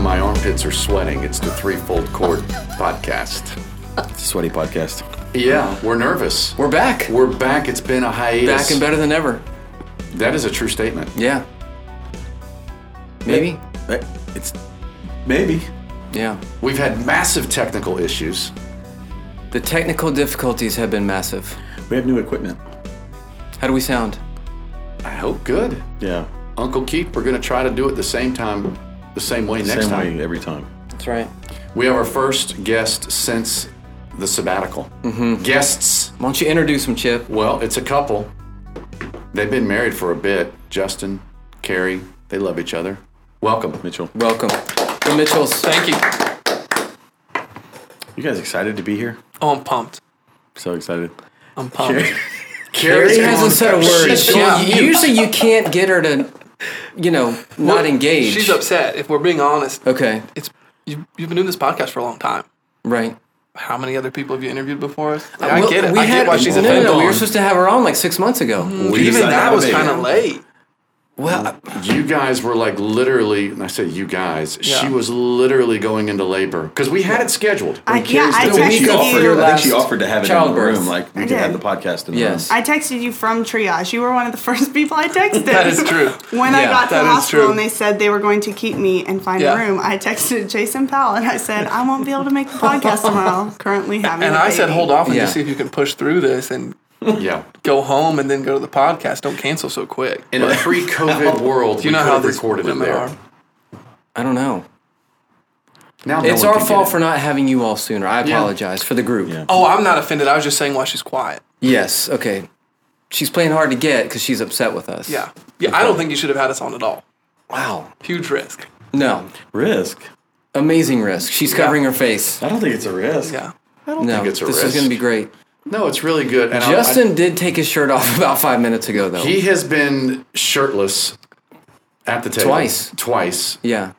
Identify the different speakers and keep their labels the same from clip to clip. Speaker 1: my armpits are sweating. It's the Threefold Cord podcast.
Speaker 2: Sweaty podcast.
Speaker 1: Yeah, we're nervous.
Speaker 3: We're back.
Speaker 1: We're back. It's been a hiatus.
Speaker 3: back and better than ever.
Speaker 1: That is a true statement.
Speaker 3: Yeah. Maybe.
Speaker 2: Hey, It's maybe.
Speaker 3: Yeah.
Speaker 1: We've had massive technical issues.
Speaker 3: The technical difficulties have been massive.
Speaker 2: We have new equipment.
Speaker 3: How do we sound?
Speaker 1: I hope good.
Speaker 2: Yeah.
Speaker 1: Uncle Keith, we're going to try to do it the same time, the same way next
Speaker 2: Same
Speaker 1: time.
Speaker 2: way every time.
Speaker 3: That's right.
Speaker 1: We have our first guest since the sabbatical. Mm-hmm. Guests.
Speaker 3: Why don't you introduce them, Chip?
Speaker 1: Well, it's a couple. They've been married for a bit. Justin, Carrie, they love each other. Welcome.
Speaker 2: Mitchell,
Speaker 3: Welcome. The Mitchells. Thank you.
Speaker 2: you guys excited to be here?
Speaker 4: Oh, I'm pumped.
Speaker 2: So excited.
Speaker 4: I'm pumped.
Speaker 1: Carrie
Speaker 3: She hasn't said a word. She- usually you can't get her to, you know, not engage.
Speaker 4: She's upset. If we're being honest,
Speaker 3: Okay.
Speaker 4: it's you, you've been doing this podcast for a long time.
Speaker 3: Right.
Speaker 4: How many other people have you interviewed before us? Like, I
Speaker 3: Well,
Speaker 4: get it.
Speaker 3: We
Speaker 4: I
Speaker 3: had,
Speaker 4: get why she's
Speaker 3: no, no,
Speaker 4: offended.
Speaker 3: no, We were supposed to have her on like six months ago.
Speaker 4: Even
Speaker 2: decided
Speaker 4: that
Speaker 2: to
Speaker 4: was
Speaker 2: make
Speaker 4: kind
Speaker 2: it.
Speaker 4: of late.
Speaker 3: Well,
Speaker 1: you guys were like literally, and I say you guys, she
Speaker 4: Yeah.
Speaker 1: was literally going into labor because we had it scheduled.
Speaker 5: I, yeah, I
Speaker 2: I think,
Speaker 3: week
Speaker 2: she
Speaker 3: of
Speaker 5: texted
Speaker 2: offered,
Speaker 3: your
Speaker 5: you.
Speaker 2: I think she
Speaker 3: last
Speaker 2: offered to have it
Speaker 3: childbirth.
Speaker 2: in the room. Like, we
Speaker 5: I
Speaker 2: could have the
Speaker 5: did.
Speaker 2: podcast in the
Speaker 3: yes.
Speaker 5: I texted you from triage. You were one of the first people I texted.
Speaker 4: That is true.
Speaker 5: when I
Speaker 3: Yeah,
Speaker 5: got to
Speaker 4: that
Speaker 5: the
Speaker 4: is
Speaker 5: hospital
Speaker 4: true.
Speaker 5: and they said they were going to keep me and find
Speaker 4: Yeah.
Speaker 5: a room, I texted Jason Powell and I said, I won't be able to make the podcast tomorrow. Currently having
Speaker 4: And
Speaker 5: a
Speaker 4: I said,
Speaker 5: baby."
Speaker 4: hold off and
Speaker 3: Yeah.
Speaker 4: just see if you can push through this and
Speaker 1: Yeah.
Speaker 4: go home and then go to the podcast. Don't cancel so quick.
Speaker 1: In a pre COVID world,
Speaker 4: Do you
Speaker 1: we
Speaker 4: know
Speaker 1: could
Speaker 4: how
Speaker 1: have
Speaker 4: this
Speaker 1: recorded it
Speaker 4: women
Speaker 1: there.
Speaker 4: are?
Speaker 3: I don't know.
Speaker 1: Now no
Speaker 3: It's
Speaker 1: one
Speaker 3: our
Speaker 1: can
Speaker 3: fault
Speaker 1: get
Speaker 3: for
Speaker 1: it.
Speaker 3: not having you all sooner. I apologize for the group.
Speaker 2: Yeah.
Speaker 4: Oh, I'm not offended. I was just saying why she's quiet.
Speaker 3: Yes. Okay. She's playing hard to get because she's upset with us.
Speaker 4: Yeah. Yeah. I don't think you should have had us on at all.
Speaker 3: Wow.
Speaker 4: Huge risk.
Speaker 3: No.
Speaker 2: Risk.
Speaker 3: Amazing risk. She's covering her face.
Speaker 2: I don't think it's a risk.
Speaker 4: Yeah.
Speaker 1: I don't
Speaker 3: No.
Speaker 1: think it's a
Speaker 3: this
Speaker 1: risk.
Speaker 3: is going to be great.
Speaker 1: no, it's really good. And I-
Speaker 3: Justin did take his shirt off about five minutes ago, though.
Speaker 1: I- he has been shirtless at the table
Speaker 3: Twice.
Speaker 1: Twice.
Speaker 3: yeah.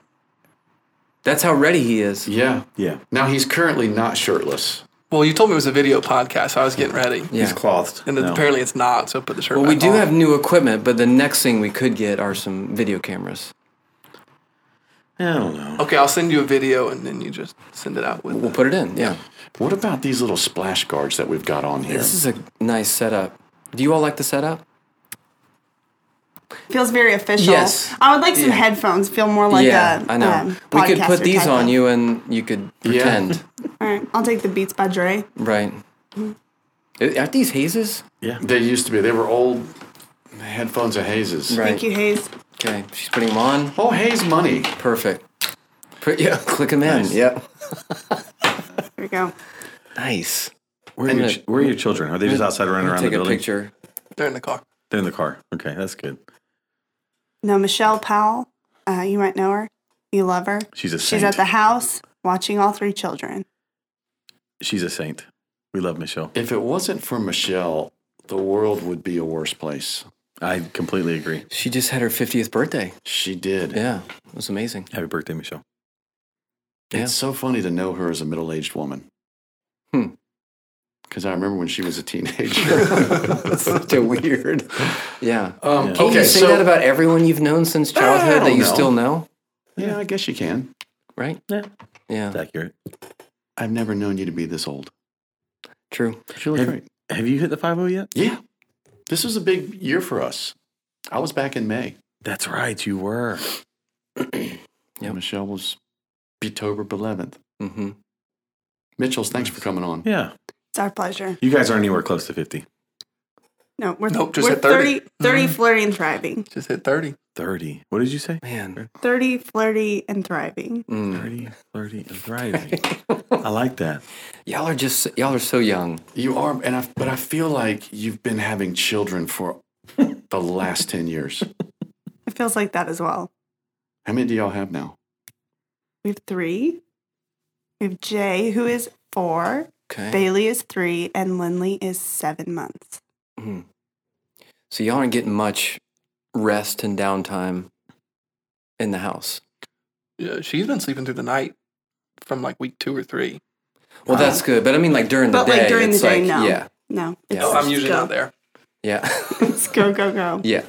Speaker 3: That's how ready he is.
Speaker 1: Yeah.
Speaker 2: Yeah.
Speaker 1: Now he's currently not shirtless.
Speaker 4: Well, you told me it was a video podcast. So I was getting ready.
Speaker 3: Yeah.
Speaker 2: It's clothed.
Speaker 4: And
Speaker 2: no.
Speaker 4: apparently it's not. So I put the shirt
Speaker 3: Well,
Speaker 4: back
Speaker 3: we do
Speaker 4: on.
Speaker 3: have new equipment, but the next thing we could get are some video cameras.
Speaker 2: I don't know.
Speaker 4: Okay, I'll send you a video and then you just send it out with.
Speaker 3: We'll put it in. Yeah.
Speaker 1: What about these little splash guards that we've got on here?
Speaker 3: This is a nice setup. Do you all like the setup?
Speaker 5: Feels very official.
Speaker 3: Yes.
Speaker 5: I would like some headphones. Feel more like
Speaker 3: yeah,
Speaker 5: a.
Speaker 3: I know.
Speaker 5: um,
Speaker 3: we could put
Speaker 5: podcaster
Speaker 3: these
Speaker 5: type
Speaker 3: on
Speaker 5: of-
Speaker 3: you and you could pretend.
Speaker 5: All right. I'll take the Beats by Dre.
Speaker 3: Right. Uh, Aren't these hazes?
Speaker 1: They used to be. They were old headphones of Hayes's.
Speaker 3: Right.
Speaker 5: Thank you, Hayes.
Speaker 3: Okay. She's putting them on.
Speaker 1: Oh, Hayes money.
Speaker 3: Perfect. Put, yeah. Click them in. Yep.
Speaker 5: There we go.
Speaker 3: Nice.
Speaker 2: Where are,
Speaker 3: I'm
Speaker 2: your,
Speaker 3: gonna-
Speaker 2: ch- where are your children? Are they just outside running around the
Speaker 3: Take a
Speaker 2: building?
Speaker 3: picture.
Speaker 4: They're in the car.
Speaker 2: They're in the car. Okay, that's good.
Speaker 5: No, Michelle Powell. Uh, you might know her. You love her.
Speaker 2: She's a saint.
Speaker 5: She's at the house watching all three children.
Speaker 2: She's a saint. We love Michelle.
Speaker 1: If it wasn't for Michelle, the world would be a worse place.
Speaker 2: I completely agree.
Speaker 3: She just had her 50th birthday.
Speaker 1: She did.
Speaker 3: Yeah. It was amazing.
Speaker 2: Happy birthday, Michelle.
Speaker 3: Yeah.
Speaker 1: It's so funny to know her as a middle aged woman.
Speaker 3: Hmm.
Speaker 1: Because I remember when she was a teenager.
Speaker 3: Such a weird. Yeah.
Speaker 1: um,
Speaker 2: Yeah.
Speaker 3: Can
Speaker 1: Okay,
Speaker 3: you say
Speaker 1: so
Speaker 3: that about everyone you've known since
Speaker 1: I
Speaker 3: childhood that
Speaker 1: don't
Speaker 3: you
Speaker 1: know.
Speaker 3: still know?
Speaker 1: yeah, I guess you can.
Speaker 3: Right?
Speaker 2: Yeah.
Speaker 3: Yeah.
Speaker 2: That's accurate.
Speaker 1: I've never known you to be this old.
Speaker 3: True.
Speaker 1: She looked
Speaker 2: Have-
Speaker 1: great.
Speaker 2: Have you hit the 5 yet?
Speaker 1: Yeah, this was a big year for us. I was back in May.
Speaker 2: That's right. You were.
Speaker 3: Yep.
Speaker 1: Michelle was October 11th.
Speaker 3: Mm-hmm.
Speaker 1: Mitchell's, thanks for coming on.
Speaker 2: Yeah.
Speaker 5: It's our pleasure.
Speaker 2: You guys are anywhere close to 50.
Speaker 5: No, we're,
Speaker 4: Nope, just
Speaker 5: we're
Speaker 4: at 30.
Speaker 3: Mm-hmm.
Speaker 5: 30, 30
Speaker 4: Mhm.
Speaker 5: flirty and thriving.
Speaker 4: Just hit 30.
Speaker 2: 30. What did you say?
Speaker 3: Man.
Speaker 5: 30 flirty and thriving.
Speaker 3: Mm.
Speaker 2: 30, 30, and thriving. I like that.
Speaker 3: Y'all are just, y'all are so young.
Speaker 1: You are, and I, but I feel like you've been having children for the last 10 years.
Speaker 5: It feels like that as well.
Speaker 1: How many do y'all have now?
Speaker 5: We have three. We have Jay, who is four.
Speaker 3: Okay.
Speaker 5: Bailey is three. And Lindley is seven months.
Speaker 3: Mhm. So y'all aren't getting much rest and downtime in the house.
Speaker 4: Yeah, she's been sleeping through the night from like week two or three.
Speaker 3: Well, that's good, but I mean, like during the
Speaker 5: Oh. But,
Speaker 3: day,
Speaker 5: like, during the
Speaker 3: it's
Speaker 5: day,
Speaker 3: like,
Speaker 5: no.
Speaker 3: yeah,
Speaker 5: No.
Speaker 3: Yeah.
Speaker 5: it's
Speaker 4: Oh, I'm
Speaker 5: just
Speaker 4: usually
Speaker 5: go.
Speaker 4: not there.
Speaker 3: yeah,
Speaker 5: It's go, go, go.
Speaker 3: yeah.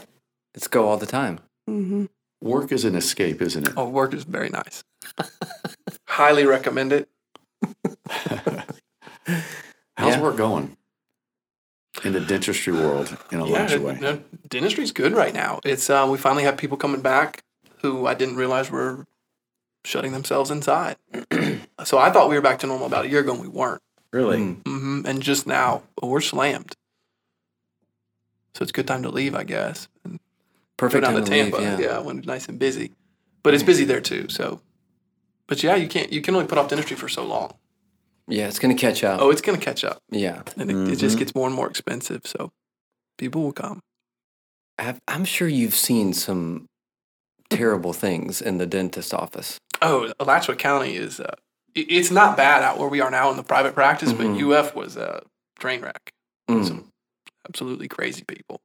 Speaker 3: It's go all the time.
Speaker 5: hmm
Speaker 1: Work is an escape, isn't it?
Speaker 4: Oh, work is very nice. Highly recommend it.
Speaker 1: How's
Speaker 3: Yeah.
Speaker 1: work going in the dentistry world in a larger way?
Speaker 4: no, dentistry's good right now. It's uh, we finally have people coming back who I didn't realize were shutting themselves inside. so I thought we were back to normal about a year ago, and we weren't.
Speaker 2: Really?
Speaker 3: Mm.
Speaker 4: hmm And just now, we're slammed. So it's a good time to leave, I guess. And go
Speaker 3: Perfect
Speaker 4: down
Speaker 3: time
Speaker 4: to
Speaker 3: to
Speaker 4: Tampa.
Speaker 3: leave.
Speaker 4: yeah. when it's nice and busy. But it's busy there too. So, but yeah, you can't. You can only put off dentistry for so long.
Speaker 3: Yeah, it's gonna catch up.
Speaker 4: Oh, it's gonna catch up,
Speaker 3: yeah.
Speaker 4: and it, it
Speaker 3: Mm-hmm.
Speaker 4: just gets more and more expensive. So, people will come.
Speaker 3: I've, I'm sure you've seen some terrible things in the dentist office.
Speaker 4: Oh, Alachua County is. Uh, i- it's not bad out where we are now in the private practice,
Speaker 3: Mhm.
Speaker 4: but UF was a train wreck.
Speaker 3: Mm.
Speaker 4: Some absolutely crazy people.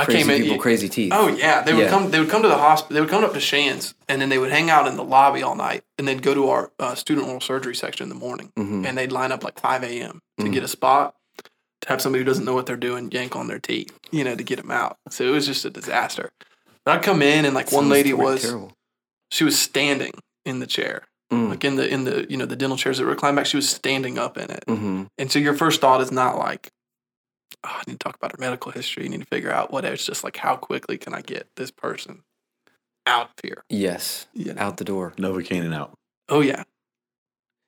Speaker 4: I
Speaker 3: crazy
Speaker 4: came in.
Speaker 3: people, crazy teeth.
Speaker 4: Oh yeah, they would
Speaker 3: Yeah.
Speaker 4: come. They would come to the hospital. They would come up to Shan's, and then they would hang out in the lobby all night, and then go to our uh, student oral surgery section in the morning.
Speaker 3: Mhm.
Speaker 4: And they'd line up like five a.m. to
Speaker 3: Mhm.
Speaker 4: get a spot to have somebody who doesn't know what they're doing yank on their teeth, you know, to get them out. So it was just a disaster. But I'd come in, and like one
Speaker 3: Sounds
Speaker 4: lady
Speaker 3: pretty
Speaker 4: was
Speaker 3: terrible.
Speaker 4: she was standing in the chair,
Speaker 3: Mm.
Speaker 4: like in the in the you know the dental chairs that recline back. She was standing up in it,
Speaker 3: hmm
Speaker 4: and so your first thought is not like, oh, I need to talk about her medical history. I need to figure out what it's just like, how quickly can I get this person out of here?
Speaker 3: Yes,
Speaker 4: You know?
Speaker 3: out the door.
Speaker 2: Novocaine and out.
Speaker 4: Oh, yeah.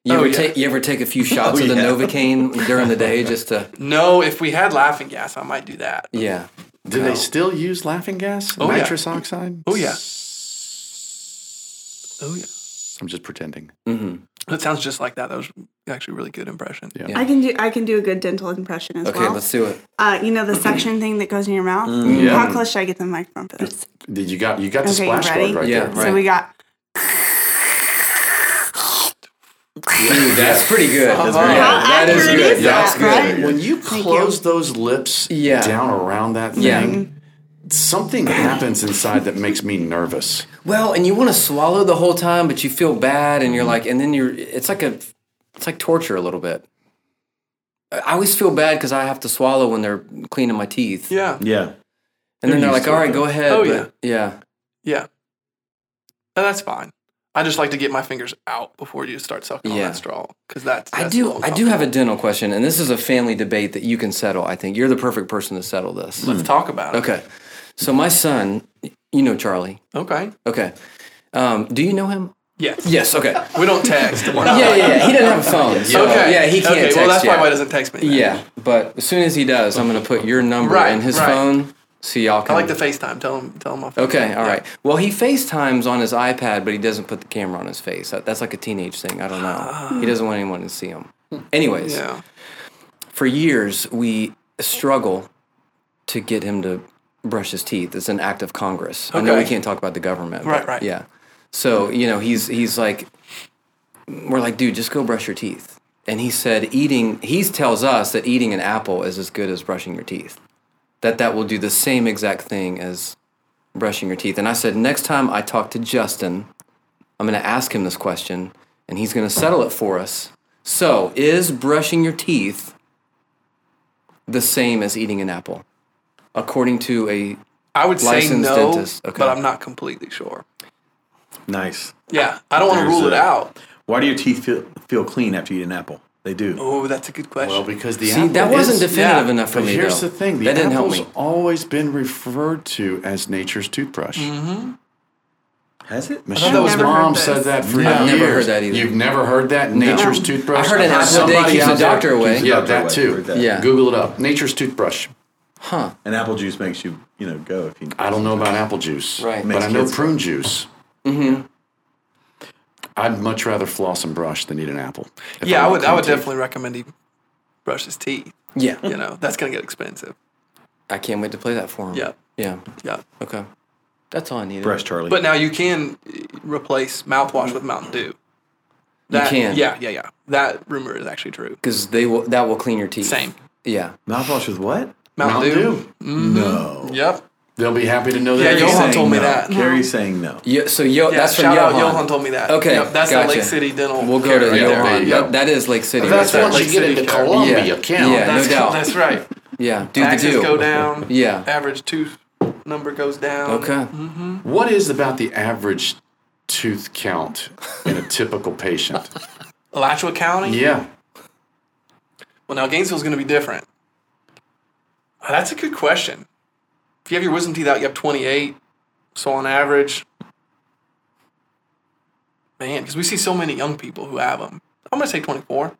Speaker 3: You
Speaker 4: Oh,
Speaker 3: ever
Speaker 4: yeah.
Speaker 3: take you ever take a few shots
Speaker 2: Oh,
Speaker 3: of the
Speaker 2: yeah.
Speaker 3: Novocaine during the day just to
Speaker 4: No, if we had laughing gas, I might do that.
Speaker 3: yeah.
Speaker 1: Do they still use laughing gas?
Speaker 4: Oh, yeah.
Speaker 1: Nitrous oxide?
Speaker 4: Oh, yeah. Oh, yeah.
Speaker 1: I'm just pretending.
Speaker 3: hmm
Speaker 4: That sounds just like that. That was actually a really good impression.
Speaker 1: Yeah.
Speaker 5: I can do I can do a good dental impression as
Speaker 3: Okay,
Speaker 5: well.
Speaker 3: let's Mm, do it.
Speaker 5: Uh, you know the suction thing that goes in your mouth.
Speaker 1: Yeah.
Speaker 5: How close should I get the microphone for this?
Speaker 1: Did you got you got the
Speaker 5: Okay, you
Speaker 1: splash
Speaker 5: ready?
Speaker 1: guard right
Speaker 3: Yeah.
Speaker 1: there?
Speaker 5: So
Speaker 3: Right.
Speaker 5: we got
Speaker 3: Dude, that's pretty good. That's
Speaker 4: How
Speaker 3: pretty good. That is
Speaker 5: accurate
Speaker 3: good.
Speaker 5: is
Speaker 3: That's
Speaker 5: that,
Speaker 3: good.
Speaker 5: right?
Speaker 1: When you
Speaker 5: you.
Speaker 1: close those lips
Speaker 3: Yeah.
Speaker 1: down around that thing,
Speaker 3: Yeah.
Speaker 1: something happens inside that makes me nervous.
Speaker 3: Well, and you want to swallow the whole time, but you feel bad, and you're
Speaker 4: Mm-hmm.
Speaker 3: like, and then you're. It's like a, it's like torture a little bit. I I always feel bad because I have to swallow when they're cleaning my teeth,
Speaker 4: Yeah.
Speaker 2: Yeah.
Speaker 3: and then
Speaker 2: They're
Speaker 3: they're
Speaker 2: used
Speaker 3: like,
Speaker 2: to
Speaker 3: "All
Speaker 2: it,
Speaker 3: right,
Speaker 2: though.
Speaker 3: go ahead."
Speaker 4: Oh,
Speaker 3: but- yeah.
Speaker 4: Yeah. No, that's fine. I just like to get my fingers out before you start sucking on
Speaker 3: Yeah.
Speaker 4: that straw because that's,
Speaker 3: I
Speaker 4: that's a
Speaker 3: do.
Speaker 4: little
Speaker 3: I do have a
Speaker 4: uncomfortable.
Speaker 3: dental question, and this is a family debate that you can settle. I think you're the perfect person to settle this.
Speaker 4: Let's talk about it.
Speaker 3: Okay. So my son, you know Charlie.
Speaker 4: Okay.
Speaker 3: Okay. Um, do you know him?
Speaker 4: Yes.
Speaker 3: Yes. Okay. Yeah,
Speaker 4: We don't text. We're not
Speaker 3: yeah,
Speaker 4: like-
Speaker 3: yeah. He doesn't have a phone. So,
Speaker 4: Okay.
Speaker 3: Yeah, he can't.
Speaker 4: Okay.
Speaker 3: text
Speaker 4: well, that's
Speaker 3: yet.
Speaker 4: probably why he doesn't text me. then.
Speaker 3: Yeah, but as soon as he does, I'm gonna put your number
Speaker 4: Right,
Speaker 3: in his
Speaker 4: right.
Speaker 3: phone so y'all
Speaker 4: I
Speaker 3: can.
Speaker 4: like the FaceTime. Tell him. Tell him my.
Speaker 3: Okay, all
Speaker 4: Yeah.
Speaker 3: right. Well, he FaceTimes on his iPad, but he doesn't put the camera on his face. That- That's like a teenage thing. I don't know. He doesn't want anyone to see him. Anyways,
Speaker 4: Yeah.
Speaker 3: for years we struggle to get him to brush his teeth. It's an act of Congress. I know we
Speaker 4: Okay.
Speaker 3: can't talk about the government. but
Speaker 4: Right, right.
Speaker 3: Yeah. So you know he's he's like, we're like, dude, just go brush your teeth. And he said, eating. He tells us that eating an apple is as good as brushing your teeth. That that will do the same exact thing as brushing your teeth. And I said, next time I talk to Justin, I'm going to ask him this question, and he's going to settle it for us. So, is brushing your teeth the same as eating an apple, according to a
Speaker 4: I would say
Speaker 3: Licensed
Speaker 4: no,
Speaker 3: dentist, okay.
Speaker 4: but I'm not completely sure.
Speaker 2: Nice.
Speaker 4: Yeah,
Speaker 3: Ah,
Speaker 4: I don't want to
Speaker 2: There's
Speaker 4: rule it
Speaker 2: a-
Speaker 4: out.
Speaker 2: Why do your teeth feel feel clean after you eat an apple? They do.
Speaker 4: Oh, that's a good question.
Speaker 1: Well, because the
Speaker 3: See,
Speaker 1: apple
Speaker 3: that wasn't
Speaker 1: is-
Speaker 3: definitive
Speaker 4: yeah,
Speaker 3: enough for
Speaker 1: But
Speaker 3: me.
Speaker 1: here's
Speaker 3: though.
Speaker 1: the thing: the
Speaker 3: that didn't help
Speaker 1: apple's
Speaker 3: me.
Speaker 1: always been referred to as nature's toothbrush.
Speaker 2: Has it?
Speaker 5: I've
Speaker 1: Michelle's
Speaker 5: never heard
Speaker 1: mom
Speaker 5: this.
Speaker 1: said that for
Speaker 3: I've
Speaker 1: years.
Speaker 3: never heard that either.
Speaker 1: You've never heard that nature's toothbrush.
Speaker 3: I heard an apple a day
Speaker 1: Somebody
Speaker 3: keeps the
Speaker 1: out there-
Speaker 3: doctor away.
Speaker 1: Yeah,
Speaker 2: Doctor
Speaker 1: that
Speaker 2: away.
Speaker 1: too.
Speaker 2: Heard that.
Speaker 3: Yeah.
Speaker 1: Google it up. Nature's toothbrush.
Speaker 3: Huh?
Speaker 2: And apple juice makes you, you know, go if you.
Speaker 1: I don't know about apple juice,
Speaker 3: Right.
Speaker 1: But
Speaker 2: Makes
Speaker 1: I know
Speaker 2: kids-
Speaker 1: prune juice. Mm-hmm. I'd much rather floss and brush than eat an apple. if
Speaker 4: yeah, I
Speaker 1: want
Speaker 4: would. I
Speaker 1: clean
Speaker 4: would
Speaker 1: teeth.
Speaker 4: definitely recommend he brush his teeth.
Speaker 3: Yeah.
Speaker 4: You know, that's gonna get expensive.
Speaker 3: I can't wait to play that for him.
Speaker 4: Yeah.
Speaker 3: Yeah.
Speaker 4: Yeah,
Speaker 3: Okay. That's all I needed.
Speaker 2: Brush, Charlie.
Speaker 4: but now you can eh, replace mouthwash with Mountain Dew. That,
Speaker 3: can.
Speaker 4: Yeah, yeah, yeah. That rumor is actually true.
Speaker 3: Because they will. That will clean your teeth.
Speaker 4: Same.
Speaker 3: Yeah.
Speaker 2: mouthwash with what?
Speaker 4: Mountain,
Speaker 1: Mountain
Speaker 4: Dew.
Speaker 1: Dew.
Speaker 2: No.
Speaker 4: Yep.
Speaker 1: They'll be happy to know
Speaker 4: Yeah,
Speaker 1: that.
Speaker 4: you'll- Johan
Speaker 2: Saying
Speaker 4: told me
Speaker 2: no.
Speaker 4: that.
Speaker 2: Carrie's saying no.
Speaker 3: Yeah. So yo,
Speaker 4: Yeah,
Speaker 3: that's from
Speaker 4: shout out.
Speaker 3: Johan.
Speaker 4: Johan told me that.
Speaker 3: Okay.
Speaker 4: Yep, that's
Speaker 3: gotcha.
Speaker 4: the Lake City Dental.
Speaker 3: We'll go to
Speaker 4: care right there.
Speaker 3: Johan.
Speaker 4: Yep.
Speaker 3: That, that is Lake City.
Speaker 1: That's
Speaker 3: right
Speaker 1: once
Speaker 3: there.
Speaker 1: you get into Colombia,
Speaker 3: Yeah.
Speaker 1: count.
Speaker 3: Yeah.
Speaker 4: That's,
Speaker 3: No doubt.
Speaker 4: that's right.
Speaker 3: Yeah. Do the
Speaker 4: Taxes
Speaker 3: do.
Speaker 4: go down. Um,
Speaker 3: Yeah.
Speaker 4: Average tooth number goes down.
Speaker 3: Okay.
Speaker 4: mm-hmm.
Speaker 1: What is about the average tooth count in a typical patient?
Speaker 4: Alachua County.
Speaker 1: Yeah.
Speaker 4: Well, now Gainesville's going to be different. Uh, That's a good question. If you have your wisdom teeth out, you have 28. So on average, man, because we see so many young people who have them. I'm going to say 24.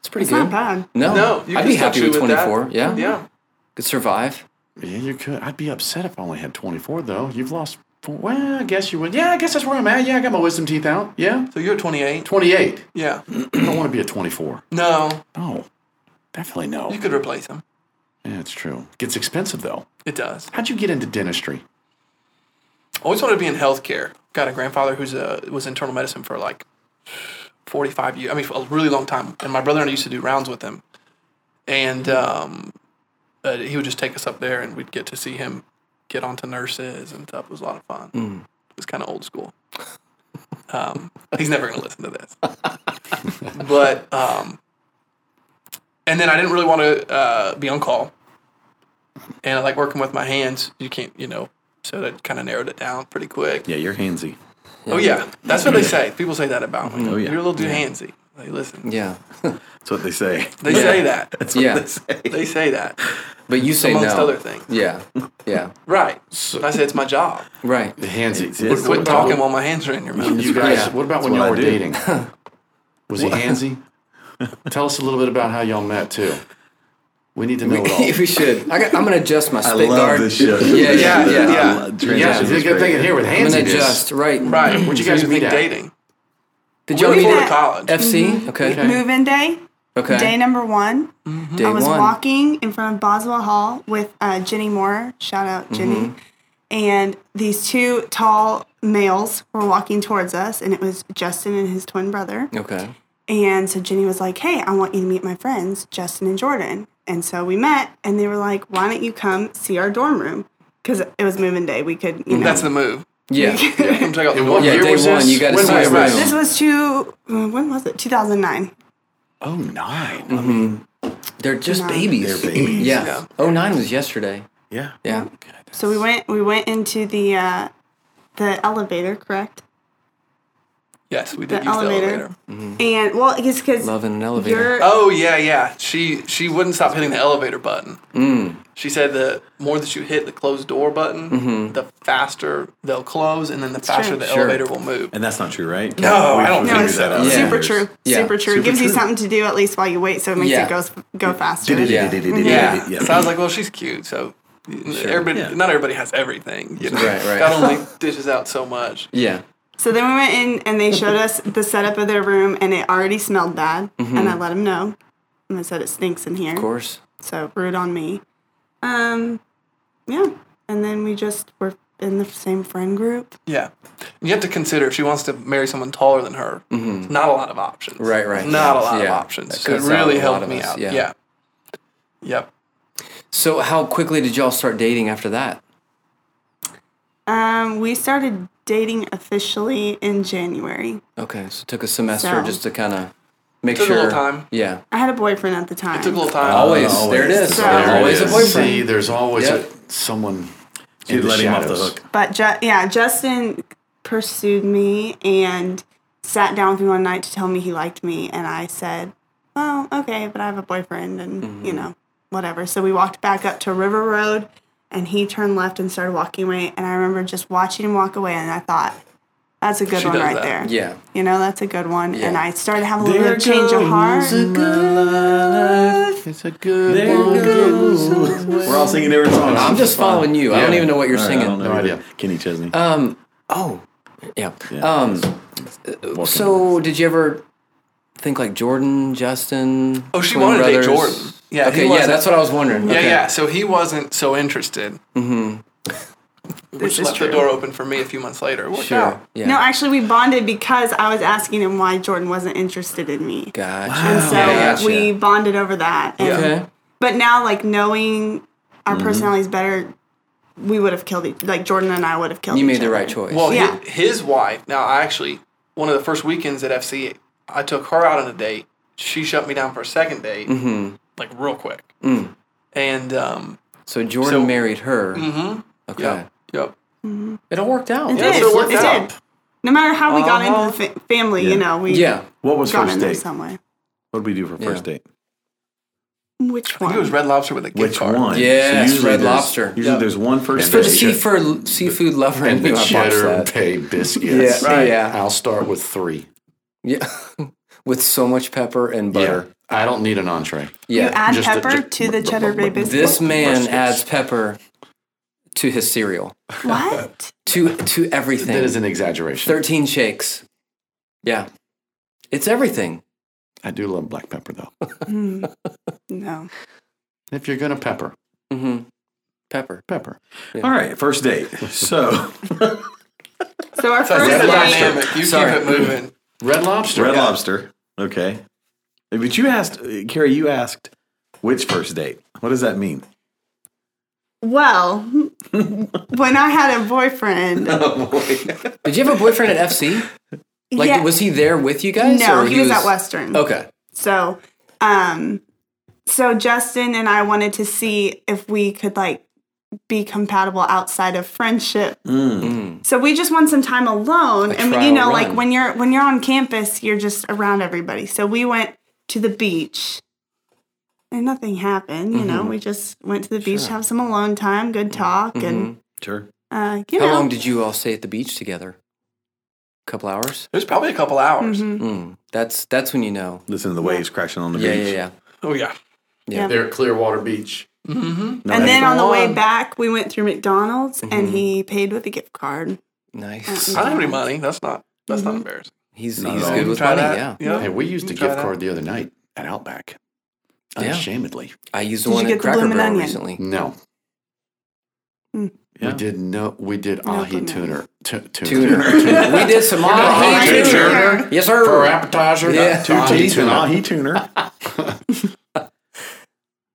Speaker 3: It's pretty
Speaker 5: It's
Speaker 3: good.
Speaker 5: not bad.
Speaker 3: No,
Speaker 4: No, you
Speaker 3: I'd
Speaker 4: can
Speaker 3: be
Speaker 4: still
Speaker 3: happy
Speaker 4: chew
Speaker 3: with
Speaker 4: with that.
Speaker 3: 24. Yeah,
Speaker 4: Yeah.
Speaker 3: could survive.
Speaker 1: Yeah, you could. I'd be upset if I only had 24, though. You've lost. Four. Well, I guess you would. Yeah, I guess that's where I'm at. Yeah, I got my wisdom teeth out. Yeah.
Speaker 4: So you're at 28.
Speaker 1: 28.
Speaker 4: Yeah.
Speaker 1: I don't want to be a 24.
Speaker 4: No,
Speaker 1: No. Definitely
Speaker 4: you
Speaker 1: no.
Speaker 4: could replace them.
Speaker 1: Yeah, it's true. Gets expensive, though.
Speaker 4: It does.
Speaker 1: How'd you get into dentistry?
Speaker 4: always wanted to be in healthcare. Got a grandfather who's a was internal medicine for like forty five years. I mean, for a really long time. And my brother and I used to do rounds with him, and um, uh, he would just take us up there, and we'd get to see him get onto nurses and stuff. It was a lot of fun. It was kind of old school. Um, he's never going to listen to this, but um, and then I didn't really want to uh, be on call and I like working with my hands. You can't, you know, so that kind of narrowed it down pretty quick.
Speaker 2: Yeah, you're handsy.
Speaker 4: Oh yeah, that's what they say. People say that about me.
Speaker 2: Oh, yeah.
Speaker 4: you're a little too handsy. Like, listen,
Speaker 3: Yeah,
Speaker 2: That's what they say.
Speaker 4: they say that.
Speaker 2: That's what
Speaker 3: Yeah.
Speaker 2: they say.
Speaker 4: They say that
Speaker 3: but you say
Speaker 4: amongst
Speaker 3: no.
Speaker 4: other things.
Speaker 3: Yeah, yeah,
Speaker 4: Right. I say it's my job.
Speaker 3: right.
Speaker 1: The handsy.
Speaker 2: It's- it's-
Speaker 1: what-
Speaker 4: Quit
Speaker 1: what-
Speaker 4: talking while my hands are in your mouth.
Speaker 1: You guys,
Speaker 3: Yeah.
Speaker 1: what about when
Speaker 2: what
Speaker 1: y'all
Speaker 2: I
Speaker 1: were
Speaker 2: do.
Speaker 1: dating? Was he handsy? Tell us a little bit about how y'all met, too. We need to know it all.
Speaker 3: we should. I got, I'm gonna adjust my
Speaker 2: I
Speaker 3: spit
Speaker 2: love
Speaker 3: guard.
Speaker 2: this show.
Speaker 3: Yeah, yeah, yeah.
Speaker 4: yeah.
Speaker 1: Yeah, it's a good thing in here with
Speaker 3: I'm
Speaker 1: hands.
Speaker 3: gonna adjust. Right.
Speaker 4: Right.
Speaker 1: Where'd you
Speaker 4: So
Speaker 1: guys
Speaker 4: think
Speaker 1: meet at?
Speaker 4: dating?
Speaker 3: Did
Speaker 4: We
Speaker 3: y'all
Speaker 4: were
Speaker 5: meet
Speaker 3: meet
Speaker 4: before
Speaker 5: at-
Speaker 4: college. Mm-hmm.
Speaker 3: FC? Okay.
Speaker 5: Move in day,
Speaker 3: Okay.
Speaker 5: day number one.
Speaker 3: Day
Speaker 5: I was
Speaker 3: one.
Speaker 5: walking in front of Boswell Hall with uh, Jenny Moore. Shout out
Speaker 3: Mm-hmm.
Speaker 5: Jenny. And these two tall males were walking towards us, and it was Justin and his twin brother.
Speaker 3: Okay.
Speaker 5: And so Jenny was like, Hey, I want you to meet my friends, Justin and Jordan. And so we met, and they were like, Why don't you come see our dorm room? Because it was moving day. We could, you know.
Speaker 4: That's the move.
Speaker 3: Yeah.
Speaker 4: Come check out the
Speaker 1: In
Speaker 4: dorm
Speaker 1: what
Speaker 3: Yeah.
Speaker 1: year
Speaker 4: room.
Speaker 3: Day
Speaker 1: was
Speaker 3: one,
Speaker 1: this?
Speaker 3: you got to
Speaker 1: When
Speaker 3: see
Speaker 1: was
Speaker 3: a
Speaker 1: this?
Speaker 5: this
Speaker 3: room.
Speaker 5: was two, uh, when was it? 2009.
Speaker 1: Oh, nine.
Speaker 3: They're just babies.
Speaker 2: They're babies.
Speaker 3: Yeah.
Speaker 4: Yeah.
Speaker 3: Oh nine was yesterday.
Speaker 2: Yeah.
Speaker 3: Yeah.
Speaker 5: So we went, we went into the, uh, the elevator, correct?
Speaker 4: Yes, we
Speaker 5: The
Speaker 4: did use
Speaker 5: elevator.
Speaker 4: the elevator.
Speaker 5: And well, I guess because
Speaker 3: Love in an elevator.
Speaker 5: you're,
Speaker 4: Oh yeah, yeah. She she wouldn't stop hitting the elevator button. She said the more that you hit the closed door button, the faster they'll close, and then the faster
Speaker 5: true.
Speaker 4: the
Speaker 3: Sure.
Speaker 4: elevator will move.
Speaker 2: And that's not true, right?
Speaker 4: No, I don't
Speaker 2: We've
Speaker 4: think
Speaker 2: figured
Speaker 5: so.
Speaker 2: that out.
Speaker 3: Yeah.
Speaker 5: super true.
Speaker 3: Yeah.
Speaker 5: Super true.
Speaker 2: Super
Speaker 5: it gives you
Speaker 2: true.
Speaker 5: something to do at least while you wait, so it makes
Speaker 3: Yeah.
Speaker 5: it goes go faster.
Speaker 4: yeah.
Speaker 2: Yeah.
Speaker 4: So I was like, well, she's cute, so. Everybody,
Speaker 2: Yeah.
Speaker 4: not everybody has everything. You know?
Speaker 3: Right, right.
Speaker 4: God only dishes out so much.
Speaker 3: Yeah.
Speaker 5: So then we went in and they showed us the setup of their room, and it already smelled bad. And I let them know, and I said it stinks in here.
Speaker 3: Mm-hmm. Of course.
Speaker 5: So rude on me. Um, yeah. And then we just were in the same friend group.
Speaker 4: Yeah, you have to consider if she wants to marry someone taller than her. Not a lot of options.
Speaker 3: Mm-hmm. Right, right.
Speaker 4: Not a lot of
Speaker 3: Yeah. That
Speaker 4: options. So it
Speaker 3: cuts out a
Speaker 4: really
Speaker 3: lot
Speaker 4: helped
Speaker 3: of
Speaker 4: me
Speaker 3: us,
Speaker 4: out.
Speaker 3: yeah.
Speaker 4: yeah. Yep.
Speaker 3: So how quickly did y'all start dating after that?
Speaker 5: Um, we started dating officially in January.
Speaker 3: Okay. So it took a semester
Speaker 5: So-
Speaker 3: just to kind of make
Speaker 4: Took a
Speaker 3: sure.
Speaker 4: little time.
Speaker 3: Yeah.
Speaker 5: I had a boyfriend at the time.
Speaker 4: Took a little time.
Speaker 3: Always.
Speaker 2: Uh, always.
Speaker 3: There it is.
Speaker 5: So- There it
Speaker 3: always a
Speaker 2: is.
Speaker 3: boyfriend.
Speaker 1: See, there's always
Speaker 3: Yep.
Speaker 1: a, someone. in
Speaker 2: Dude,
Speaker 1: the
Speaker 2: let him off the
Speaker 1: shadows.
Speaker 2: hook.
Speaker 5: But ju- yeah, Justin pursued me and sat down with me one night to tell me he liked me, and I said, "Well, okay, but I have a boyfriend, and
Speaker 3: Mm-hmm.
Speaker 5: you know, whatever." So we walked back up to River Road, and he turned left and started walking away, and I remember just watching him walk away, and I thought, "That's a good
Speaker 4: She
Speaker 5: one
Speaker 4: does
Speaker 5: right
Speaker 4: that.
Speaker 5: there."
Speaker 3: Yeah.
Speaker 5: You know, that's a good one, and
Speaker 3: Yeah.
Speaker 5: I started having a little bit of change of heart.
Speaker 1: It's a good
Speaker 2: There
Speaker 1: one.
Speaker 2: goes. We're all singing different songs.
Speaker 3: I'm just following you. I don't
Speaker 1: Yeah.
Speaker 3: even know what you're
Speaker 2: All right, I
Speaker 3: singing.
Speaker 2: don't know
Speaker 1: No
Speaker 2: either.
Speaker 1: idea.
Speaker 2: Kenny Chesney.
Speaker 3: Um. Oh. Yeah.
Speaker 2: Yeah.
Speaker 3: Um.
Speaker 2: Welcome.
Speaker 3: So, did you ever think like Jordan, Justin?
Speaker 4: Oh, she
Speaker 3: twin
Speaker 4: wanted to date
Speaker 3: brothers?
Speaker 4: Jordan. Yeah, he
Speaker 3: Okay. Yeah,
Speaker 4: wasn't-
Speaker 3: that's what I was wondering.
Speaker 4: Yeah,
Speaker 3: okay.
Speaker 4: yeah. So he wasn't so interested. Mm-hmm. Which left the door open for me a few months later. It worked
Speaker 3: Sure.
Speaker 4: out.
Speaker 3: Yeah.
Speaker 5: Oh, No, actually, we bonded because I was asking him why Jordan wasn't interested in me.
Speaker 3: Gotcha.
Speaker 5: And so
Speaker 3: Yeah, gotcha.
Speaker 5: we bonded over that. And,
Speaker 3: Okay.
Speaker 5: But now, like knowing our personalities better, we would have killed each. Like Jordan and I would have killed.
Speaker 3: You
Speaker 5: each
Speaker 3: made the
Speaker 5: other.
Speaker 3: right choice.
Speaker 4: Well, hi-
Speaker 5: Yeah.
Speaker 4: his wife. Now, I actually one of the first weekends at FC, I took her out on a date. Mm-hmm. Mm. She shut me down for a second date, like real quick. And um,
Speaker 3: So Jordan
Speaker 4: So-
Speaker 3: married her. Mm-hmm. Okay.
Speaker 4: Yep. Yep.
Speaker 3: It all worked out.
Speaker 5: It
Speaker 4: so
Speaker 5: did.
Speaker 4: it worked
Speaker 5: it
Speaker 4: out.
Speaker 5: did. No matter how we got
Speaker 3: Uh-huh.
Speaker 5: into the fa- family, you know, we
Speaker 3: Yeah.
Speaker 2: What was
Speaker 5: got
Speaker 2: first
Speaker 5: in there
Speaker 2: date?
Speaker 5: some way.
Speaker 2: What did we do for first
Speaker 3: Yeah.
Speaker 2: date?
Speaker 5: Which
Speaker 4: I
Speaker 5: one?
Speaker 4: think it was Red Lobster with a gift
Speaker 2: Which
Speaker 4: card.
Speaker 2: one?
Speaker 3: Yes,
Speaker 2: usually
Speaker 3: Red
Speaker 2: there's-
Speaker 3: Lobster.
Speaker 2: Usually there's one first
Speaker 3: For the
Speaker 2: date.
Speaker 3: seafood, seafood lover in
Speaker 1: And the
Speaker 3: you, I bought
Speaker 1: cheddar
Speaker 3: that.
Speaker 1: bay biscuits.
Speaker 3: Yeah, right, yeah.
Speaker 1: I'll start with three.
Speaker 3: Yeah. With so much pepper and butter.
Speaker 1: I don't need an entree.
Speaker 5: you
Speaker 3: Yeah.
Speaker 5: add
Speaker 1: Just a-
Speaker 5: pepper
Speaker 1: just-
Speaker 5: to the cheddar bay biscuit.
Speaker 3: this man
Speaker 1: Mushrooms.
Speaker 3: adds pepper to his cereal,
Speaker 5: what?
Speaker 3: to to everything.
Speaker 1: That is an exaggeration.
Speaker 3: 13 shakes. Yeah. It's everything.
Speaker 1: I do love black pepper though.
Speaker 5: Hmm. no.
Speaker 1: If you're gonna pepper,
Speaker 3: hmm Pepper.
Speaker 1: pepper.
Speaker 2: All right, first date. So
Speaker 5: So our
Speaker 4: So it's
Speaker 5: first
Speaker 4: the
Speaker 5: date.
Speaker 4: dynamic. You
Speaker 3: Sorry.
Speaker 4: keep it moving.
Speaker 1: Red lobster.
Speaker 2: Red
Speaker 1: Yeah.
Speaker 2: Lobster. Okay. But you asked, uh, Carrie, you asked which first date? What does that mean?
Speaker 5: Well, when I had a boyfriend,
Speaker 3: Did you have a boyfriend at FC? Like,
Speaker 5: yeah,
Speaker 3: was he there with you guys?
Speaker 5: no,
Speaker 3: or
Speaker 5: he was, at Western.
Speaker 3: Okay.
Speaker 5: So, um, so Justin and I wanted to see if we could like be compatible outside of friendship.
Speaker 3: Mm.
Speaker 5: So we just want some time alone,
Speaker 3: A
Speaker 5: and you
Speaker 3: trial
Speaker 5: know,
Speaker 3: run.
Speaker 5: like when you're when you're on campus, you're just around everybody. So we went to the beach, and nothing happened. You
Speaker 3: Mm-hmm.
Speaker 5: know, we just went to the beach, to have some alone time, good talk, and
Speaker 2: Sure.
Speaker 5: uh,
Speaker 3: Mm-hmm.
Speaker 5: you
Speaker 3: How
Speaker 5: know,
Speaker 3: long did you all stay at the beach together? A couple hours?
Speaker 4: It was probably a couple hours.
Speaker 5: Mm-hmm.
Speaker 3: Mm. That's that's when you know.
Speaker 2: Listen to the waves crashing on the
Speaker 3: Yeah,
Speaker 2: beach.
Speaker 3: yeah, yeah.
Speaker 4: Oh yeah. Mm-hmm.
Speaker 1: They're at Clearwater Beach.
Speaker 2: No,
Speaker 5: and
Speaker 2: that's
Speaker 5: then
Speaker 2: the
Speaker 5: on the way
Speaker 2: one.
Speaker 5: back, we went through McDonald's, and
Speaker 3: Mm-hmm.
Speaker 5: he paid with a gift card.
Speaker 3: Nice.
Speaker 5: Mm-mm.
Speaker 4: I don't have any money. That's not. That's not embarrassing.
Speaker 3: He's
Speaker 2: Not
Speaker 3: he's
Speaker 2: at all.
Speaker 3: good with
Speaker 4: Try
Speaker 3: money.
Speaker 4: that.
Speaker 3: Yeah.
Speaker 4: Yeah.
Speaker 1: Hey, we used a
Speaker 4: Try
Speaker 1: gift
Speaker 4: that.
Speaker 1: card the other night at Outback.
Speaker 3: Yeah.
Speaker 1: Unashamedly.
Speaker 3: I used the
Speaker 5: Did you
Speaker 3: one
Speaker 5: get
Speaker 3: at
Speaker 5: the
Speaker 3: Cracker
Speaker 5: Bloomin'
Speaker 3: Barrel
Speaker 5: Onion?
Speaker 3: recently.
Speaker 1: No.
Speaker 2: Yeah.
Speaker 1: We did Hmm. no we did
Speaker 5: No,
Speaker 1: ahi
Speaker 5: but no.
Speaker 1: tuner. T- tuner.
Speaker 3: Tuner. we did some
Speaker 1: Ahi
Speaker 3: ahi tuner.
Speaker 1: tuner.
Speaker 3: Yes, sir.
Speaker 1: For appetizer.
Speaker 3: Yeah.
Speaker 1: Two
Speaker 2: Ahi
Speaker 1: teeth and
Speaker 2: tuner.
Speaker 1: ahi.
Speaker 2: Ahi tuner.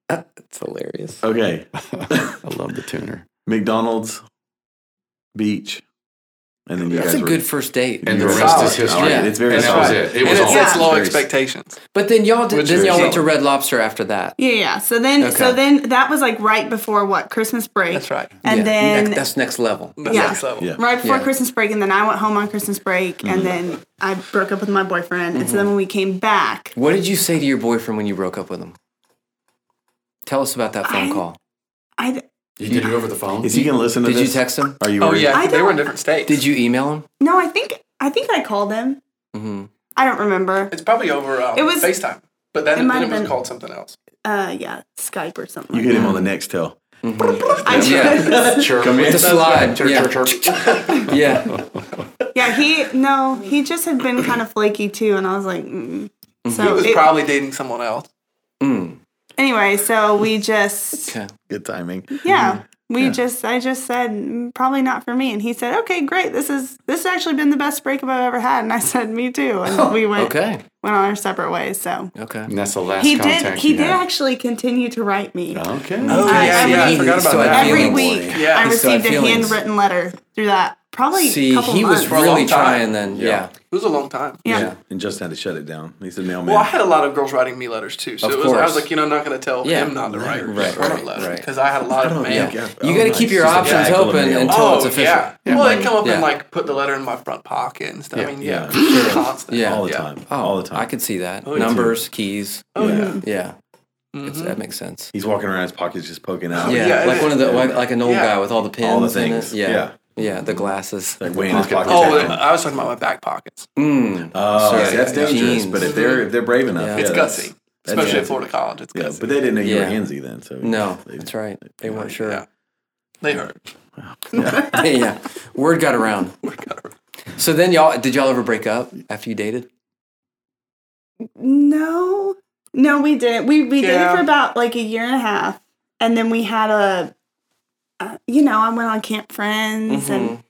Speaker 3: It's hilarious.
Speaker 5: Oh,
Speaker 2: Okay.
Speaker 1: I love the tuner.
Speaker 2: McDonald's, beach, and then you
Speaker 3: That's
Speaker 2: guys
Speaker 3: a
Speaker 2: were-
Speaker 3: good first date.
Speaker 1: And the
Speaker 2: You're
Speaker 1: rest
Speaker 4: solid.
Speaker 1: is history.
Speaker 2: All
Speaker 3: right,
Speaker 2: it's very
Speaker 1: and that was
Speaker 2: solid.
Speaker 1: it. It
Speaker 4: and
Speaker 1: was
Speaker 4: it
Speaker 1: all
Speaker 4: sets low
Speaker 1: experience.
Speaker 4: expectations.
Speaker 3: But then y'all did,
Speaker 1: Which
Speaker 3: then
Speaker 1: is-
Speaker 3: y'all went to Red Lobster after that.
Speaker 5: Yeah, yeah. So then, so
Speaker 3: Okay.
Speaker 5: then that was like right before what Christmas break.
Speaker 4: That's right.
Speaker 5: And
Speaker 3: Yeah.
Speaker 5: then
Speaker 3: Next- that's next level.
Speaker 4: That's
Speaker 5: Yeah.
Speaker 4: next level.
Speaker 2: Yeah.
Speaker 5: right before
Speaker 3: Yeah.
Speaker 5: Christmas break, and then I went home on Christmas break, and then I broke up with my boyfriend. And so then when we came back,
Speaker 3: What did you say to your boyfriend when you broke up with him? Tell us about that phone
Speaker 5: I-
Speaker 3: call.
Speaker 5: I
Speaker 1: You did it over the phone?
Speaker 2: Is he going to listen to
Speaker 3: Did you
Speaker 2: this?
Speaker 3: text him?
Speaker 2: Are you
Speaker 4: Oh
Speaker 2: worried?
Speaker 4: yeah.
Speaker 5: I
Speaker 4: they were in
Speaker 5: don't-
Speaker 4: different states.
Speaker 3: Did you email him?
Speaker 5: no, I think I think I called him.
Speaker 3: hmm
Speaker 5: I don't remember.
Speaker 4: It's probably over. Um,
Speaker 5: It was-
Speaker 4: FaceTime. But then
Speaker 5: It
Speaker 4: it,
Speaker 5: might
Speaker 4: then it
Speaker 5: have
Speaker 4: was
Speaker 5: been-
Speaker 4: called something else.
Speaker 5: Uh, yeah, Skype or something.
Speaker 2: You
Speaker 5: like
Speaker 2: hit him on the next tail.
Speaker 5: that. I did.
Speaker 3: Yeah.
Speaker 1: Chirp.
Speaker 3: With the slide.
Speaker 1: Chirp,
Speaker 3: yeah.
Speaker 1: chirp, chirp.
Speaker 3: yeah.
Speaker 5: Yeah, he no, he just had been kind of flaky too, and I was like, mm.
Speaker 4: He
Speaker 5: so
Speaker 4: was
Speaker 5: it-
Speaker 4: probably dating someone else.
Speaker 3: Mm.
Speaker 5: anyway, so we just
Speaker 3: Okay.
Speaker 2: Good timing.
Speaker 5: yeah, we just I just said "Mm, probably not for me, and he said, okay, great, this is this has actually been the best breakup I've ever had, and I said, me too, and we went
Speaker 3: Okay.
Speaker 5: went on our separate ways. So
Speaker 3: Okay.
Speaker 1: And that's the last
Speaker 5: he did
Speaker 1: contact
Speaker 5: he
Speaker 1: you
Speaker 5: did
Speaker 1: had.
Speaker 5: actually continue to write me
Speaker 1: Okay.
Speaker 4: Oh,
Speaker 5: I-
Speaker 4: yeah,
Speaker 5: I
Speaker 4: yeah. I
Speaker 5: really-
Speaker 4: forgot about
Speaker 3: so I
Speaker 4: that.
Speaker 3: feel-
Speaker 5: every
Speaker 3: Feelings.
Speaker 5: week.
Speaker 4: Yeah.
Speaker 5: I
Speaker 4: He
Speaker 3: still had
Speaker 5: received a
Speaker 3: feelings.
Speaker 5: handwritten letter through that probably a
Speaker 3: See,
Speaker 5: couple
Speaker 3: he was
Speaker 5: months.
Speaker 4: a
Speaker 3: really
Speaker 4: long time.
Speaker 3: trying then. Yeah.
Speaker 4: It was a long time.
Speaker 5: yeah.
Speaker 3: Yeah.
Speaker 2: And just had to shut it down. He said, mailman.
Speaker 4: Well, I had a lot of girls writing me letters too, so
Speaker 3: Of
Speaker 4: it was, I was
Speaker 3: course.
Speaker 4: like, you know, I'm not going to tell
Speaker 3: Yeah.
Speaker 4: him not to write her
Speaker 3: Right,
Speaker 4: her
Speaker 3: right,
Speaker 4: letter
Speaker 3: right.
Speaker 4: because I had a lot of mail.
Speaker 2: think I've-
Speaker 3: You
Speaker 2: oh,
Speaker 3: gotta
Speaker 2: nice.
Speaker 3: keep your
Speaker 2: Just a
Speaker 3: options
Speaker 2: bag full of
Speaker 3: open
Speaker 2: mail.
Speaker 3: until-
Speaker 4: Oh
Speaker 3: it's official.
Speaker 4: yeah. Well, they'd come up
Speaker 3: Yeah.
Speaker 4: and like put the letter in my front pocket and stuff. I mean, yeah, constant.
Speaker 3: Yeah.
Speaker 2: all the time.
Speaker 3: Oh,
Speaker 2: all the time.
Speaker 3: I could see that. Numbers, keys.
Speaker 4: Oh yeah.
Speaker 3: Yeah. It's,
Speaker 4: Mm-hmm.
Speaker 3: that makes sense.
Speaker 2: He's walking around, his pockets just poking out.
Speaker 3: Yeah.
Speaker 4: yeah,
Speaker 3: like
Speaker 4: it-
Speaker 3: one of the like, like an old
Speaker 4: yeah.
Speaker 3: guy with all the pins.
Speaker 2: All the
Speaker 3: in it.
Speaker 2: things.
Speaker 3: Yeah. yeah.
Speaker 2: Yeah.
Speaker 3: The glasses.
Speaker 2: Like weighing his pockets
Speaker 4: Oh,
Speaker 2: out.
Speaker 4: I was talking about my back pockets.
Speaker 3: Mm.
Speaker 2: Oh,
Speaker 3: Sorry,
Speaker 2: see, that's
Speaker 3: yeah.
Speaker 2: dangerous.
Speaker 3: Jeans.
Speaker 2: But if they're if they're brave enough,
Speaker 3: Yeah.
Speaker 2: yeah,
Speaker 4: It's
Speaker 2: that's-
Speaker 4: gutsy,
Speaker 2: that's
Speaker 4: especially
Speaker 2: gutsy.
Speaker 4: at Florida college. It's
Speaker 2: Yeah,
Speaker 4: gutsy.
Speaker 2: but they didn't know you
Speaker 3: Yeah.
Speaker 2: were handsy then. So
Speaker 3: No,
Speaker 2: they-
Speaker 3: that's right. They weren't sure.
Speaker 4: yeah. They hurt.
Speaker 3: yeah. Word got around. So then y'all did y'all ever break up after you dated?
Speaker 5: No, no, we didn't. We we did
Speaker 4: Yeah.
Speaker 5: it for about like a year and a half, and then we had a, uh, you know, I went on Camp Friends, and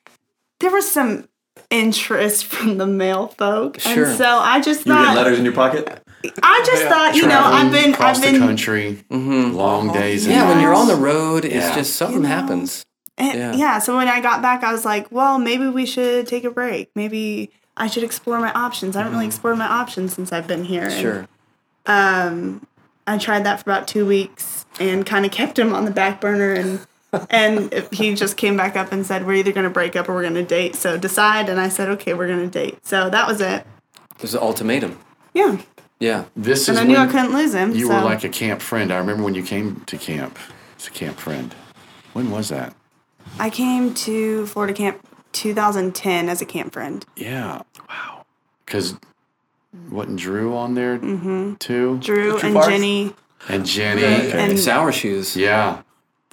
Speaker 5: there was some interest from the male folk,
Speaker 3: Sure.
Speaker 5: and so I just
Speaker 2: You were getting
Speaker 5: thought,
Speaker 2: letters in your pocket?
Speaker 5: I just
Speaker 4: Yeah.
Speaker 5: thought, you know, I've been,
Speaker 1: across
Speaker 5: I've been, Uh-huh.
Speaker 1: the country, long days. in
Speaker 3: Yeah,
Speaker 1: the
Speaker 3: when you're
Speaker 1: woods.
Speaker 3: on the road, it's
Speaker 1: Yeah.
Speaker 3: just something happens.
Speaker 5: and-
Speaker 3: yeah.
Speaker 5: eh, yeah. So when I got back, I was like, well, maybe we should take a break. Maybe I should explore my options. I haven't really explored my options since I've been here. and,
Speaker 3: Sure.
Speaker 5: Um, I tried that for about two weeks and kind of kept him on the back burner and and he just came back up and said we're either going to break up or we're going to date so decide and I said okay we're going to date so that was it
Speaker 3: It was an ultimatum.
Speaker 5: yeah
Speaker 3: Yeah.
Speaker 1: This
Speaker 5: and
Speaker 1: is
Speaker 5: I knew I
Speaker 1: when
Speaker 5: couldn't lose him
Speaker 1: you
Speaker 5: so.
Speaker 1: were like a camp friend. I remember when you came to camp. It's a camp friend. When was that?
Speaker 5: I came to Florida camp 2010 as a camp friend
Speaker 1: Yeah. Wow. Because wasn't Drew on there too?
Speaker 5: Mm-hmm. Drew
Speaker 4: Drew
Speaker 5: and
Speaker 4: Barth?
Speaker 5: Jenny
Speaker 1: And Jenny.
Speaker 5: Right,
Speaker 1: Okay.
Speaker 5: and-
Speaker 3: Sour shoes.
Speaker 1: yeah.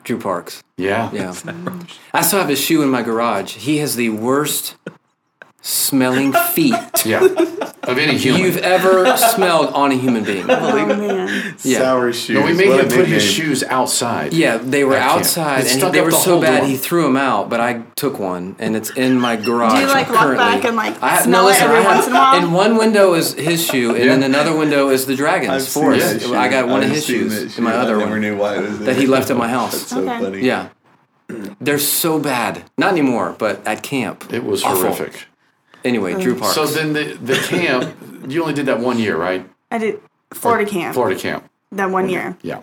Speaker 3: Drew Parks.
Speaker 1: Yeah.
Speaker 3: Yeah. I still have his shoe in my garage. He has the worst smelling feet
Speaker 1: Yeah. Of any human.
Speaker 3: you've ever smelled on a human being.
Speaker 5: oh man
Speaker 3: Yeah.
Speaker 2: Sour shoes.
Speaker 1: no, we made
Speaker 2: What a
Speaker 1: him put his
Speaker 2: nickname.
Speaker 1: shoes outside.
Speaker 3: Yeah, they were
Speaker 1: can't. It
Speaker 3: outside and he-
Speaker 1: stuck
Speaker 3: they
Speaker 1: up
Speaker 3: were
Speaker 1: the
Speaker 3: so
Speaker 1: whole
Speaker 3: bad
Speaker 1: door.
Speaker 3: he threw them out, but I took one and it's in my garage.
Speaker 5: Do you, like, walk
Speaker 3: currently.
Speaker 5: back and, like,
Speaker 3: I have,
Speaker 5: smell
Speaker 3: no,
Speaker 5: it
Speaker 3: listen,
Speaker 5: every
Speaker 3: I have-
Speaker 5: once in a while?
Speaker 3: In one window is his shoe and
Speaker 1: Yeah.
Speaker 3: in another window is the dragon's
Speaker 2: seen
Speaker 3: forest.
Speaker 2: that shoe.
Speaker 3: I got one
Speaker 2: I've
Speaker 3: of his
Speaker 2: seen
Speaker 3: shoes
Speaker 2: that
Speaker 3: in my
Speaker 2: shoe.
Speaker 3: other
Speaker 2: I never
Speaker 3: one
Speaker 2: knew why it was
Speaker 3: that he left at my house.
Speaker 2: So
Speaker 5: Okay.
Speaker 2: funny.
Speaker 3: Yeah. They're so bad. Not anymore, but at camp.
Speaker 1: It was
Speaker 3: Awful.
Speaker 1: horrific.
Speaker 3: Anyway,
Speaker 5: Mm.
Speaker 3: Drew Parks.
Speaker 1: So then the, the camp, you only did that one year, right?
Speaker 5: I did Florida camp
Speaker 1: Florida camp.
Speaker 5: that one year
Speaker 1: Yeah.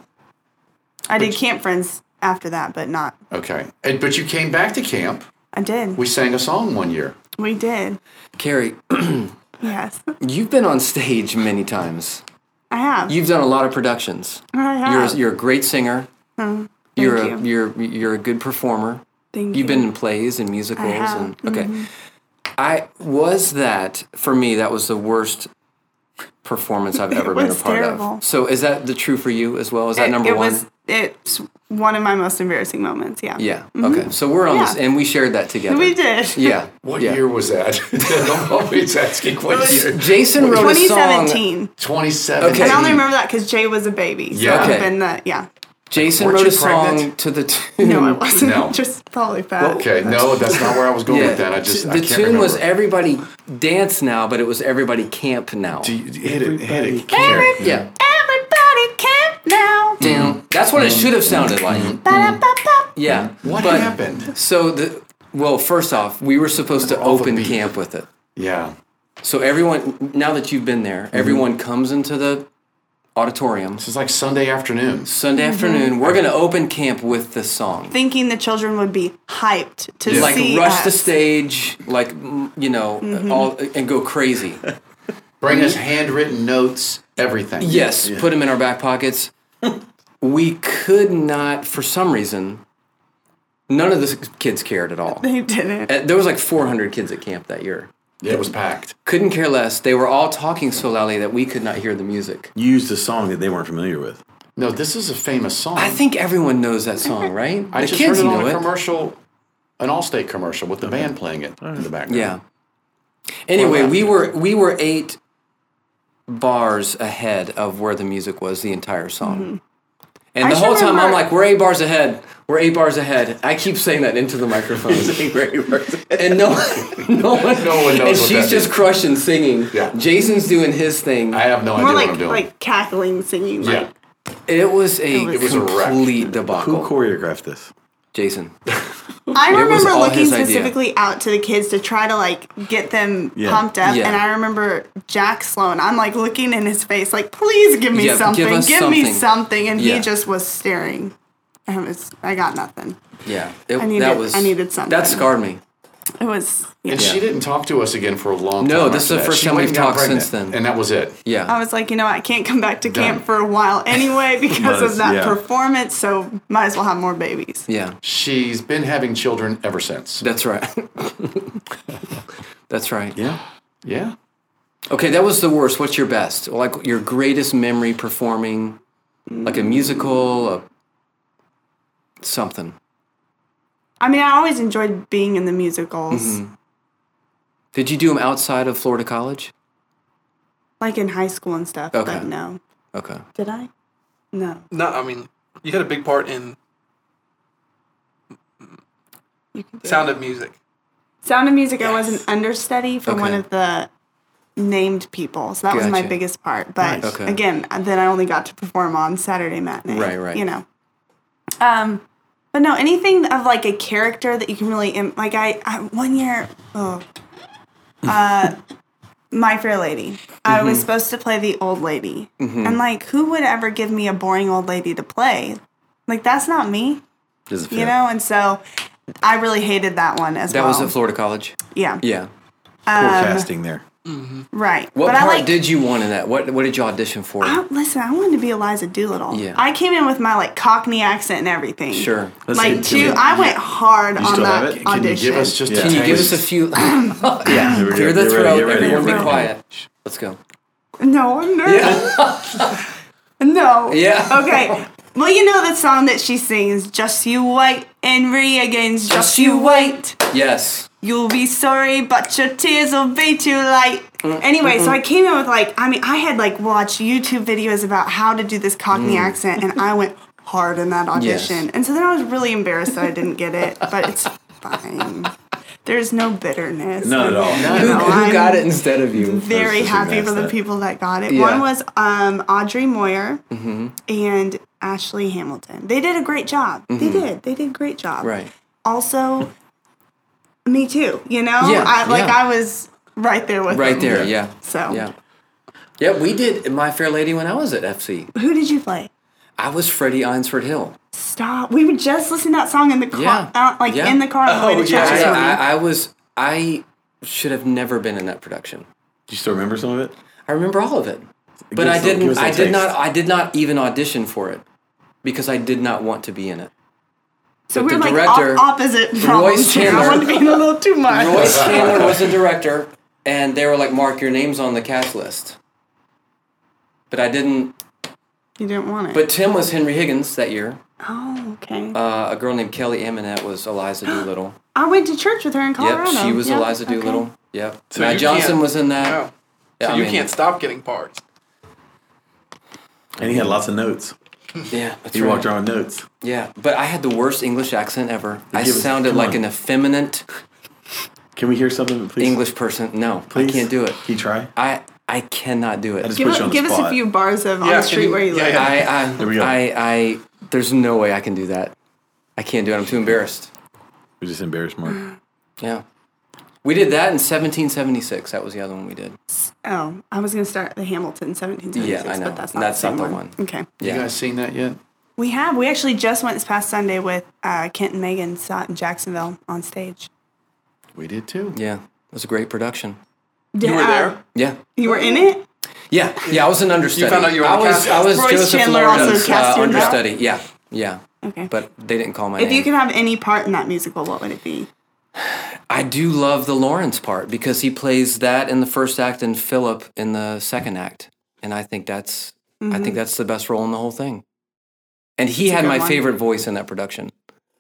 Speaker 5: I did camp friends after that but not
Speaker 1: Okay. And, but you came back to camp.
Speaker 5: I did
Speaker 1: We sang a song one year.
Speaker 5: we did
Speaker 3: Carrie,
Speaker 5: yes
Speaker 3: you've been on stage many times.
Speaker 5: I have
Speaker 3: You've done a lot of productions.
Speaker 5: I
Speaker 3: You're
Speaker 5: have Mm,
Speaker 3: a, you're a great singer. you're a
Speaker 5: thank
Speaker 3: you. are you're a good performer.
Speaker 5: Thank
Speaker 3: You've
Speaker 5: you.
Speaker 3: been in plays and musicals
Speaker 5: have, Mm-hmm.
Speaker 3: and okay. I was that for me that was the worst performance I've ever been a
Speaker 5: was
Speaker 3: part
Speaker 5: terrible.
Speaker 3: of. So is that the true for you as well? Is that number
Speaker 5: it
Speaker 3: one?
Speaker 5: was it's one of my most embarrassing moments yeah
Speaker 3: yeah. Okay. So we're on this
Speaker 5: Mm-hmm. Yeah.
Speaker 3: and we shared that together.
Speaker 5: we did
Speaker 3: Yeah.
Speaker 1: What
Speaker 3: yeah.
Speaker 1: year was that? I'm always asking what year.
Speaker 3: Jason wrote a song.
Speaker 5: 2017
Speaker 1: 2017.
Speaker 5: And I only remember that because Jay was a baby. So
Speaker 1: Yeah.
Speaker 5: yeah.
Speaker 3: Okay.
Speaker 5: Been the, yeah.
Speaker 3: Jason
Speaker 1: Weren't
Speaker 3: wrote
Speaker 1: you
Speaker 3: a song
Speaker 1: pregnant?
Speaker 3: to the tune.
Speaker 5: No, I wasn't.
Speaker 1: No.
Speaker 5: Just probably fat.
Speaker 1: Okay, no, that's not where I was going with that. I just
Speaker 3: the
Speaker 1: I can't
Speaker 3: tune
Speaker 1: remember.
Speaker 3: was everybody dance now, but it was everybody camp now.
Speaker 1: Do you- hit it, hit it. Karen.
Speaker 5: Every,
Speaker 3: Yeah.
Speaker 5: Everybody camp now.
Speaker 3: Down. That's what it should have sounded like.
Speaker 5: Ba-da-ba-ba.
Speaker 3: Yeah.
Speaker 1: Mm. What
Speaker 3: but-
Speaker 1: happened?
Speaker 3: So the well, first off, we were supposed to
Speaker 1: All the
Speaker 3: open
Speaker 1: beef.
Speaker 3: camp with it.
Speaker 1: Yeah,
Speaker 3: So everyone, now that you've been there, everyone
Speaker 1: Mm-hmm.
Speaker 3: comes into the auditorium
Speaker 1: this is like Sunday afternoon.
Speaker 3: Sunday
Speaker 5: Mm-hmm.
Speaker 3: afternoon. We're gonna open camp with this song.
Speaker 5: Thinking the children would be hyped to
Speaker 3: like
Speaker 5: see
Speaker 3: rush
Speaker 5: us. Mm-hmm.
Speaker 3: the stage, like mm, you know, all and go crazy.
Speaker 1: Bring us handwritten notes, everything.
Speaker 3: Yes, put them in our back pockets. we could not, for some reason, none of the kids cared at all.
Speaker 5: They didn't.
Speaker 3: Uh, There was like 400 kids at camp that year.
Speaker 1: it was packed.
Speaker 3: Couldn't care less. They were all talking so loudly that we could not hear the music.
Speaker 2: You used a song that they weren't familiar with.
Speaker 1: No, this is a famous song.
Speaker 3: I think everyone knows that song, right?
Speaker 1: I
Speaker 3: the
Speaker 1: just
Speaker 3: kids
Speaker 1: heard it
Speaker 3: know
Speaker 1: on a
Speaker 3: it.
Speaker 1: commercial, an Allstate commercial with the band playing it in the background.
Speaker 3: Yeah. Anyway, we were we were eight bars ahead of where the music was the entire song. And
Speaker 5: Mm-hmm. I
Speaker 3: the
Speaker 5: should
Speaker 3: whole time I'm
Speaker 5: remember-
Speaker 3: like, we're eight bars ahead. We're eight bars ahead. I keep saying that into the microphone. and no, no one,
Speaker 1: No one knows
Speaker 3: And
Speaker 1: what
Speaker 3: she's
Speaker 1: that
Speaker 3: just
Speaker 1: is.
Speaker 3: crushing singing.
Speaker 1: Yeah.
Speaker 3: Jason's doing his thing.
Speaker 1: I have no
Speaker 5: More
Speaker 1: idea
Speaker 5: like
Speaker 1: what I'm doing.
Speaker 5: like cackling, singing.
Speaker 1: yeah,
Speaker 5: Like,
Speaker 3: it was a
Speaker 5: It was
Speaker 1: a wreck.
Speaker 3: complete
Speaker 2: Who
Speaker 3: debacle.
Speaker 2: choreographed this?
Speaker 3: Jason.
Speaker 5: I
Speaker 3: was
Speaker 5: remember
Speaker 3: all
Speaker 5: looking
Speaker 3: his idea.
Speaker 5: specifically out to the kids to try to like get them
Speaker 2: Yeah.
Speaker 5: pumped up,
Speaker 3: Yeah.
Speaker 5: and I remember Jack Sloan. I'm like looking in his face, like, please give me
Speaker 3: Yeah, give
Speaker 5: something, give,
Speaker 3: us
Speaker 5: me
Speaker 3: something."
Speaker 5: something, and
Speaker 3: Yeah.
Speaker 5: he just was staring. I was, I got nothing.
Speaker 3: Yeah. It,
Speaker 5: I needed-
Speaker 3: that was,
Speaker 5: I needed something.
Speaker 3: That scarred me.
Speaker 5: It was. Yeah.
Speaker 1: and she didn't talk to us again for a long
Speaker 3: No,
Speaker 1: time.
Speaker 3: this is
Speaker 1: after
Speaker 3: the
Speaker 1: that.
Speaker 3: first
Speaker 1: She
Speaker 3: time
Speaker 1: went and
Speaker 3: we've
Speaker 1: got
Speaker 3: talked
Speaker 1: pregnant,
Speaker 3: since then.
Speaker 1: and that was it.
Speaker 3: Yeah.
Speaker 5: I was like, you know, I can't come back to camp
Speaker 1: Done.
Speaker 5: for a while anyway because
Speaker 2: But,
Speaker 5: of that
Speaker 2: yeah.
Speaker 5: performance. So might as well have more babies.
Speaker 3: yeah.
Speaker 1: She's been having children ever since.
Speaker 3: That's right. That's right.
Speaker 2: Yeah.
Speaker 1: Yeah.
Speaker 3: Okay, that was the worst. What's your best? Like your greatest memory performing, like a musical, a something.
Speaker 5: I mean, I always enjoyed being in the musicals,
Speaker 3: Mm-hmm. Did you do them outside of Florida College?
Speaker 5: like in high school and stuff.
Speaker 3: Okay.
Speaker 5: But no,
Speaker 3: Okay.
Speaker 5: did I? No,
Speaker 4: No, I mean, you had a big part in Sound of Music.
Speaker 5: Sound of Music. I was an understudy for one
Speaker 3: Okay.
Speaker 5: of the named people, so that was my
Speaker 3: Gotcha.
Speaker 5: biggest part. But
Speaker 3: Nice. Okay.
Speaker 5: again, then I only got to perform on Saturday matinee.
Speaker 3: Right, right.
Speaker 5: You know. Um, but no, anything of like a character that you can really Im- like. I, I one year, oh, uh, My Fair Lady. I
Speaker 3: Mm-hmm.
Speaker 5: was supposed to play the old lady. And like, who would ever give me a boring old lady to play? Like, that's not me,
Speaker 2: Doesn't
Speaker 5: you
Speaker 2: fit.
Speaker 5: know? And so I really hated that one as
Speaker 3: That
Speaker 5: well.
Speaker 3: was at Florida College.
Speaker 5: Yeah.
Speaker 3: Yeah.
Speaker 2: Poor
Speaker 5: um,
Speaker 2: casting there.
Speaker 5: Right.
Speaker 3: What
Speaker 5: but I
Speaker 3: part
Speaker 5: like.
Speaker 3: did you want in that? What What did you audition for?
Speaker 5: I, listen, I wanted to be Eliza Doolittle.
Speaker 3: Yeah.
Speaker 5: I came in with my like Cockney accent and everything.
Speaker 3: Sure.
Speaker 2: Let's
Speaker 5: like,
Speaker 2: get to
Speaker 5: two,
Speaker 2: it.
Speaker 5: I went hard on
Speaker 2: still have
Speaker 5: that
Speaker 2: it?
Speaker 1: Can you
Speaker 5: audition.
Speaker 1: give us just
Speaker 2: Yeah.
Speaker 1: a
Speaker 3: Can you give us
Speaker 1: taste?
Speaker 3: a few? yeah.
Speaker 2: Here we go.
Speaker 3: Clear the
Speaker 2: Get ready,
Speaker 3: throat.
Speaker 2: get ready,
Speaker 3: Everyone
Speaker 2: get
Speaker 3: be
Speaker 2: ready.
Speaker 3: quiet. Let's go.
Speaker 5: No, I'm nervous. no.
Speaker 3: Yeah.
Speaker 5: Okay. Well, you know that song that she sings, Just You Wait, Henry against Just, You Wait.
Speaker 3: Yes.
Speaker 5: You'll be sorry, but your tears will be too late. Anyway, so I came in with like, I mean, I had like watched YouTube videos about how to do this Cockney accent, and I went hard in that
Speaker 3: Yes.
Speaker 5: audition. And so then I was really embarrassed that I didn't get it, but it's fine. There's no bitterness.
Speaker 2: Not at all.
Speaker 3: Who,
Speaker 5: No,
Speaker 3: who
Speaker 5: I'm-
Speaker 3: got it instead of you?
Speaker 5: very
Speaker 2: just
Speaker 5: happy for
Speaker 2: against
Speaker 5: the
Speaker 2: that.
Speaker 5: people that got it.
Speaker 3: Yeah. Mm-hmm.
Speaker 5: One was um, Audrey Moyer and Ashley Hamilton. They did a great job. They did. They did a great job.
Speaker 3: Mm-hmm. Right.
Speaker 5: Also, me too. You know,
Speaker 3: Yeah,
Speaker 5: I, like
Speaker 3: yeah.
Speaker 5: I was right there with
Speaker 3: Right
Speaker 5: them.
Speaker 3: there. Yeah.
Speaker 5: So,
Speaker 3: Yeah. Yeah, we did My Fair Lady when I was at FC.
Speaker 5: who did you play?
Speaker 3: I was Freddie Einsford Hill.
Speaker 5: Stop. We were just listening to that song in the car,
Speaker 3: Yeah.
Speaker 5: out- like
Speaker 3: Yeah.
Speaker 5: in the car on the way
Speaker 4: Oh,
Speaker 5: to
Speaker 4: yeah,
Speaker 5: church.
Speaker 3: I,
Speaker 5: this morning.
Speaker 3: I, I was. I should have never been in that production.
Speaker 2: Do you still remember some of it?
Speaker 3: I remember all of it, but
Speaker 2: Give
Speaker 3: I
Speaker 2: us a- give
Speaker 3: didn't.
Speaker 2: us a
Speaker 3: I did
Speaker 2: taste.
Speaker 3: not. I did not even audition for it because I did not want to be in it.
Speaker 5: so
Speaker 3: but
Speaker 5: we're
Speaker 3: the
Speaker 5: like
Speaker 3: director,
Speaker 5: op- opposite problems here. I
Speaker 3: Chandler-
Speaker 5: wanted to be in a little too much.
Speaker 3: Royce Chandler was the director, and they were like, "Mark your names on the cast list." But I didn't.
Speaker 5: you didn't want it.
Speaker 3: But Tim was Henry Higgins that year.
Speaker 5: oh, okay.
Speaker 3: Uh, a girl named Kelly Aminette was Eliza Doolittle.
Speaker 5: I went to church with her in
Speaker 3: yep,
Speaker 4: Oh,
Speaker 5: Colorado.
Speaker 3: she was
Speaker 5: Yep,
Speaker 3: Eliza
Speaker 5: okay.
Speaker 3: Doolittle. Yep.
Speaker 4: So
Speaker 3: Matt
Speaker 4: you
Speaker 3: Johnson
Speaker 4: can't-
Speaker 3: was in that.
Speaker 4: No.
Speaker 3: Yeah,
Speaker 4: Oh. So
Speaker 3: I
Speaker 4: you
Speaker 3: mean,
Speaker 4: can't stop getting parts.
Speaker 2: And he had lots of notes.
Speaker 3: Yeah, that's
Speaker 2: He
Speaker 3: right.
Speaker 2: walked around with notes.
Speaker 3: Yeah, but I had the worst English accent ever. I
Speaker 2: give us-
Speaker 3: sounded
Speaker 2: come
Speaker 3: like
Speaker 2: on.
Speaker 3: an effeminate
Speaker 2: Can we hear something, please?
Speaker 3: English person. No, I
Speaker 2: Please?
Speaker 3: can't do it.
Speaker 2: Can you try?
Speaker 3: I I cannot do it.
Speaker 2: I just
Speaker 5: Give,
Speaker 2: put
Speaker 5: us
Speaker 2: you on the
Speaker 5: give us a
Speaker 2: spot.
Speaker 5: few bars of on
Speaker 4: Yeah,
Speaker 5: the
Speaker 4: can
Speaker 5: street
Speaker 4: you-
Speaker 5: where you
Speaker 4: yeah,
Speaker 5: live.
Speaker 4: yeah.
Speaker 3: I, I,
Speaker 2: There we go.
Speaker 3: I, I, there's no way I can do that. I can't do it. I'm too embarrassed.
Speaker 2: We're just embarrassed, Mark.
Speaker 3: Yeah. We did that in 1776. That was the other one we did.
Speaker 5: Oh, I was going to start the Hamilton 1776,
Speaker 3: Yeah, I know.
Speaker 5: but that's not,
Speaker 3: That's
Speaker 5: the, same
Speaker 3: not the
Speaker 5: one.
Speaker 3: one.
Speaker 5: Okay.
Speaker 1: You
Speaker 3: Yeah.
Speaker 1: guys seen that yet?
Speaker 5: We have. We actually just went this past Sunday with uh, Kent and Megan Sott in Jacksonville on stage.
Speaker 1: We did too.
Speaker 3: Yeah. It was a great production.
Speaker 4: You were there.
Speaker 3: Yeah.
Speaker 5: You were in it?
Speaker 3: Yeah. Yeah. I was an understudy.
Speaker 4: found out you were
Speaker 3: I
Speaker 4: on
Speaker 3: was,
Speaker 4: cast-
Speaker 3: I was
Speaker 5: Royce
Speaker 3: Joseph
Speaker 5: Chandler also
Speaker 3: Lauren's uh,
Speaker 5: cast you in that?
Speaker 3: understudy. Yeah. Yeah.
Speaker 5: Okay.
Speaker 3: But they didn't call my
Speaker 5: if
Speaker 3: name.
Speaker 5: you could have any part in that musical, what would it be?
Speaker 3: I do love the Lawrence part because he plays that in the first act and Philip in the second act, and I think that's I think that's the best role in the whole thing. And he
Speaker 5: Mm-hmm. a
Speaker 3: had
Speaker 5: good
Speaker 3: my
Speaker 5: one.
Speaker 3: favorite voice in that production.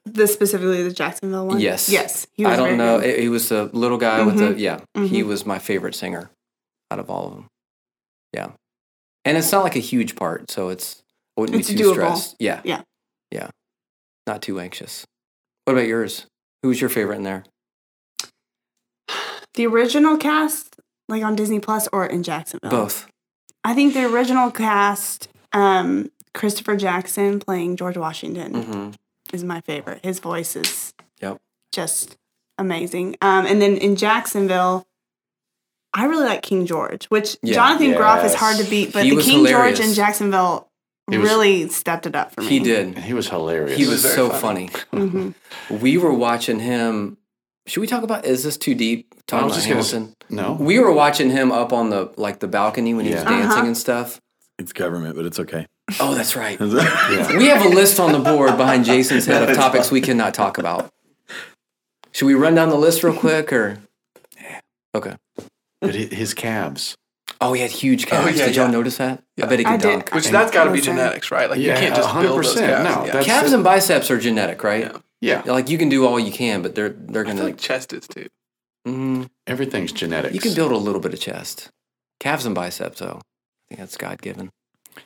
Speaker 5: The specifically the Jacksonville one?
Speaker 3: Yes.
Speaker 5: Yes.
Speaker 3: I don't
Speaker 5: very
Speaker 3: know.
Speaker 5: good. Mm-hmm.
Speaker 3: He was the little guy with the yeah. He was my favorite singer out of all of them. Yeah, and it's not like a huge part, so it's I wouldn't
Speaker 5: It's
Speaker 3: be too
Speaker 5: doable.
Speaker 3: stressed. Yeah,
Speaker 5: Yeah.
Speaker 3: yeah. Not too anxious. What about yours? Who's your favorite in there?
Speaker 5: The original cast, like on Disney Plus or in Jacksonville?
Speaker 3: Both.
Speaker 5: I think the original cast, um, Christopher Jackson playing George Washington,
Speaker 3: hmm
Speaker 5: is my favorite. His voice is
Speaker 3: Yep.
Speaker 5: just amazing. Um, and then in Jacksonville, I really like King George, which
Speaker 3: Yeah.
Speaker 5: Jonathan Groff is hard to
Speaker 2: Yes.
Speaker 5: beat, but
Speaker 3: He
Speaker 5: the
Speaker 3: was
Speaker 5: King
Speaker 3: hilarious.
Speaker 5: George in Jacksonville
Speaker 1: He was-
Speaker 5: really stepped it up for me.
Speaker 3: He did.
Speaker 1: And he was hilarious.
Speaker 3: He was
Speaker 4: was very
Speaker 3: so funny.
Speaker 4: funny.
Speaker 5: Mhm.
Speaker 3: We were watching him. Should we talk about? Is this too deep? Talking
Speaker 1: I
Speaker 3: about
Speaker 1: was just gonna s-
Speaker 3: Hamilton.
Speaker 1: no.
Speaker 3: We were watching him up on the like the balcony when he was
Speaker 1: Yeah.
Speaker 3: dancing
Speaker 5: Uh-huh.
Speaker 3: and stuff.
Speaker 2: It's government, but it's okay.
Speaker 3: Oh, that's right.
Speaker 2: yeah.
Speaker 3: we have a list on the board behind Jason's head of topics we cannot talk about. Should we run down the list real quick, or? Okay.
Speaker 1: but hi- his calves.
Speaker 3: Oh, he had huge calves.
Speaker 4: yeah,
Speaker 3: did y'all
Speaker 4: yeah.
Speaker 3: notice that? I bet he could
Speaker 5: I did.
Speaker 3: dunk.
Speaker 4: Which
Speaker 3: And
Speaker 4: that's got to be
Speaker 5: Listen.
Speaker 4: genetics, right? Like
Speaker 1: Yeah,
Speaker 4: you can't just build those
Speaker 1: 100%,
Speaker 4: guys.
Speaker 1: no,
Speaker 4: yeah.
Speaker 1: that's-
Speaker 3: calves and biceps are genetic, right?
Speaker 1: Yeah.
Speaker 3: Like you can do all you can, but they're they're
Speaker 4: I
Speaker 3: gonna.
Speaker 4: feel like chest is too.
Speaker 3: Mhm.
Speaker 1: Everything's genetics.
Speaker 3: You can build a little bit of chest, calves and biceps, though. I think that's God given.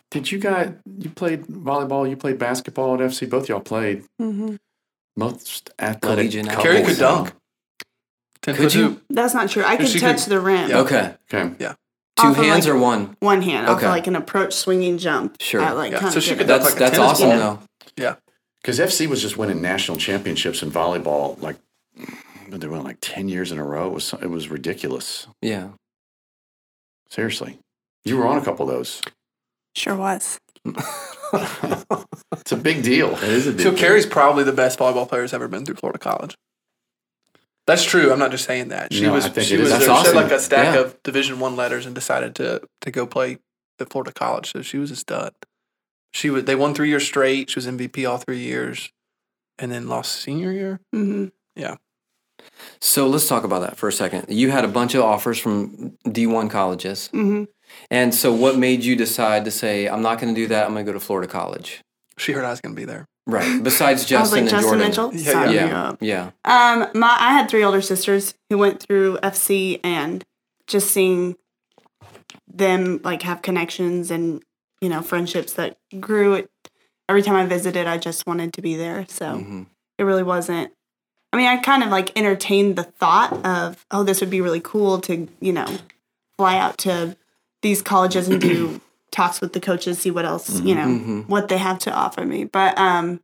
Speaker 1: Did you guys? You played volleyball. You played basketball at FC. Both y'all played.
Speaker 5: Mhm.
Speaker 1: Most athletic.
Speaker 3: Collegiate
Speaker 1: couples
Speaker 4: Carrie could
Speaker 1: now.
Speaker 4: dunk. Ten
Speaker 3: Could
Speaker 4: foot
Speaker 3: you?
Speaker 4: hoop.
Speaker 5: That's not true. I
Speaker 4: Yeah,
Speaker 5: could
Speaker 4: she
Speaker 5: touch
Speaker 4: could-
Speaker 5: the rim.
Speaker 4: yeah.
Speaker 3: Okay.
Speaker 1: Okay.
Speaker 3: Two
Speaker 5: Off of,
Speaker 3: hands
Speaker 5: like,
Speaker 3: or one?
Speaker 5: One hand, off of
Speaker 3: Okay.
Speaker 5: like an approach swinging jump.
Speaker 3: Sure.
Speaker 5: I, like,
Speaker 4: Yeah,
Speaker 5: kinda
Speaker 4: so she
Speaker 5: did
Speaker 4: could
Speaker 5: it.
Speaker 4: dunk
Speaker 3: That's
Speaker 4: like a
Speaker 3: that's
Speaker 4: tennis
Speaker 3: awesome
Speaker 4: ball.
Speaker 3: though.
Speaker 4: Yeah.
Speaker 1: Because FC was just winning national championships in volleyball. Like they won like ten years in a row. It was it was ridiculous.
Speaker 3: Yeah.
Speaker 1: Seriously. You were on a couple of those.
Speaker 5: Sure was.
Speaker 1: It's a big deal. It is a big
Speaker 4: So Carrie's probably the best volleyball player who's ever been through Florida College. That's true. I'm not just saying that. She
Speaker 1: No,
Speaker 4: was
Speaker 1: I think
Speaker 4: she
Speaker 1: it is.
Speaker 4: was
Speaker 3: That's
Speaker 4: she had
Speaker 3: awesome.
Speaker 4: like a stack
Speaker 3: Yeah.
Speaker 4: of Division One letters and decided to to go play at Florida College. So she was a stud. She was they won three years straight. She was MVP all three years, and then lost senior year.
Speaker 5: hmm
Speaker 3: So let's talk about that for a second. You had a bunch of offers from D1 colleges.
Speaker 5: hmm
Speaker 3: And so what made you decide to say, I'm not going to do that. I'm going to go to Florida College?
Speaker 4: She heard I was going to be there.
Speaker 3: Right. Besides
Speaker 5: I was
Speaker 3: Justin
Speaker 5: like
Speaker 3: and
Speaker 5: Justin
Speaker 3: Jordan.
Speaker 5: Mitchell.
Speaker 4: Yeah,
Speaker 5: Sign me
Speaker 3: Yeah.
Speaker 5: up.
Speaker 3: Yeah.
Speaker 5: Um, my I had three older sisters who went through FC, and just seeing them like have connections and you know friendships that grew. It, every time I visited, I just wanted to be there. So
Speaker 3: hmm
Speaker 5: it really wasn't. I mean, I kind of like entertained the thought of, oh, this would be really cool to you know fly out to these colleges and do talks with the coaches, see what else you know
Speaker 3: Mhm.
Speaker 5: what they have to offer me. But um,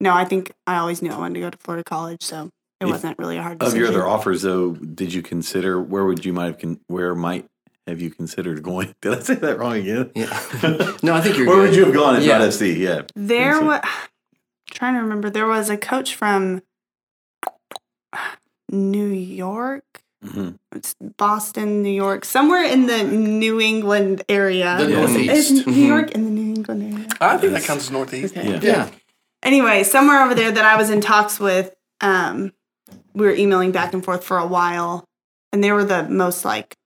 Speaker 5: no, I think I always knew I wanted to go to Florida college, so it
Speaker 2: If-
Speaker 5: wasn't really a hard
Speaker 2: Of
Speaker 5: decision.
Speaker 2: your other offers, though, did you consider where would you might have con- where might have you considered going? Did I say that wrong again?
Speaker 3: Yeah. No, I think you're
Speaker 2: where would
Speaker 3: good.
Speaker 2: you have gone if
Speaker 3: Yeah.
Speaker 2: not FC? Yeah,
Speaker 5: there
Speaker 2: Insane.
Speaker 5: was trying to remember. There was a coach from New York,
Speaker 2: Mhm.
Speaker 5: it's Boston, New York, somewhere in the New England area.
Speaker 1: The
Speaker 5: Is-
Speaker 1: Northeast.
Speaker 5: is New
Speaker 3: Mhm.
Speaker 5: York in the New England area.
Speaker 4: I think that counts as northeast.
Speaker 5: Okay.
Speaker 2: yeah.
Speaker 3: Yeah.
Speaker 5: Anyway, somewhere over there that I was in talks with, um, we were emailing back and forth for a while, and they were the most like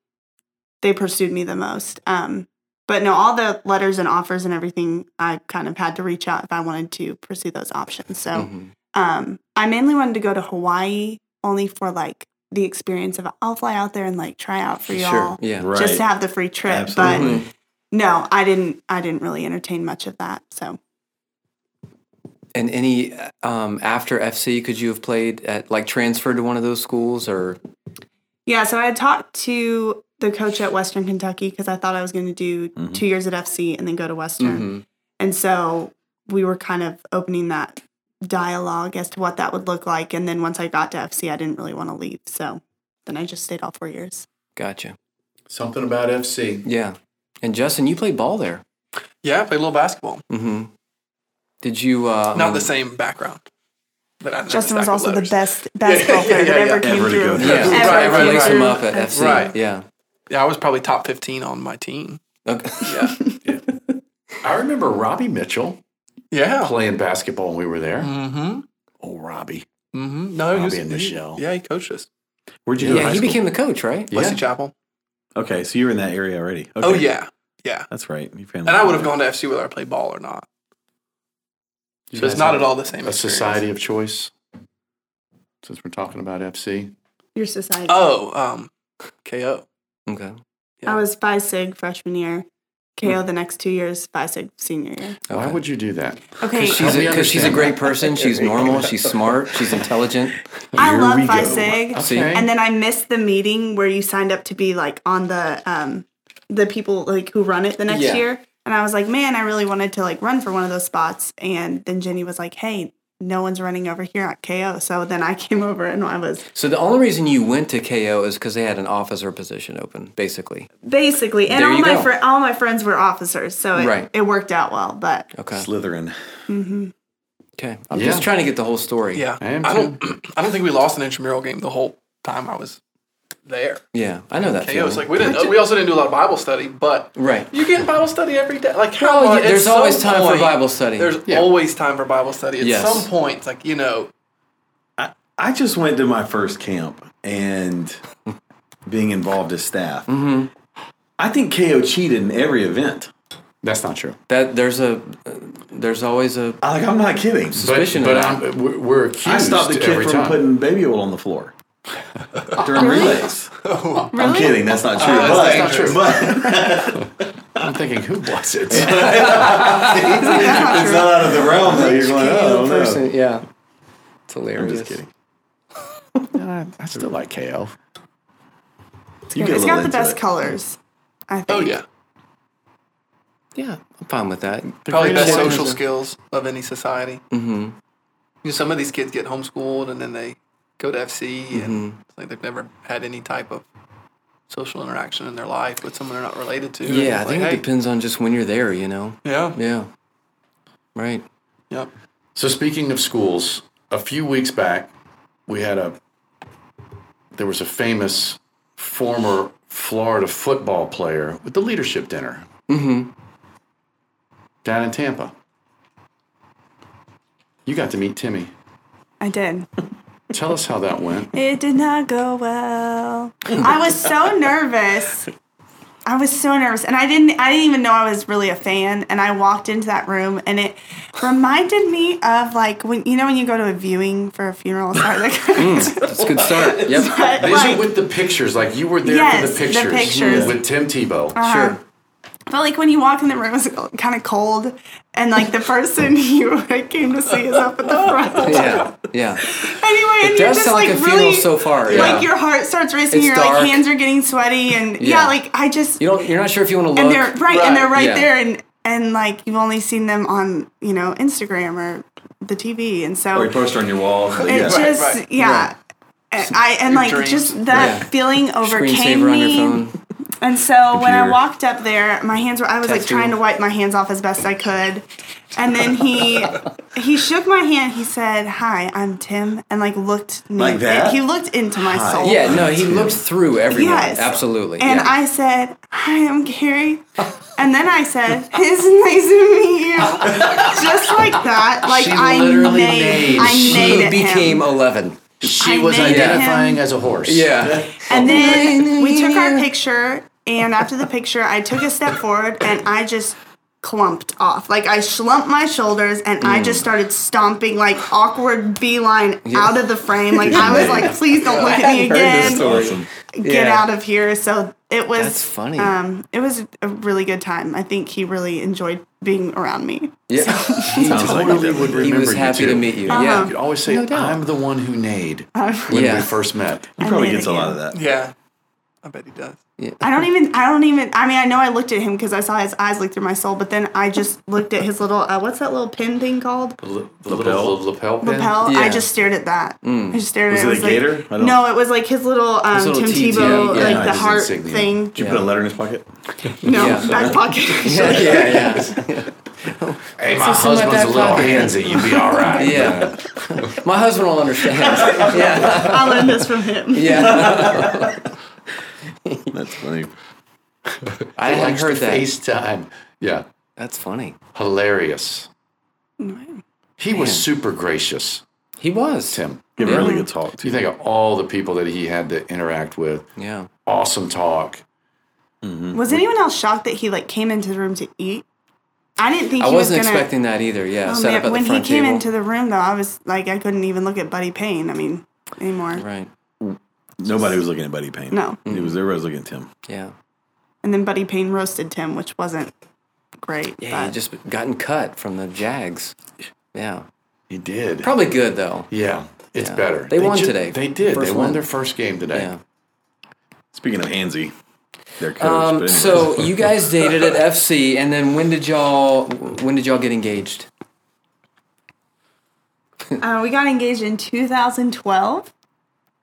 Speaker 5: they pursued me the most. Um, but no, all the letters and offers and everything, I kind of had to reach out if I wanted to pursue those options. So
Speaker 2: Mm-hmm.
Speaker 3: Mhm.
Speaker 5: um, I mainly wanted to go to Hawaii only for like the experience of I'll fly out there and like try out for y'all
Speaker 3: Sure. Yeah. Mm-hmm.
Speaker 2: right.
Speaker 5: just to have the free trip.
Speaker 2: Absolutely.
Speaker 5: But no, I didn't. I didn't really entertain much of that. So
Speaker 3: And any um, after FC, could you have played at like transferred to one of those schools or?
Speaker 5: yeah, so I had talked to the coach at Western Kentucky because I thought I was going to do
Speaker 2: Mhm.
Speaker 5: two years at FC and then go to Western.
Speaker 3: Mhm.
Speaker 5: And so we were kind of opening that dialogue as to what that would look like. And then once I got to FC, I didn't really want to leave. So then I just stayed all four years.
Speaker 3: Gotcha.
Speaker 1: Something about FC.
Speaker 3: Yeah. And Justin, you played ball there.
Speaker 4: Yeah, I played a little basketball.
Speaker 3: hmm Did you? Uh,
Speaker 1: Um,
Speaker 4: Not the same background. But I didn't have a
Speaker 5: Justin was
Speaker 4: stack of
Speaker 5: also the
Speaker 4: letters.
Speaker 5: best basketball
Speaker 4: yeah,
Speaker 5: player
Speaker 4: yeah,
Speaker 5: that
Speaker 4: yeah.
Speaker 5: ever came
Speaker 2: Ever to go
Speaker 5: through.
Speaker 2: through.
Speaker 3: Yeah.
Speaker 4: Right,
Speaker 5: Ever came
Speaker 4: right,
Speaker 3: Lace
Speaker 4: right.
Speaker 5: through
Speaker 3: them up at FC.
Speaker 4: Right.
Speaker 3: Yeah.
Speaker 4: Yeah, I was probably top 15 on my team.
Speaker 3: Okay.
Speaker 4: Yeah.
Speaker 1: I remember Robbie Mitchell
Speaker 4: yeah.
Speaker 1: playing basketball when we were there.
Speaker 4: Mm-hmm.
Speaker 1: Oh, Robbie.
Speaker 4: Mm-hmm. No, he was
Speaker 1: Bobby and
Speaker 4: he-
Speaker 1: Michelle.
Speaker 4: Yeah, he coached us.
Speaker 2: Where'd you
Speaker 3: Yeah.
Speaker 2: go? to high
Speaker 3: he
Speaker 2: school?
Speaker 3: became the coach, right?
Speaker 4: Wesley Chapel.
Speaker 2: Okay, so you were in that area already. Okay.
Speaker 4: Oh yeah, yeah.
Speaker 2: that's right. You
Speaker 4: And I would have gone to FC whether I played ball or not. So it's
Speaker 1: guys
Speaker 4: not
Speaker 1: have
Speaker 4: at all the same.
Speaker 1: A
Speaker 4: experience.
Speaker 1: society of choice. Since we're talking about FC.
Speaker 5: your society.
Speaker 4: Oh, um, KO.
Speaker 3: Okay.
Speaker 4: Yeah.
Speaker 5: I was Phi Sig freshman year,
Speaker 3: Mm.
Speaker 5: KO the next two years, Phi Sig senior year.
Speaker 1: Why would you do that?
Speaker 5: Okay,
Speaker 3: She's
Speaker 1: Help me
Speaker 3: because she's a
Speaker 1: understand
Speaker 3: great
Speaker 1: that.
Speaker 3: person. She's normal. She's smart. She's intelligent.
Speaker 5: I
Speaker 2: here we
Speaker 5: love Phi
Speaker 2: go.
Speaker 5: Sig.
Speaker 3: See?
Speaker 1: Okay.
Speaker 5: And then I missed the meeting where you signed up to be like on the um the people like who run it the next
Speaker 3: Yeah.
Speaker 5: year. And I was like, man, I really wanted to like run for one of those spots. And then Jenny was like, hey, no one's running over here at KO. So then I came over and I was
Speaker 3: So the only reason you went to KO is because they had an officer position open, basically.
Speaker 5: basically, and
Speaker 3: There
Speaker 5: all
Speaker 3: you
Speaker 5: my
Speaker 3: go.
Speaker 5: fri all my friends were officers, so it,
Speaker 3: Right.
Speaker 5: it worked out well. But
Speaker 3: Okay.
Speaker 2: Slytherin.
Speaker 3: Okay. I'm
Speaker 1: Yeah.
Speaker 3: just trying to get the whole story.
Speaker 4: Yeah,
Speaker 1: I am
Speaker 4: I don't. I don't think we lost an intramural game the whole time I was there.
Speaker 3: Yeah. I know that.
Speaker 4: KO
Speaker 3: feeling.
Speaker 4: was like we didn't. We also didn't do a lot of Bible study, but
Speaker 3: Right.
Speaker 4: you get Bible study every day. Like how?
Speaker 3: Well,
Speaker 4: much-
Speaker 3: yeah,
Speaker 4: at
Speaker 3: there's
Speaker 4: some
Speaker 3: always time for
Speaker 4: point-
Speaker 3: Bible study.
Speaker 4: There's
Speaker 1: Yeah.
Speaker 4: always time for Bible study. At
Speaker 3: Yes.
Speaker 4: some points, like you know,
Speaker 2: I, I just went to my first camp and being involved as staff.
Speaker 3: Mm-hmm.
Speaker 2: I think KO cheated in every event.
Speaker 1: That's not true.
Speaker 3: that. There's a. uh, There's always a.
Speaker 2: I- Like I'm not kidding.
Speaker 1: But,
Speaker 3: Suspicion
Speaker 1: but
Speaker 3: of that.
Speaker 1: I'm, we're- we're accused
Speaker 2: I stopped the
Speaker 1: every
Speaker 2: kid from
Speaker 1: time.
Speaker 2: putting baby oil on the floor during relays. I'm
Speaker 5: Really?
Speaker 2: kidding. That's not true.
Speaker 4: that's
Speaker 2: but, but
Speaker 1: I'm thinking, who was it?
Speaker 2: it's not out of the realm that you're going. Oh, I don't know."
Speaker 3: Yeah. It's hilarious.
Speaker 2: I'm just kidding.
Speaker 1: I, I still like KO.
Speaker 2: You get a
Speaker 5: it's
Speaker 2: little
Speaker 5: got the
Speaker 2: into
Speaker 5: best
Speaker 2: it.
Speaker 5: colors. I think.
Speaker 4: oh yeah,
Speaker 3: Yeah, I'm fine with that.
Speaker 4: probably best
Speaker 1: greatest
Speaker 4: social
Speaker 3: ones.
Speaker 4: skills of any society.
Speaker 3: Mm-hmm.
Speaker 4: You know, some of these kids get
Speaker 3: Mm-hmm.
Speaker 4: homeschooled and then they go to FC and it's like they've never had any type of social interaction in their life with someone they're not related to.
Speaker 3: Yeah, I
Speaker 4: Like,
Speaker 3: think
Speaker 4: hey.
Speaker 3: it depends on just when you're there, you know?
Speaker 4: Yeah.
Speaker 3: Yeah. Right.
Speaker 4: Yep.
Speaker 1: So speaking of schools, a few weeks back, we had a there was a famous former Florida football player with the leadership dinner. Mm-hmm. Down in Tampa. You got to meet Timmy.
Speaker 5: I did.
Speaker 1: Tell us how that went.
Speaker 5: It did not go well. I was so nervous. I was so nervous, and I didn't. I didn't even know I was really a fan. And I walked into that room, and it reminded me of like when you know when you go to a viewing for a funeral. Sorry, like,
Speaker 3: That's a good start. Yep.
Speaker 5: but,
Speaker 1: These
Speaker 5: like-
Speaker 1: are with the pictures. Like you were there
Speaker 5: Yes,
Speaker 1: for the
Speaker 5: the
Speaker 1: pictures, Uh-huh.
Speaker 5: pictures.
Speaker 1: with Tim Tebow.
Speaker 3: Sure.
Speaker 5: But like when you walk in the room, it's kind of cold, and like the person you like, came to see is up at the front.
Speaker 3: Yeah. Yeah.
Speaker 5: Anyway, and
Speaker 3: It
Speaker 5: you're
Speaker 3: does
Speaker 5: just
Speaker 3: sound like,
Speaker 5: like,
Speaker 3: a
Speaker 5: really
Speaker 3: funeral so far. Yeah.
Speaker 5: like your heart starts racing.
Speaker 3: It's
Speaker 5: your
Speaker 3: dark.
Speaker 5: like hands are getting sweaty, and yeah,
Speaker 3: Yeah.
Speaker 5: like I just
Speaker 3: you don't you're not sure if you want to
Speaker 5: and
Speaker 3: look.
Speaker 5: they're right, and they're right
Speaker 3: yeah.
Speaker 5: there, and and like you've only seen them on you know Instagram or the TV, and so
Speaker 2: Or you post it on your wall.
Speaker 5: it
Speaker 2: Yeah.
Speaker 5: just
Speaker 4: right.
Speaker 5: yeah. And I and like
Speaker 4: dreams.
Speaker 5: just that
Speaker 3: Yeah.
Speaker 5: feeling overcame
Speaker 3: Screensaver on your
Speaker 5: me.
Speaker 3: phone.
Speaker 5: And so when I
Speaker 3: Computer.
Speaker 5: walked up there, my hands were I was like
Speaker 3: Tattoo.
Speaker 5: trying to wipe my hands off as best I could. And then he he shook my hand. He said, "Hi, I'm Tim." And like looked me
Speaker 2: Like that?
Speaker 5: he looked into my soul.
Speaker 3: Yeah, no, he looked through everyone.
Speaker 5: Yes.
Speaker 3: Absolutely.
Speaker 5: And
Speaker 3: yeah.
Speaker 5: I said, "Hi, I'm Carrie." And then I said, "It's nice to meet you." Just like that. Like
Speaker 1: She
Speaker 5: I nailed
Speaker 1: literally named-
Speaker 5: I
Speaker 1: She
Speaker 5: nailed
Speaker 3: he
Speaker 5: him.
Speaker 3: became eleven.
Speaker 1: She
Speaker 5: I
Speaker 1: was
Speaker 5: made
Speaker 1: identifying
Speaker 5: him-
Speaker 1: as a horse.
Speaker 3: Yeah.
Speaker 5: And then we took our picture, and after the picture, I took a step forward and I just clumped off. Like I slumped my shoulders and I just started stomping like awkward beeline out of the frame. Like I was like, please don't look at me again.
Speaker 2: awesome.
Speaker 5: Get
Speaker 3: Yeah.
Speaker 5: out of here. So it was
Speaker 3: That's funny.
Speaker 5: Um, it was a really good time. I think he really enjoyed being around me.
Speaker 3: yeah.
Speaker 2: Sounds like
Speaker 1: Totally
Speaker 2: it.
Speaker 1: would remember
Speaker 3: he was
Speaker 1: you
Speaker 3: happy
Speaker 1: too.
Speaker 3: to meet you.
Speaker 1: You
Speaker 3: Yeah.
Speaker 1: could always say,
Speaker 3: doubt.
Speaker 1: "I'm the one who neighed" when
Speaker 3: Yeah.
Speaker 1: we first met.
Speaker 2: He probably
Speaker 5: made
Speaker 2: gets
Speaker 5: it
Speaker 2: a lot
Speaker 5: in.
Speaker 2: of that.
Speaker 4: Yeah. I bet he does.
Speaker 5: I don't even. I don't even. I mean, I know I looked at him because I saw his eyes look through my soul, but then I just looked at his little. Uh, what's that little pin thing called?
Speaker 1: L- the little lapel pin.
Speaker 5: lapel.
Speaker 3: Yeah. Mm.
Speaker 5: I just stared at that. I just stared
Speaker 2: Was
Speaker 5: at it.
Speaker 2: it a
Speaker 5: like,
Speaker 2: gator? I don't-
Speaker 5: no, it was like his little, um,
Speaker 3: little
Speaker 5: Tim
Speaker 3: teeth,
Speaker 5: Tebow,
Speaker 3: yeah, yeah.
Speaker 5: like
Speaker 2: Yeah,
Speaker 5: the
Speaker 1: his
Speaker 5: heart
Speaker 1: insignia.
Speaker 5: thing.
Speaker 2: Did you put a letter in his pocket?
Speaker 5: No,
Speaker 3: Yeah.
Speaker 5: back pocket.
Speaker 3: Yeah, yeah,
Speaker 1: Hey, my
Speaker 3: It's in my
Speaker 1: husband's a
Speaker 3: back
Speaker 1: little
Speaker 3: pocket.
Speaker 1: handsy. You'd be all right.
Speaker 3: yeah. yeah. My husband will understand. Yeah,
Speaker 5: I learned this from him.
Speaker 3: yeah.
Speaker 2: That's funny.
Speaker 3: I hadn't
Speaker 1: Likes
Speaker 3: heard
Speaker 1: to
Speaker 3: that.
Speaker 1: FaceTime. Yeah,
Speaker 3: That's funny.
Speaker 1: hilarious. He was super gracious,
Speaker 3: He was.
Speaker 1: Tim.
Speaker 2: Give a really good talk
Speaker 1: Do
Speaker 2: too.
Speaker 1: you think of all the people that he had to interact with?
Speaker 3: Yeah.
Speaker 1: Awesome talk.
Speaker 5: Was anyone else shocked that he like came into the room to eat? I didn't think
Speaker 3: I
Speaker 5: he was
Speaker 3: wasn't
Speaker 5: gonna.
Speaker 3: expecting that either. Yeah.
Speaker 5: Oh,
Speaker 3: Set
Speaker 5: man,
Speaker 3: up at
Speaker 5: when
Speaker 3: the front
Speaker 5: he came
Speaker 3: table.
Speaker 5: into the room, though, I was like, I couldn't even look at Buddy Payne. I mean, anymore.
Speaker 3: right.
Speaker 2: Nobody was looking at Buddy Payne.
Speaker 5: No.
Speaker 2: It was everybody was looking at Tim.
Speaker 3: Yeah.
Speaker 5: And then Buddy Payne roasted Tim, which wasn't great.
Speaker 3: Yeah. He
Speaker 5: but-
Speaker 3: just gotten cut from the Jags. Yeah.
Speaker 1: He did.
Speaker 3: Probably good though.
Speaker 1: Yeah, it's better.
Speaker 3: They won today.
Speaker 1: They did.
Speaker 3: First
Speaker 1: they won
Speaker 3: win.
Speaker 1: their first game today.
Speaker 3: Yeah.
Speaker 2: Speaking of Hansy, their coach. but
Speaker 3: Um,
Speaker 2: anyways.
Speaker 3: so you guys dated at FC, and then when did y'all when did y'all get engaged?
Speaker 5: Uh, we got engaged in 2012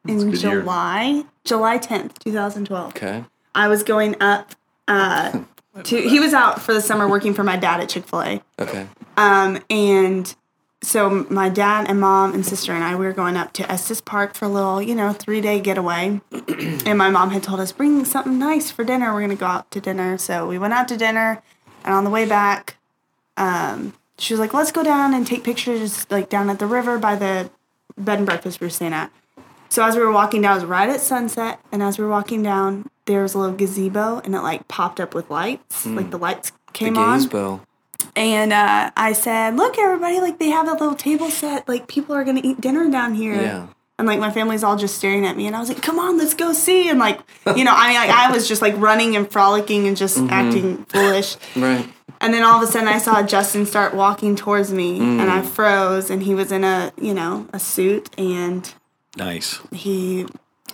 Speaker 5: in
Speaker 2: good year.
Speaker 5: July, July 10th, 2012.
Speaker 3: Okay.
Speaker 5: I was going up uh, to, he was out for the summer working for my dad at Chick fil A.
Speaker 3: Okay.
Speaker 5: Um, and so my dad and mom and sister and I, we were going up to Estes Park for a little, you know, three day getaway. and my mom had told us, bring something nice for dinner. We're going to go out to dinner. So we went out to dinner. And on the way back, um, she was like, let's go down and take pictures, like down at the river by the bed and breakfast we were staying at. So as we were walking down, it was right at sunset. And as we were walking down, there was a little gazebo and it like popped up with lights. Like the lights came on.
Speaker 3: Gaze bow.
Speaker 5: And uh, I said, "Look, everybody! Like they have that little table set. Like people are gonna eat dinner down here."
Speaker 3: Yeah.
Speaker 5: And like my family's all just staring at me, and I was like, "Come on, let's go see!" And like, you know, I mean, like I was just like running and frolicking and just acting foolish.
Speaker 3: Right.
Speaker 5: And then all of a sudden, I saw Justin start walking towards me, and I froze. And he was in a, you know, a suit, and
Speaker 2: nice.
Speaker 5: he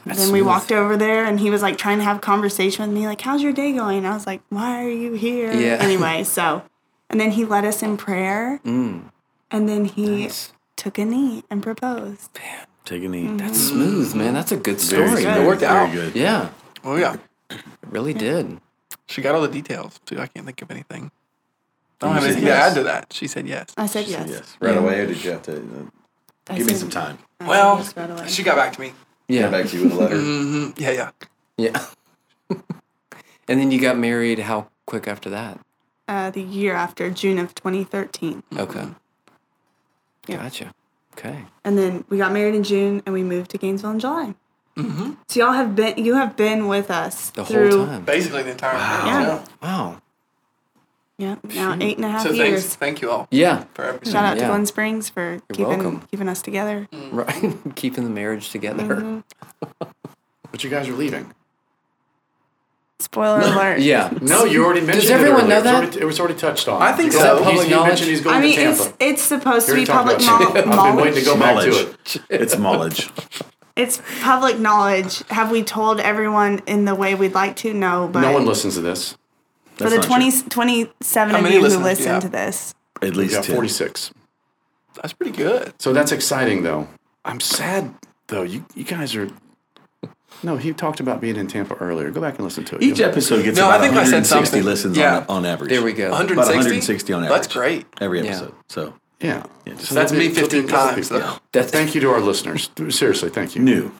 Speaker 5: then we walked over there and he was like trying to have a conversation with me like how's your day going and i was like why are you here
Speaker 3: Yeah.
Speaker 5: anyway so and then he led us in prayer and then he
Speaker 3: Mm. Nice.
Speaker 5: took a knee and proposed
Speaker 2: Take a knee.
Speaker 5: Mm.
Speaker 3: That's smooth, man. That's a good
Speaker 2: Very
Speaker 3: story.
Speaker 2: good.
Speaker 4: It worked
Speaker 2: Very
Speaker 4: out.
Speaker 2: good.
Speaker 3: Yeah.
Speaker 4: Oh yeah.
Speaker 3: really did.
Speaker 4: She got all the details too. I can't think of anything. I don't
Speaker 2: You
Speaker 4: have
Speaker 2: said
Speaker 4: anything
Speaker 2: yes.
Speaker 4: to add to that. She said yes.
Speaker 5: I said yes.
Speaker 2: Yes. Right away, or did you have to uh,
Speaker 5: I
Speaker 2: give me
Speaker 5: said-
Speaker 2: some time?
Speaker 5: I said
Speaker 4: Well,
Speaker 5: yes right away.
Speaker 4: she got back to me.
Speaker 2: Get
Speaker 3: Yeah,
Speaker 2: back to you with a letter.
Speaker 4: hmm Yeah, yeah.
Speaker 3: yeah. and then you got married. How quick after that?
Speaker 5: uh, the year after June of 2013,
Speaker 3: Okay.
Speaker 5: Yeah.
Speaker 3: Gotcha. Okay.
Speaker 5: and then we got married in June, and we moved to Gainesville in July. So y'all have been you have been with us
Speaker 3: Mm-hmm. The
Speaker 5: through,
Speaker 3: whole time.
Speaker 4: Basically the entire thing.
Speaker 5: Yeah.
Speaker 4: Yeah.
Speaker 3: Wow.
Speaker 5: Yeah, now eight and a half
Speaker 4: So thanks,
Speaker 5: years.
Speaker 4: thank you all
Speaker 3: Yeah.
Speaker 4: for everything.
Speaker 5: Shout out
Speaker 3: Yeah.
Speaker 5: to Glen Springs for keeping
Speaker 3: welcome.
Speaker 5: keeping us together.
Speaker 3: Right. Keeping the marriage together.
Speaker 1: But you guys are leaving.
Speaker 5: Spoiler alert.
Speaker 3: Yeah.
Speaker 1: No, you already mentioned.
Speaker 3: everyone
Speaker 1: it
Speaker 3: know
Speaker 1: earlier.
Speaker 3: that?
Speaker 1: It was, already, it was already touched on.
Speaker 4: I think
Speaker 1: He's-
Speaker 4: so.
Speaker 1: he's-
Speaker 3: Public
Speaker 1: He
Speaker 3: knowledge?
Speaker 1: mentioned he's going
Speaker 5: I mean
Speaker 1: to Tampa.
Speaker 5: it's it's supposed
Speaker 1: He
Speaker 5: to
Speaker 1: already
Speaker 5: be
Speaker 1: talked
Speaker 5: public
Speaker 1: about
Speaker 5: knowl-
Speaker 1: Tampa. I've been waiting to
Speaker 5: knowledge.
Speaker 1: go back to
Speaker 2: Knowledge.
Speaker 1: it.
Speaker 2: it's knowledge.
Speaker 5: It's public knowledge. Have we told everyone in the way we'd like to? No, but
Speaker 1: No one listens to this.
Speaker 5: for
Speaker 2: That's
Speaker 5: the
Speaker 2: not
Speaker 5: 20, 27
Speaker 4: How
Speaker 5: of
Speaker 4: many
Speaker 5: you who
Speaker 4: listeners do you
Speaker 5: listen
Speaker 4: have?
Speaker 5: to this,
Speaker 2: true. At
Speaker 1: We
Speaker 2: least
Speaker 1: got
Speaker 2: 10.
Speaker 1: 46.
Speaker 4: That's pretty good.
Speaker 1: So that's exciting, though. I'm sad, though. You you guys are. No, he talked about being in Tampa earlier. Go back and listen to it.
Speaker 2: Each
Speaker 1: You'll-
Speaker 2: episode gets
Speaker 4: No, I
Speaker 2: about
Speaker 4: think I said
Speaker 2: 160
Speaker 4: something.
Speaker 2: listens
Speaker 4: Yeah.
Speaker 2: on, on average.
Speaker 3: There we go.
Speaker 4: 160?
Speaker 2: About 160 on average.
Speaker 4: That's great.
Speaker 2: Every episode. So
Speaker 1: Yeah.
Speaker 2: just-
Speaker 1: So
Speaker 4: That's
Speaker 1: there'll
Speaker 4: me
Speaker 1: be- there'll be
Speaker 4: 15
Speaker 1: a couple
Speaker 4: times,
Speaker 1: people.
Speaker 4: though.
Speaker 3: That's
Speaker 1: Thank you to our listeners. Seriously, thank you.
Speaker 2: new.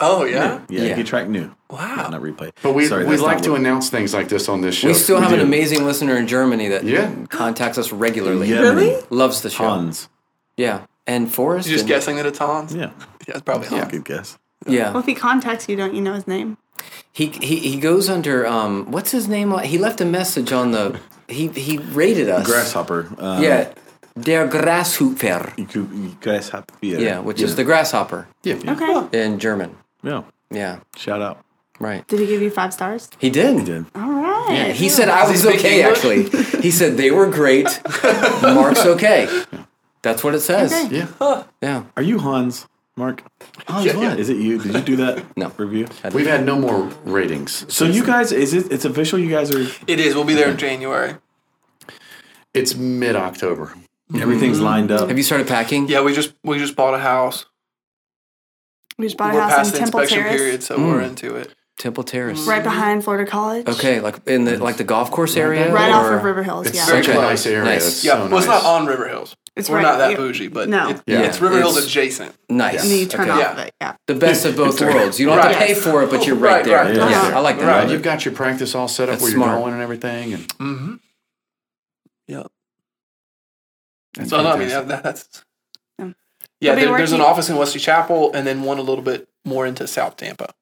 Speaker 4: Oh, yeah?
Speaker 2: Yeah,
Speaker 3: Yeah.
Speaker 2: you track new.
Speaker 4: Wow.
Speaker 2: Not replay.
Speaker 1: But we we
Speaker 2: that's
Speaker 1: like
Speaker 2: not
Speaker 1: to
Speaker 2: what-
Speaker 1: announce things like this on this show.
Speaker 3: We still have an
Speaker 1: do.
Speaker 3: amazing listener in Germany that
Speaker 1: Yeah.
Speaker 3: contacts us regularly.
Speaker 2: Yeah,
Speaker 5: Really?
Speaker 2: many
Speaker 3: Loves the show.
Speaker 2: Tons.
Speaker 3: Yeah. And Forrest.
Speaker 4: You just
Speaker 3: and-
Speaker 4: guessing that it's Hans?
Speaker 2: Yeah.
Speaker 4: Yeah, it's probably Hans.
Speaker 2: Good guess.
Speaker 5: well,
Speaker 3: Yeah.
Speaker 5: if he contacts you, don't you know his name?
Speaker 3: He, he he goes under um what's his name? He left a message on the he he rated us.
Speaker 2: Grasshopper. Um,
Speaker 3: Yeah. Der Grasshopper.
Speaker 2: you could- you Grasshopper.
Speaker 3: Yeah, which is the grasshopper
Speaker 1: Yeah.
Speaker 5: Okay.
Speaker 3: in German.
Speaker 2: Yeah.
Speaker 3: Yeah.
Speaker 2: Shout out.
Speaker 3: Right.
Speaker 5: Did he give you five stars?
Speaker 3: He did.
Speaker 2: Did.
Speaker 5: All right.
Speaker 3: Yeah, he said I was
Speaker 4: he speak
Speaker 3: okay. Actually, he said they were great. Mark's okay. That's what it says.
Speaker 5: Okay.
Speaker 1: Yeah.
Speaker 3: Yeah.
Speaker 2: Are you Hans, Mark?
Speaker 3: Hans what?
Speaker 2: Is it you? Did you do that
Speaker 3: No.
Speaker 2: review?
Speaker 1: We've had no more ratings.
Speaker 2: So you guys, is it? It's official. You guys are.
Speaker 4: It is. We'll be there in January.
Speaker 1: It's mid October.
Speaker 2: Everything's lined up.
Speaker 3: Mm-hmm. Have you started packing?
Speaker 4: Yeah, we just we just bought a house.
Speaker 5: We just bought
Speaker 4: we're
Speaker 5: a house
Speaker 4: past
Speaker 5: in
Speaker 4: the
Speaker 5: Temple
Speaker 4: inspection
Speaker 5: Terrace,
Speaker 4: period, so we're into it.
Speaker 3: Temple Terrace.
Speaker 5: right behind Florida College.
Speaker 3: Okay, like in the like the golf course area.
Speaker 5: Right off
Speaker 3: or-
Speaker 5: of River Hills.
Speaker 1: It's
Speaker 5: yeah.
Speaker 1: such
Speaker 3: Okay.
Speaker 1: a nice area.
Speaker 3: Nice.
Speaker 1: It's
Speaker 4: Yeah,
Speaker 1: so
Speaker 4: well, it's not
Speaker 1: nice.
Speaker 4: on River Hills.
Speaker 5: It's
Speaker 4: we're
Speaker 5: right-
Speaker 4: not that
Speaker 5: yeah.
Speaker 4: boughgy, but
Speaker 5: No.
Speaker 4: it-
Speaker 1: Yeah.
Speaker 4: it's River Hills
Speaker 3: It's-
Speaker 4: adjacent.
Speaker 3: Nice.
Speaker 5: And then you turn
Speaker 3: Okay.
Speaker 5: off
Speaker 4: Yeah.
Speaker 5: it. Yeah.
Speaker 3: The best of both worlds. You don't have to
Speaker 5: Right.
Speaker 3: pay for it, but you're right,
Speaker 4: Right,
Speaker 3: there.
Speaker 4: right,
Speaker 3: Yeah.
Speaker 5: right.
Speaker 3: I like that.
Speaker 4: Right.
Speaker 1: And you've got your practice all set up
Speaker 3: That's
Speaker 1: where
Speaker 3: smart.
Speaker 1: you're going and everything, and
Speaker 4: Mm-hmm. Yeah.
Speaker 1: that's
Speaker 4: So no, I mean
Speaker 1: fantastic.
Speaker 4: that, that- that's.
Speaker 5: Yeah.
Speaker 4: Yeah,
Speaker 5: But they
Speaker 4: there- there's an
Speaker 5: working-
Speaker 4: office in Wesley Chapel, and then one a little bit more into South Tampa.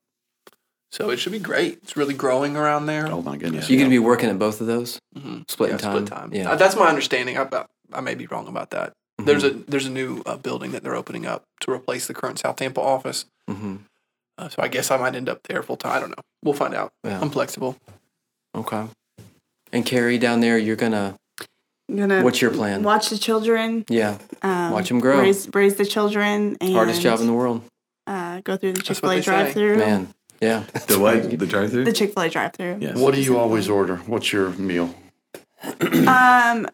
Speaker 4: So it should be great. It's really growing around there.
Speaker 1: oh my goodness,
Speaker 3: You're gonna be working at both of those,
Speaker 4: Mhm.
Speaker 3: splitting
Speaker 4: yeah,
Speaker 3: time.
Speaker 4: split time.
Speaker 3: Yeah.
Speaker 4: Uh, that's my understanding. I, I, I may be wrong about that. There's a there's a new uh, building that they're opening up to replace the current South Tampa office.
Speaker 3: hmm
Speaker 4: Uh, so I guess I might end up there full time. I don't know. We'll find out.
Speaker 3: Yeah.
Speaker 4: I'm flexible.
Speaker 3: Okay. And Carrie down there, you're gonna.
Speaker 5: I'm gonna
Speaker 3: What's your plan?
Speaker 5: watch the children.
Speaker 3: Yeah.
Speaker 5: Um,
Speaker 3: Watch 'em grow.
Speaker 5: Raise, raise the children. And,
Speaker 3: Hardest job in the world,
Speaker 5: Uh, go through the Chick
Speaker 4: That's
Speaker 5: Fil
Speaker 4: what
Speaker 5: A
Speaker 4: they say.
Speaker 5: drive-through.
Speaker 3: man. Yeah.
Speaker 2: the what? The drive-through.
Speaker 5: The Chick Fil A drive-through.
Speaker 2: yes.
Speaker 1: what do you always order? What's your meal?
Speaker 5: Um,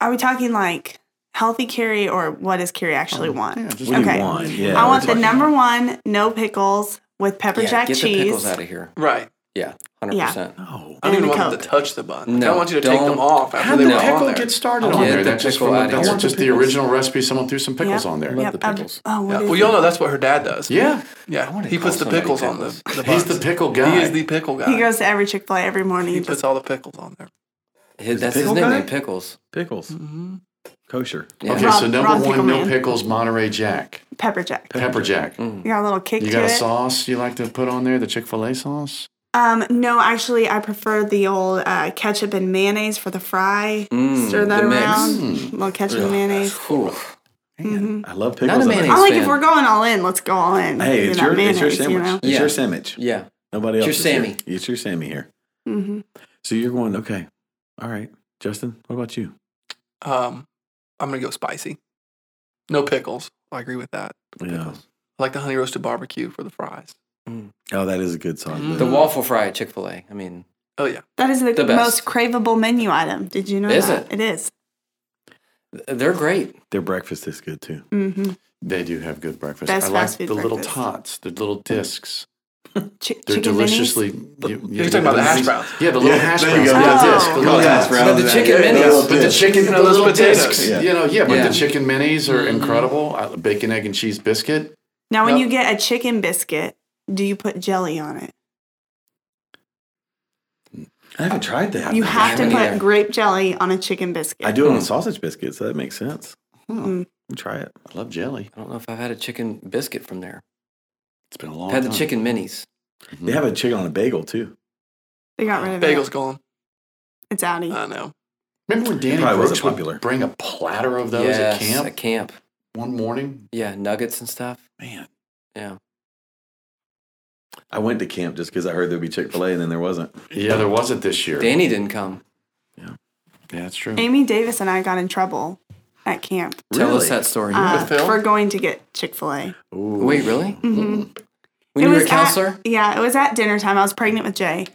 Speaker 5: are we talking like healthy carry or what does carry actually want?
Speaker 1: Yeah, just
Speaker 2: What do
Speaker 5: Okay.
Speaker 2: you want? Yeah.
Speaker 5: I
Speaker 2: we're
Speaker 5: want the
Speaker 2: talking-
Speaker 5: number one, no pickles with pepper
Speaker 3: Yeah,
Speaker 5: jack
Speaker 3: get the
Speaker 5: cheese.
Speaker 3: pickles out of here.
Speaker 4: Right.
Speaker 3: Yeah, hundred percent.
Speaker 2: Oh,
Speaker 4: I don't
Speaker 5: And
Speaker 4: even
Speaker 5: the
Speaker 4: want them to
Speaker 5: Coke.
Speaker 4: touch the bun. Like, I
Speaker 3: No,
Speaker 4: don't want you to take
Speaker 3: don't.
Speaker 4: them off
Speaker 1: How
Speaker 4: after they
Speaker 1: did
Speaker 4: were
Speaker 1: the
Speaker 4: on
Speaker 1: pickle
Speaker 4: there.
Speaker 1: get started
Speaker 3: I'll
Speaker 1: on
Speaker 3: get
Speaker 1: there?
Speaker 3: the
Speaker 1: That's just
Speaker 3: pickle
Speaker 1: from,
Speaker 3: out of
Speaker 1: that's
Speaker 3: here.
Speaker 1: just the original recipe. Someone threw some pickles
Speaker 5: Yep.
Speaker 1: on there.
Speaker 3: Love
Speaker 5: Yep,
Speaker 3: the
Speaker 5: um,
Speaker 3: pickles.
Speaker 5: oh, what
Speaker 4: Yeah.
Speaker 5: is
Speaker 4: Well, y'all
Speaker 5: it?
Speaker 4: know that's what her dad does.
Speaker 1: Yeah,
Speaker 4: Yeah.
Speaker 3: wanna
Speaker 4: He puts
Speaker 3: call
Speaker 4: the pickles on
Speaker 3: somebody
Speaker 4: the, the
Speaker 1: he's the
Speaker 4: buns.
Speaker 1: pickle guy.
Speaker 4: He is the pickle guy.
Speaker 5: He goes to every Chick Fil A every morning.
Speaker 4: He
Speaker 5: just-
Speaker 4: puts all the pickles on there.
Speaker 3: His- That's
Speaker 2: Pickle
Speaker 3: his nickname,
Speaker 2: guy?
Speaker 3: Pickles.
Speaker 2: pickles. Kosher.
Speaker 3: Yeah.
Speaker 1: okay,
Speaker 5: Rob-
Speaker 1: so number
Speaker 5: Rob
Speaker 1: one, no
Speaker 5: Pickleman.
Speaker 1: pickles, Monterey Jack,
Speaker 5: pepper jack.
Speaker 1: pepper jack.
Speaker 5: You got a little kick
Speaker 1: You
Speaker 5: to
Speaker 1: got a
Speaker 5: it.
Speaker 1: sauce you like to put on there? The Chick Fil A sauce?
Speaker 5: Um, no, actually, I prefer the old uh, ketchup and mayonnaise for the fry. Stir
Speaker 3: Mm,
Speaker 5: that
Speaker 3: the mix.
Speaker 5: around. little ketchup and mayonnaise.
Speaker 3: Cool.
Speaker 2: I love
Speaker 3: Not a
Speaker 2: pickles.
Speaker 3: mayonnaise
Speaker 5: I like if
Speaker 3: fan.
Speaker 5: we're going all in, let's go all in.
Speaker 2: Hey, it's
Speaker 5: You know,
Speaker 2: your, it's your
Speaker 5: mayonnaise,
Speaker 2: sandwich. It's
Speaker 3: Yeah.
Speaker 2: your sandwich.
Speaker 3: Yeah.
Speaker 2: Nobody else.
Speaker 3: It's your
Speaker 2: is here.
Speaker 3: Sammy.
Speaker 2: It's your Sammy here.
Speaker 5: hmm
Speaker 2: So you're going, okay. All right. Justin, what about you?
Speaker 4: Um, I'm gonna go spicy. No pickles. I agree with that.
Speaker 2: Yeah.
Speaker 4: I like the honey roasted barbecue for the fries.
Speaker 2: Oh, that is a good song.
Speaker 4: Mm.
Speaker 3: The waffle fry at Chick Fil A. I mean,
Speaker 4: Oh yeah.
Speaker 5: That is the,
Speaker 3: The best.
Speaker 5: most craveable menu item. Did you know
Speaker 3: Is
Speaker 5: that? It is.
Speaker 3: th- they're great.
Speaker 2: Their breakfast is good too.
Speaker 5: Mm-hmm.
Speaker 1: They do have good breakfast.
Speaker 5: Best
Speaker 1: I like
Speaker 5: fast food
Speaker 1: the little
Speaker 5: breakfast.
Speaker 1: tots, the little discs.
Speaker 5: Ch-
Speaker 1: They're
Speaker 5: chicken
Speaker 1: deliciously. You,
Speaker 4: You're talking about the hash browns.
Speaker 1: Yeah, the little hash browns.
Speaker 5: go.
Speaker 1: Yeah,
Speaker 5: Oh.
Speaker 1: disc, the little
Speaker 5: Yeah.
Speaker 1: hash browns.
Speaker 3: But the chicken
Speaker 2: yeah,
Speaker 3: minis-
Speaker 2: little
Speaker 1: But the
Speaker 2: bits.
Speaker 1: chicken and the
Speaker 4: Those
Speaker 1: little
Speaker 4: potatoes.
Speaker 1: discs,
Speaker 2: Yeah. Mm-hmm.
Speaker 1: you know, yeah. But
Speaker 3: Yeah.
Speaker 1: the chicken minis are incredible. I- Bacon, egg, and cheese biscuit.
Speaker 5: Now, when
Speaker 4: Yep.
Speaker 5: you get a chicken biscuit, do you put jelly on it?
Speaker 2: I haven't tried that.
Speaker 5: You have to
Speaker 3: haven't
Speaker 5: put
Speaker 3: either.
Speaker 5: grape jelly on a chicken biscuit.
Speaker 2: I do it on sausage biscuits, so that makes sense.
Speaker 5: Mm.
Speaker 2: Try it.
Speaker 1: I love jelly.
Speaker 3: I don't know if I've had a chicken biscuit from there.
Speaker 1: It's been a long
Speaker 3: I've had
Speaker 1: time.
Speaker 3: the chicken minis.
Speaker 1: Mhm.
Speaker 2: They have a chicken on a bagel too.
Speaker 5: They got rid of
Speaker 4: Bagel's Uh,
Speaker 5: it.
Speaker 4: gone.
Speaker 5: It's outie.
Speaker 4: I know.
Speaker 1: Remember when Danny
Speaker 2: probably
Speaker 1: Brooks
Speaker 2: wasn't
Speaker 1: would
Speaker 2: popular.
Speaker 1: bring a platter of those
Speaker 3: yes,
Speaker 1: at camp one morning?
Speaker 3: Yeah, nuggets and stuff.
Speaker 1: Man,
Speaker 3: Yeah.
Speaker 2: I went to camp just because I heard there'd be Chick Fil A, and then there wasn't.
Speaker 1: yeah, there was it this year.
Speaker 3: Danny didn't come.
Speaker 1: Yeah, that's true.
Speaker 5: Amy Davis and I got in trouble at camp
Speaker 3: Tell
Speaker 2: Really?
Speaker 3: us that story.
Speaker 5: uh,
Speaker 4: With Phil?
Speaker 5: for going to get Chick fil A.
Speaker 2: Ooh.
Speaker 3: Wait, really?
Speaker 5: Mm-hmm.
Speaker 3: When
Speaker 5: It
Speaker 3: you were a
Speaker 5: was
Speaker 3: counselor?
Speaker 5: At, yeah, it was at dinner time. I was pregnant with Jay,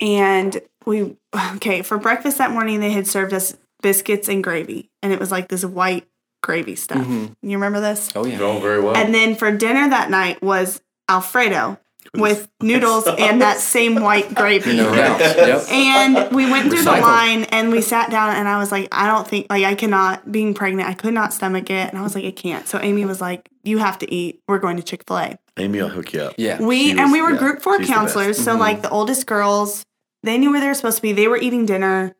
Speaker 5: and we okay for breakfast that morning. They had served us biscuits and gravy, and it was like this white gravy stuff.
Speaker 3: Mhm.
Speaker 5: You remember this?
Speaker 3: oh, yeah.
Speaker 1: Going very well.
Speaker 5: And then for dinner that night was Alfredo with noodles and that same white gravy.
Speaker 3: No doubt. Yep.
Speaker 5: And we went through
Speaker 3: Recycled.
Speaker 5: the line and we sat down and I was like, I don't think like I cannot being pregnant, I could not stomach it. And I was like, I can't. So Amy was like, You have to eat. We're going to Chick-fil-A.
Speaker 2: Amy will hook you up.
Speaker 3: Yeah.
Speaker 5: We
Speaker 2: She
Speaker 5: and
Speaker 2: was-
Speaker 5: we were
Speaker 2: yeah,
Speaker 5: group four
Speaker 2: she's the Mm-hmm.
Speaker 5: counselors. So like the oldest girls, they knew where they were supposed to be. They were eating dinner,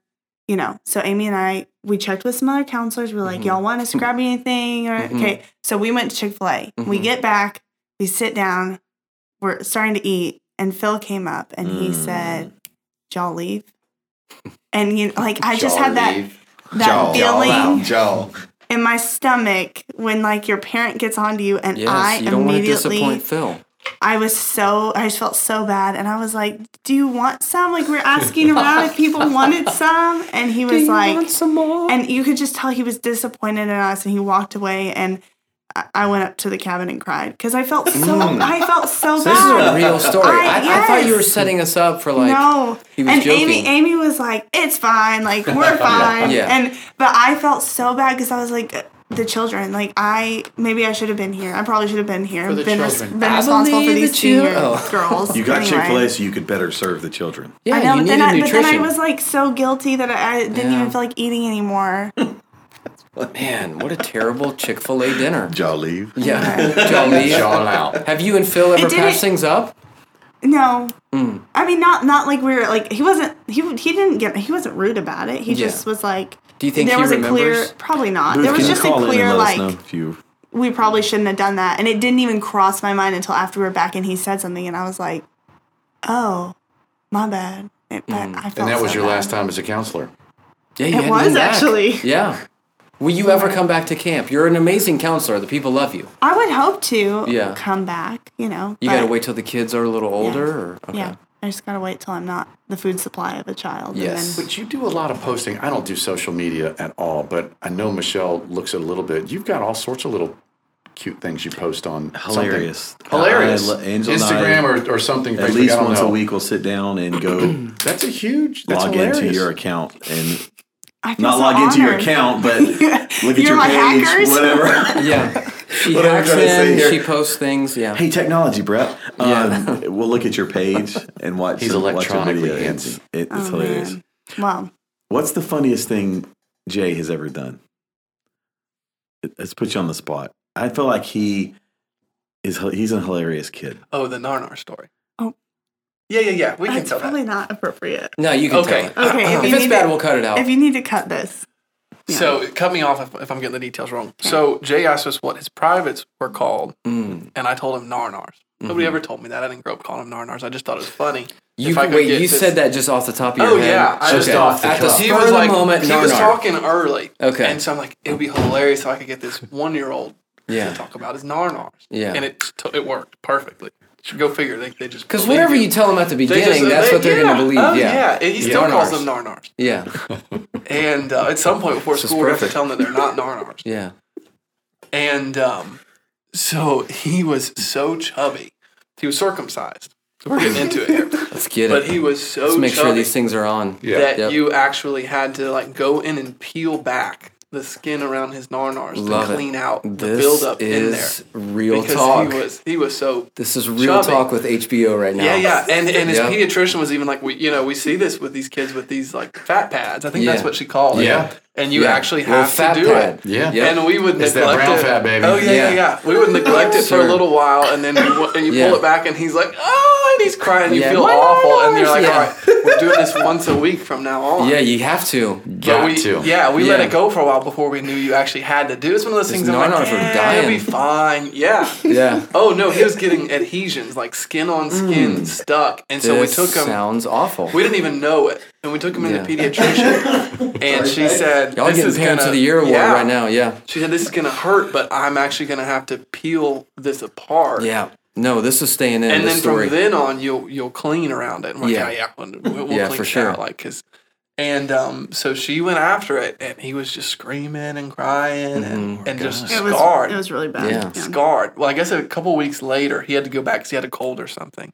Speaker 5: you know. So Amy and I, we checked with some other counselors. We were
Speaker 2: Mm-hmm.
Speaker 5: like, Y'all want us to grab anything? Or
Speaker 3: Mhm.
Speaker 5: okay. So we went to Chick-fil-A. We
Speaker 2: Mm-hmm.
Speaker 3: Mhm.
Speaker 5: get back, we sit down, we're starting to eat, and Phil came up and he
Speaker 2: Mm.
Speaker 5: said, Y'all leave. And you know, like I just had that
Speaker 2: Y'all.
Speaker 5: that feeling
Speaker 2: Joe.
Speaker 5: in my stomach when like your parent gets onto you and
Speaker 3: Yes.
Speaker 5: I
Speaker 3: you don't want to
Speaker 5: immediately
Speaker 3: disappoint Phil.
Speaker 5: I was so I just felt so bad and I was like, Do you want some? Like we're asking around if people wanted some and he was like
Speaker 3: some more?
Speaker 5: and you could just tell he was disappointed in us and he walked away and I- I went up to the cabin and cried because I felt so I felt so,
Speaker 3: Mm. this is
Speaker 5: bad.
Speaker 3: a real story. I,
Speaker 5: I-
Speaker 3: I thought you were
Speaker 5: yes.
Speaker 3: setting us up for like.
Speaker 5: no.
Speaker 3: he was
Speaker 5: and
Speaker 3: joking.
Speaker 5: Amy Amy was like, "It's fine. Like we're fine."
Speaker 3: Yeah.
Speaker 5: And but I felt so bad cuz I was like the children, like I maybe I should have been here. I probably should have been here.
Speaker 1: For the
Speaker 5: been res-
Speaker 1: children.
Speaker 5: been
Speaker 3: I
Speaker 5: responsible for
Speaker 3: believe
Speaker 5: these
Speaker 3: the
Speaker 5: two
Speaker 3: chil-
Speaker 5: year
Speaker 3: Oh.
Speaker 5: girls.
Speaker 2: You got
Speaker 5: Anyway.
Speaker 2: Chick Fil A, so you could better serve the children.
Speaker 3: Yeah,
Speaker 5: I know,
Speaker 3: you
Speaker 5: but then
Speaker 3: needed
Speaker 5: I, but then I
Speaker 3: nutrition.
Speaker 5: was like so guilty that I, I didn't
Speaker 3: Yeah.
Speaker 5: even feel like eating anymore.
Speaker 3: Man, what a terrible Chick Fil A dinner.
Speaker 2: Y'all leave.
Speaker 3: Yeah, Jolie.
Speaker 1: All out.
Speaker 3: Have you and Phil ever
Speaker 5: It didn't-
Speaker 3: patched things up?
Speaker 5: No, I mean not not like we were like he wasn't he he didn't get he wasn't rude about it. He
Speaker 3: Yeah.
Speaker 5: just was like.
Speaker 3: Do you think
Speaker 5: there
Speaker 3: he
Speaker 5: was a clear
Speaker 3: remembers?
Speaker 5: probably not.
Speaker 2: Booth,
Speaker 5: there was
Speaker 2: can you
Speaker 5: just a
Speaker 2: call in and
Speaker 5: clear
Speaker 2: let us
Speaker 5: like
Speaker 2: know if you
Speaker 5: we probably shouldn't have done that. And it didn't even cross my mind until after we were back and he said something and I was like, oh, my bad. It, but I felt
Speaker 1: And that was
Speaker 5: so
Speaker 1: your
Speaker 5: bad.
Speaker 1: last time as a counselor.
Speaker 3: Yeah, you
Speaker 5: It
Speaker 3: hadn't
Speaker 5: was,
Speaker 3: been back.
Speaker 5: actually.
Speaker 3: Yeah. Will you ever come back to camp? You're an amazing counselor. The people love you.
Speaker 5: I would hope to
Speaker 3: Yeah.
Speaker 5: come back, you know.
Speaker 3: You got to
Speaker 5: but-
Speaker 3: wait till the kids are a little older. Or, okay.
Speaker 5: Yeah. I just gotta wait till I'm not the food supply of a child.
Speaker 3: Yes.
Speaker 5: And
Speaker 1: But you do a lot of posting. I don't do social media at all, but I know Michelle looks at it a little bit. You've got all sorts of little cute things you post on something.
Speaker 2: Hilarious.
Speaker 1: hilarious,
Speaker 2: I- Angel and I-
Speaker 1: Instagram or, or something.
Speaker 2: at
Speaker 1: Facebook, I
Speaker 2: least
Speaker 1: don't
Speaker 2: once
Speaker 1: know.
Speaker 2: a week we'll sit down and go
Speaker 1: That's a huge. That's
Speaker 2: log
Speaker 1: hilarious.
Speaker 2: into your account and
Speaker 5: I feel
Speaker 2: not
Speaker 5: so
Speaker 2: log into your
Speaker 5: honored.
Speaker 2: account, but look at
Speaker 5: You're
Speaker 2: your
Speaker 5: my
Speaker 2: page,
Speaker 5: hackers?
Speaker 2: whatever.
Speaker 3: Yeah. She
Speaker 2: What am I
Speaker 3: hacks
Speaker 2: gonna say
Speaker 3: in,
Speaker 2: here?
Speaker 3: she posts things. Yeah.
Speaker 2: hey, technology, Brett. Um,
Speaker 3: Yeah.
Speaker 2: we'll look at your page and watch.
Speaker 1: He's
Speaker 2: some- watch a
Speaker 1: electronically
Speaker 2: video. It's,
Speaker 1: handsy.
Speaker 2: it- it's
Speaker 5: Oh,
Speaker 2: hilarious.
Speaker 5: man. Well,
Speaker 2: What's the funniest thing Jay has ever done? It- Let's put you on the spot. I feel like he is. He's a hilarious kid.
Speaker 4: Oh, the Narnar story.
Speaker 5: Oh.
Speaker 4: Yeah, yeah, yeah. We can
Speaker 5: that's
Speaker 4: tell that.
Speaker 5: probably not appropriate.
Speaker 3: No, you can
Speaker 4: Okay.
Speaker 3: tell it.
Speaker 5: Okay, if,
Speaker 3: Uh-huh. If
Speaker 5: you
Speaker 3: it's
Speaker 5: need
Speaker 3: bad,
Speaker 5: to,
Speaker 3: we'll cut it out.
Speaker 5: if you need to cut this. Yeah.
Speaker 4: So cut me off if, if I'm getting the details wrong. So Jay asked us what his privates were called,
Speaker 3: Mm. Mm-hmm.
Speaker 4: and I told him Narnars. Nobody ever told me that. I didn't grow up calling them Narnars. I just thought it was funny.
Speaker 3: You
Speaker 4: If I could
Speaker 3: wait.
Speaker 4: get
Speaker 3: You
Speaker 4: this-
Speaker 3: said that just off the top of your
Speaker 4: Oh
Speaker 3: head.
Speaker 4: yeah, I
Speaker 1: Just
Speaker 4: just
Speaker 1: off the
Speaker 3: At the
Speaker 1: cuff.
Speaker 3: spur
Speaker 4: He
Speaker 3: of
Speaker 4: was
Speaker 3: the
Speaker 4: like,
Speaker 3: moment,
Speaker 4: he was
Speaker 3: Narnar.
Speaker 4: talking early.
Speaker 3: Okay.
Speaker 4: and so I'm like, it would be hilarious if I could get this one year old to
Speaker 3: Yeah.
Speaker 4: talk about his Narnars.
Speaker 3: Yeah.
Speaker 4: and it t- it worked perfectly. Go figure. They, they just
Speaker 3: Because
Speaker 4: believe
Speaker 3: whatever you tell them at the
Speaker 4: They
Speaker 3: beginning,
Speaker 4: just-
Speaker 3: that's
Speaker 4: they-
Speaker 3: what they're going to believe.
Speaker 4: Oh,
Speaker 3: yeah.
Speaker 4: And he still
Speaker 3: Narnars.
Speaker 4: calls them Narnars.
Speaker 3: Yeah.
Speaker 4: And uh, at some point before
Speaker 3: is
Speaker 4: school, we have to
Speaker 3: perfect.
Speaker 4: tell them that they're not Narnars.
Speaker 3: Yeah.
Speaker 4: And um, so he was so chubby. He was circumcised. So we're getting into it here.
Speaker 3: Let's get
Speaker 4: But
Speaker 3: it.
Speaker 4: he was so
Speaker 3: Let's make
Speaker 4: chubby
Speaker 3: sure these things are on.
Speaker 1: Yeah.
Speaker 4: that
Speaker 3: Yep.
Speaker 4: you actually had to like go in and peel back the skin around his narnars
Speaker 3: Love
Speaker 4: to
Speaker 3: it.
Speaker 4: clean out the
Speaker 3: This
Speaker 4: buildup in there.
Speaker 3: is real
Speaker 4: because
Speaker 3: talk.
Speaker 4: He was he was so
Speaker 3: This is real
Speaker 4: Chubby.
Speaker 3: talk with HBO right now.
Speaker 4: yeah yeah, and and his
Speaker 3: Yeah.
Speaker 4: pediatrician was even like we you know we see this with these kids with these like fat pads. I think that's
Speaker 3: Yeah.
Speaker 4: what she called it.
Speaker 1: Yeah.
Speaker 4: and you
Speaker 3: Yeah.
Speaker 4: actually
Speaker 3: Little
Speaker 4: have
Speaker 3: fat
Speaker 4: to do
Speaker 3: pad.
Speaker 4: it.
Speaker 1: Yeah.
Speaker 3: Yep.
Speaker 4: And we would
Speaker 1: It's that
Speaker 4: neglect
Speaker 1: brown
Speaker 4: it.
Speaker 1: fat, baby.
Speaker 4: Oh yeah,
Speaker 3: Yeah.
Speaker 4: yeah, yeah. We would neglect it for a
Speaker 3: Sure.
Speaker 4: little while, and then you, wa- and you
Speaker 3: Yeah.
Speaker 4: pull it back, and he's like, "Oh," and he's crying. and You
Speaker 3: Yeah.
Speaker 4: feel
Speaker 3: My
Speaker 4: awful, and you're
Speaker 3: narnars.
Speaker 4: like,
Speaker 3: Yeah.
Speaker 4: "All right, we're doing this once a week from now on."
Speaker 3: Yeah, you have to.
Speaker 1: Got
Speaker 4: but we,
Speaker 1: to.
Speaker 4: Yeah, we let
Speaker 3: Yeah.
Speaker 4: it go for a while before we knew you actually had to do. It's one of those things. I'm
Speaker 3: narnars
Speaker 4: like,
Speaker 3: were
Speaker 4: "Eh, it'll
Speaker 3: dying."
Speaker 4: be fine. Yeah.
Speaker 3: Yeah. Mm.
Speaker 4: Oh no, he was getting adhesions, like skin on skin stuck, and so we
Speaker 3: This
Speaker 4: took him.
Speaker 3: Sounds awful.
Speaker 4: we didn't even know it, and we took him in the
Speaker 3: Yeah.
Speaker 4: pediatrician, and she said,
Speaker 3: Y'all
Speaker 4: "This
Speaker 3: getting
Speaker 4: is
Speaker 3: Parents
Speaker 4: gonna,
Speaker 3: of the Year award
Speaker 4: yeah.
Speaker 3: right now. Yeah.
Speaker 4: She said, "This is gonna hurt, but I'm actually gonna have to peel this apart."
Speaker 3: Yeah. No, this is staying in.
Speaker 4: and
Speaker 3: this
Speaker 4: then
Speaker 3: story.
Speaker 4: from then on, you'll you'll clean around it. I'm like,
Speaker 3: Yeah.
Speaker 4: yeah, yeah, we'll, we'll
Speaker 3: Yeah,
Speaker 4: clean
Speaker 3: for
Speaker 4: it
Speaker 3: sure.
Speaker 4: out, like, cause. And um, so she went after it, and he was just screaming and crying and, and just
Speaker 5: It was
Speaker 4: scarred.
Speaker 5: it was really bad.
Speaker 3: Yeah.
Speaker 4: scarred. Well, I guess a couple weeks later, he had to go back because he had a cold or something.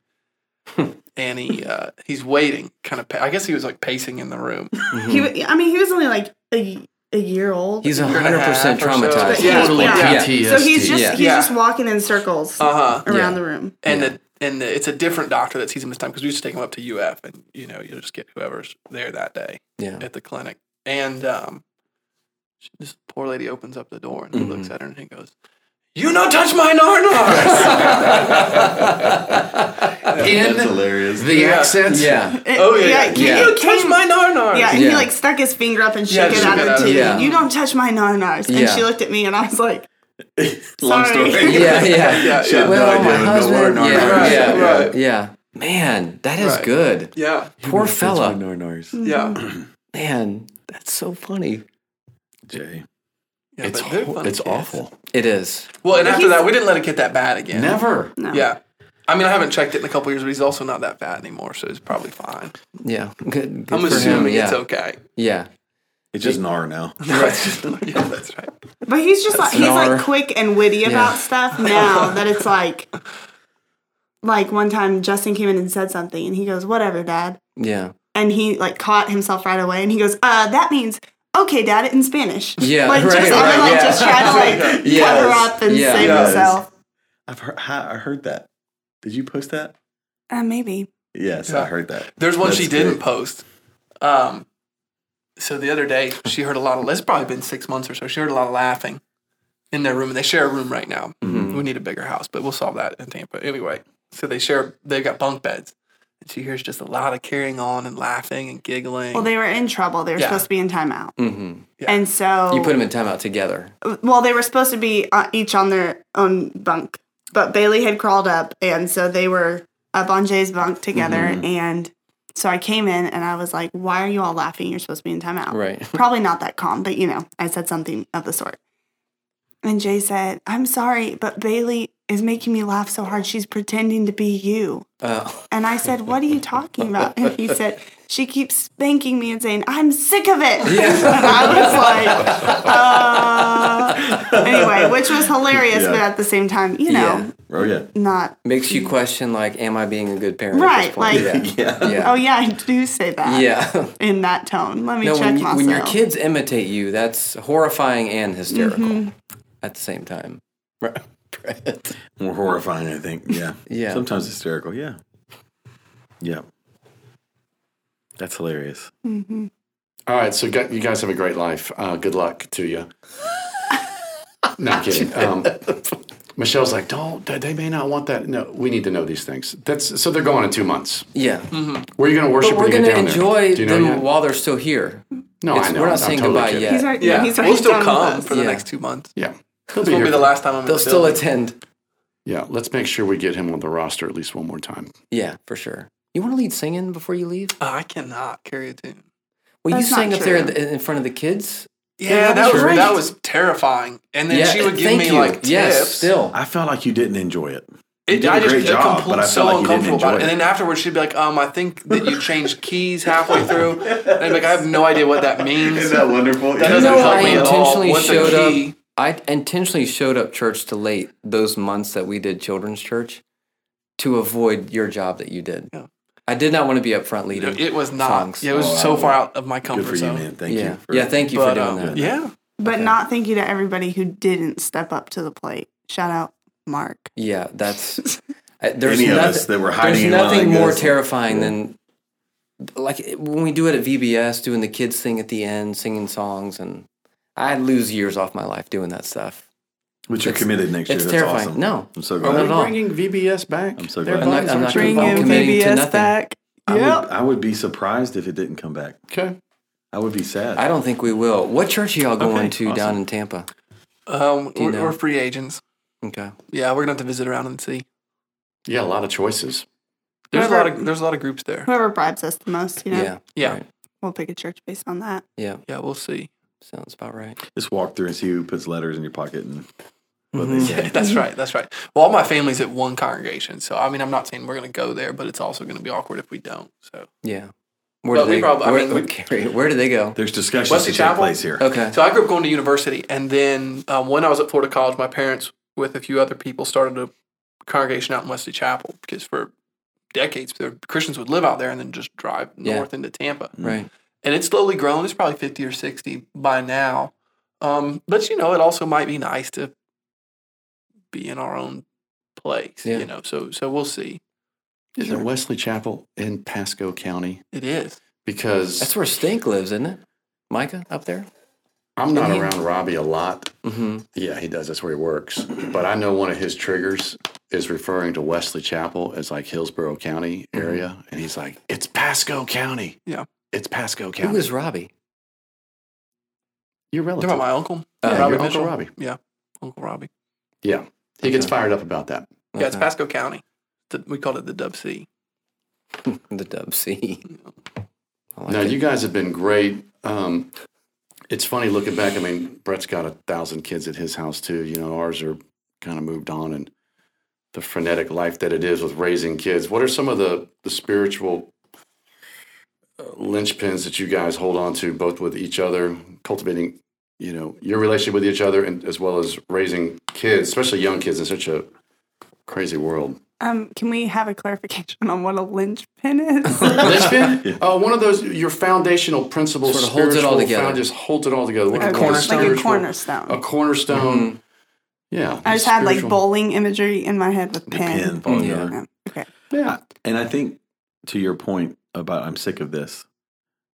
Speaker 4: and he uh, he's waiting, kind of. Pa- I guess he was like pacing in the room.
Speaker 5: He, wa- I mean, he was only like a, a year old.
Speaker 3: Mm-hmm. He's
Speaker 4: and a
Speaker 3: hundred percent
Speaker 4: half or so.
Speaker 3: traumatized.
Speaker 4: Yeah.
Speaker 1: Totally
Speaker 5: Yeah.
Speaker 1: PTSD.
Speaker 5: so he's just
Speaker 3: Yeah.
Speaker 5: he's just walking in circles
Speaker 4: Uh huh.
Speaker 5: around
Speaker 3: Yeah.
Speaker 5: the room.
Speaker 4: And the and the, it's a different doctor that sees him this time because we used to take him up to UF, and you know you'll just get whoever's there that day
Speaker 3: Yeah.
Speaker 4: at the clinic. And um, she, this poor lady opens up the door and he looks at her and he goes, "You no touch my narnars."
Speaker 2: That's
Speaker 1: in
Speaker 2: hilarious.
Speaker 1: the accents.
Speaker 3: Yeah.
Speaker 5: It-
Speaker 4: oh yeah,
Speaker 5: he-
Speaker 3: yeah.
Speaker 5: he
Speaker 4: You touch
Speaker 5: came-
Speaker 4: my narnars.
Speaker 5: Yeah, and
Speaker 3: Yeah.
Speaker 5: he like stuck his finger up and shook
Speaker 4: Yeah,
Speaker 5: it
Speaker 4: shook
Speaker 5: at
Speaker 4: it
Speaker 5: her
Speaker 4: at her.
Speaker 5: too.
Speaker 3: Yeah.
Speaker 5: You don't touch my non-nars.
Speaker 3: Yeah.
Speaker 5: And she looked at me and I was like,
Speaker 2: Long
Speaker 5: Sorry.
Speaker 2: story.
Speaker 3: Yeah. Yeah.
Speaker 4: Yeah,
Speaker 2: She had
Speaker 4: yeah,
Speaker 2: no
Speaker 3: Well,
Speaker 2: idea
Speaker 3: my
Speaker 2: what no Narnar
Speaker 3: husband- yeah,
Speaker 2: was.
Speaker 4: right,
Speaker 3: yeah,
Speaker 4: right.
Speaker 3: Yeah. Man, that is
Speaker 4: Right.
Speaker 3: good.
Speaker 4: yeah,
Speaker 3: Poor fella.
Speaker 2: Narnars.
Speaker 4: yeah.
Speaker 3: Man, that's so funny.
Speaker 2: Jay.
Speaker 4: Yeah,
Speaker 1: It's
Speaker 4: but they're
Speaker 1: ho-
Speaker 4: funny
Speaker 1: it's
Speaker 4: kids.
Speaker 1: awful.
Speaker 3: It is.
Speaker 4: Well, and after
Speaker 5: he's-
Speaker 4: that, we didn't let it get that bad again.
Speaker 1: Never.
Speaker 5: no.
Speaker 4: Yeah. I mean, I haven't checked it in a couple years, but he's also not that fat anymore, so he's probably fine.
Speaker 3: Yeah. Good. good
Speaker 4: I'm
Speaker 3: for him.
Speaker 4: assuming
Speaker 3: Yeah.
Speaker 4: it's okay.
Speaker 3: Yeah.
Speaker 2: It's just Nar now.
Speaker 4: No, it's just not- yeah, that's right.
Speaker 5: But he's just like he's
Speaker 3: Gnar.
Speaker 5: like quick and witty about stuff now that it's like like one time Justin came in and said something and he goes, Whatever, Dad.
Speaker 3: Yeah.
Speaker 5: And he like caught himself right away and he goes, Uh, that means okay, Dad, in Spanish.
Speaker 3: Yeah,
Speaker 5: Like
Speaker 3: right,
Speaker 5: just, and then,
Speaker 3: right,
Speaker 5: like,
Speaker 3: yeah.
Speaker 5: just try to like
Speaker 3: Yes.
Speaker 5: cover up and
Speaker 3: Yeah.
Speaker 5: save
Speaker 2: Yes.
Speaker 5: himself.
Speaker 2: I've heard, I heard that. Did you post that?
Speaker 5: Uh, maybe.
Speaker 2: Yes, I
Speaker 4: Yeah.
Speaker 2: heard that.
Speaker 4: There's one
Speaker 2: That's
Speaker 4: she didn't
Speaker 2: good.
Speaker 4: post. Um, so the other day, she heard a lot of, it's probably been six months or so, she heard a lot of laughing in their room. And they share a room right now.
Speaker 3: Mm-hmm.
Speaker 4: We need a bigger house, but we'll solve that in Tampa. Anyway, so they share, they've got bunk beds. And she hears just a lot of carrying on and laughing and giggling.
Speaker 5: Well, they were in trouble. They were
Speaker 4: Yeah.
Speaker 5: supposed to be in timeout.
Speaker 3: Mm-hmm.
Speaker 5: And so
Speaker 3: You put him in timeout together.
Speaker 5: well, they were supposed to be uh, each on their own bunk, but Bailey had crawled up, and so they were up on Jay's bunk together. And so I came in and I was like, "Why are you all laughing? You're supposed to be in timeout."
Speaker 3: Right.
Speaker 5: Probably not that calm, but you know, I said something of the sort. And Jay said, "I'm sorry, but Bailey is making me laugh so hard. She's pretending to be you."
Speaker 3: Uh,
Speaker 5: And I said, "What are you talking about?" And he said, "She keeps spanking me and saying I'm sick of it." and I was like, uh, anyway, which was hilarious,
Speaker 2: Yeah.
Speaker 5: but at the same time, you know,
Speaker 3: Yeah.
Speaker 2: Oh, yeah.
Speaker 5: not
Speaker 3: makes you question like, am I being a good parent? At this
Speaker 5: Right,
Speaker 3: point?
Speaker 5: like-
Speaker 3: yeah. Yeah.
Speaker 5: Oh yeah, I do say that
Speaker 3: yeah.
Speaker 5: in that tone. Let me
Speaker 3: No,
Speaker 5: check
Speaker 3: when, you-
Speaker 5: myself.
Speaker 3: when your kids imitate you, that's horrifying and hysterical at the same time. Right.
Speaker 2: More horrifying, I think. Yeah.
Speaker 3: Yeah.
Speaker 2: Sometimes hysterical. Yeah. Yeah. That's hilarious.
Speaker 1: All right, so gu- you guys have a great life. Uh, good luck to you. Not kidding. Um, Michelle's like, don't. They they may not want that. No, we need to know these things. That's so they're going in two months.
Speaker 3: Yeah.
Speaker 1: Where are you going to worship?
Speaker 3: But we're
Speaker 1: when you
Speaker 3: going
Speaker 1: get
Speaker 3: to
Speaker 1: down there?
Speaker 3: enjoy
Speaker 1: Do you know
Speaker 3: them
Speaker 1: yet?
Speaker 3: while they're still here.
Speaker 1: No, I
Speaker 3: It's-
Speaker 1: know.
Speaker 3: We're not
Speaker 1: I'm- I'm
Speaker 3: saying
Speaker 1: totally
Speaker 3: goodbye
Speaker 1: kidding.
Speaker 5: he's
Speaker 3: yet.
Speaker 5: already,
Speaker 4: yeah,
Speaker 5: he's already
Speaker 4: we'll still
Speaker 5: done with
Speaker 4: come
Speaker 5: us.
Speaker 4: for the
Speaker 3: Yeah.
Speaker 4: next two months.
Speaker 1: Yeah, he'll
Speaker 4: This
Speaker 1: be
Speaker 4: won't
Speaker 1: here.
Speaker 4: be the last time I'm in
Speaker 3: They'll
Speaker 4: the
Speaker 3: still
Speaker 4: building.
Speaker 3: attend.
Speaker 1: yeah, let's make sure we get him on the roster at least one more time.
Speaker 3: Yeah, for sure. You want to lead singing before you leave?
Speaker 4: Oh, I cannot carry a tune.
Speaker 3: Well, you
Speaker 5: That's not
Speaker 3: sang up there in,
Speaker 5: true.
Speaker 3: the- in front of the kids.
Speaker 4: Yeah, that was
Speaker 3: Sure.
Speaker 4: that was terrifying. And then
Speaker 3: yeah,
Speaker 4: she would give
Speaker 3: thank
Speaker 4: me
Speaker 3: you.
Speaker 4: like tips.
Speaker 3: yes, still.
Speaker 2: I felt like you didn't enjoy it.
Speaker 4: It,
Speaker 2: did a
Speaker 4: I just
Speaker 2: great
Speaker 4: felt
Speaker 2: job,
Speaker 4: complete-
Speaker 2: but I felt
Speaker 4: so
Speaker 2: like you didn't
Speaker 4: uncomfortable about it.
Speaker 2: enjoy
Speaker 4: And
Speaker 2: it.
Speaker 4: then afterwards, she'd be like, "Um, I think that you changed keys halfway through." And I'd be like, "I have no idea what that means." That
Speaker 2: wonderful?
Speaker 4: doesn't
Speaker 3: No,
Speaker 4: help
Speaker 3: I
Speaker 4: me at all.
Speaker 3: intentionally
Speaker 4: What's a
Speaker 3: showed up-
Speaker 4: key?
Speaker 3: I intentionally showed up church to late those months that we did children's church to avoid your job that you did.
Speaker 4: Yeah.
Speaker 3: I did not want to be up front leading.
Speaker 4: It was not.
Speaker 3: Songs.
Speaker 4: Yeah, it was
Speaker 2: Oh,
Speaker 4: so
Speaker 2: I-
Speaker 4: far out of my
Speaker 2: good
Speaker 4: comfort
Speaker 2: for you,
Speaker 4: zone.
Speaker 2: man. Thank
Speaker 3: yeah,
Speaker 2: you. for-
Speaker 3: yeah. Thank you
Speaker 4: But
Speaker 3: for doing
Speaker 4: um,
Speaker 3: that.
Speaker 4: yeah,
Speaker 5: But not thank you to everybody who didn't step up to the plate. Shout out Mark.
Speaker 3: Yeah, that's I- there's
Speaker 2: Any of
Speaker 3: nothing,
Speaker 2: us that were hiding in
Speaker 3: There's nothing
Speaker 2: line
Speaker 3: more
Speaker 2: goes-
Speaker 3: terrifying than like when we do it at VBS, doing the kids thing at the end, singing songs, and I lose years off my life doing that stuff.
Speaker 2: But you're
Speaker 3: It's-
Speaker 2: committed next year.
Speaker 3: it's
Speaker 2: That's
Speaker 3: terrifying.
Speaker 2: awesome.
Speaker 3: No.
Speaker 2: I'm so
Speaker 3: Or
Speaker 2: glad.
Speaker 3: not at all.
Speaker 1: Bringing VBS back.
Speaker 2: I'm so
Speaker 1: Their
Speaker 2: glad.
Speaker 1: bodies
Speaker 3: I'm not- I'm
Speaker 1: aren't
Speaker 3: not
Speaker 1: too
Speaker 5: Bring
Speaker 3: Bring
Speaker 1: involved.
Speaker 3: in committing to
Speaker 5: VBS
Speaker 3: nothing.
Speaker 5: back.
Speaker 2: I, would,
Speaker 5: Yep.
Speaker 2: I would be surprised if it didn't come back.
Speaker 1: Okay.
Speaker 2: I would be sad.
Speaker 3: I don't think we will. What church are y'all going
Speaker 2: Okay,
Speaker 3: to
Speaker 2: awesome.
Speaker 3: down in Tampa?
Speaker 4: Um,
Speaker 3: you
Speaker 4: we're,
Speaker 3: know?
Speaker 4: we're free agents.
Speaker 3: Okay.
Speaker 4: Yeah, we're gonna have to visit around and see.
Speaker 1: You got a lot of choices.
Speaker 4: There's a lot
Speaker 5: Whoever-
Speaker 4: of there's a lot of groups there.
Speaker 5: Whoever bribes us the most, you know,
Speaker 3: Yeah.
Speaker 4: Yeah.
Speaker 3: right.
Speaker 5: we'll pick a church based on that.
Speaker 3: Yeah.
Speaker 4: Yeah, we'll see.
Speaker 3: Sounds about right.
Speaker 2: Just walk through and see who puts letters in your pocket and what they
Speaker 4: Mm-hmm.
Speaker 3: Mhm.
Speaker 2: say.
Speaker 4: that's right. That's right. Well, all my family's at one congregation, so I mean, I'm not saying we're gonna go there, but it's also gonna be awkward if we don't. So.
Speaker 3: Yeah. Where
Speaker 4: But
Speaker 3: do
Speaker 4: we
Speaker 3: they
Speaker 4: probably- I
Speaker 3: where,
Speaker 4: mean, we-
Speaker 3: Carrie, where do they go?
Speaker 2: There's discussions to
Speaker 4: Wesley
Speaker 2: take
Speaker 4: Chapel?
Speaker 2: place here.
Speaker 3: Okay.
Speaker 4: So I grew up going to university, and then um, when I was at Florida College, my parents, with a few other people, started a congregation out in Wesley Chapel because for decades the Christians would live out there and then just drive
Speaker 3: Yeah.
Speaker 4: north into Tampa.
Speaker 3: right.
Speaker 4: And it's slowly grown. It's probably fifty or sixty by now. Um, but you know, it also might be nice to be in our own place.
Speaker 3: Yeah.
Speaker 4: You know, so so we'll see.
Speaker 1: Is it Wesley Chapel in Pasco County?
Speaker 4: It is.
Speaker 1: Because
Speaker 3: That's where Stink lives, isn't it? Micah up there?
Speaker 1: I'm not
Speaker 3: he-
Speaker 1: around Robbie a lot.
Speaker 3: Mm-hmm.
Speaker 1: Yeah, he does. That's where he works. But I know one of his triggers is referring to Wesley Chapel as like Hillsborough County area. And he's like, it's Pasco County.
Speaker 4: Mm-hmm. Yeah.
Speaker 1: It's Pasco
Speaker 3: Who
Speaker 1: County.
Speaker 3: is Robbie?
Speaker 1: Your
Speaker 4: Talking
Speaker 1: relative.
Speaker 4: about my uncle,
Speaker 3: Uh,
Speaker 1: yeah,
Speaker 4: Robbie
Speaker 1: your Uncle
Speaker 4: Mitchell?
Speaker 1: Robbie.
Speaker 4: Uncle Robbie.
Speaker 1: Yeah. He gets
Speaker 3: Okay.
Speaker 1: fired up about that.
Speaker 4: Yeah, it's
Speaker 3: Okay.
Speaker 4: Pasco County. The- We called it the Dub C.
Speaker 3: the Dub C. I like
Speaker 1: No,
Speaker 3: it.
Speaker 1: you guys have been great. Um, it's funny looking back. I mean, Brett's got a thousand kids at his house too. You know, ours are kind of moved on, and the frenetic life that it is with raising kids. What are some of the the spiritual uh, linchpins that you guys hold on to, both with each other, cultivating, you know, your relationship with each other, and as well as raising kids, especially young kids, in such a crazy world?
Speaker 5: Um, can we have a clarification on what a linchpin is?
Speaker 1: Linchpin, uh, one of those your foundational principles
Speaker 3: Sort of holds it all
Speaker 1: spiritual
Speaker 3: together.
Speaker 1: found- just holds it all together. What do you
Speaker 5: Okay,
Speaker 1: call it?
Speaker 5: Like a
Speaker 1: Spiritual-
Speaker 5: cornerstone.
Speaker 1: A cornerstone.
Speaker 3: Mm-hmm.
Speaker 1: Yeah.
Speaker 5: I just had like
Speaker 1: spiritual-
Speaker 5: bowling imagery in my head with pin.
Speaker 2: Pin falling
Speaker 3: Yeah.
Speaker 2: over.
Speaker 5: Yeah, Okay.
Speaker 1: Yeah.
Speaker 2: I- and I think to your point about I'm sick of this,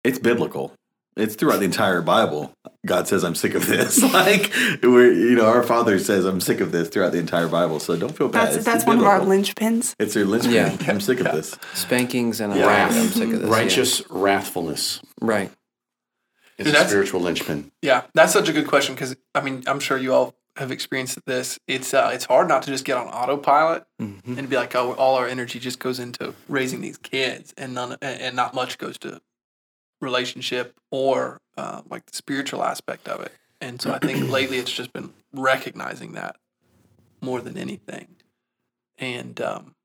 Speaker 2: it's biblical. It's throughout the entire Bible. God says I'm sick of this. like we're you know our Father says I'm sick of this throughout the entire Bible. So don't feel bad.
Speaker 5: That's
Speaker 2: It's
Speaker 5: that's one of our
Speaker 2: biblical.
Speaker 5: linchpins.
Speaker 2: It's your lynchpin.
Speaker 3: Yeah.
Speaker 2: I'm sick of this.
Speaker 3: Spankings and
Speaker 1: Yeah.
Speaker 3: wrath. I'm sick of this. yeah.
Speaker 1: Righteous wrathfulness.
Speaker 3: Right.
Speaker 1: It's
Speaker 4: Dude,
Speaker 1: a
Speaker 4: that's-
Speaker 1: spiritual linchpin.
Speaker 4: Yeah, that's such a good question because I mean I'm sure you all have experienced this. It's uh, it's hard not to just get on autopilot
Speaker 3: Mhm.
Speaker 4: and be like, oh, all our energy just goes into raising these kids, and none and and not much goes to relationship or uh, like the spiritual aspect of it. And so I think lately it's just been recognizing that more than anything. And um,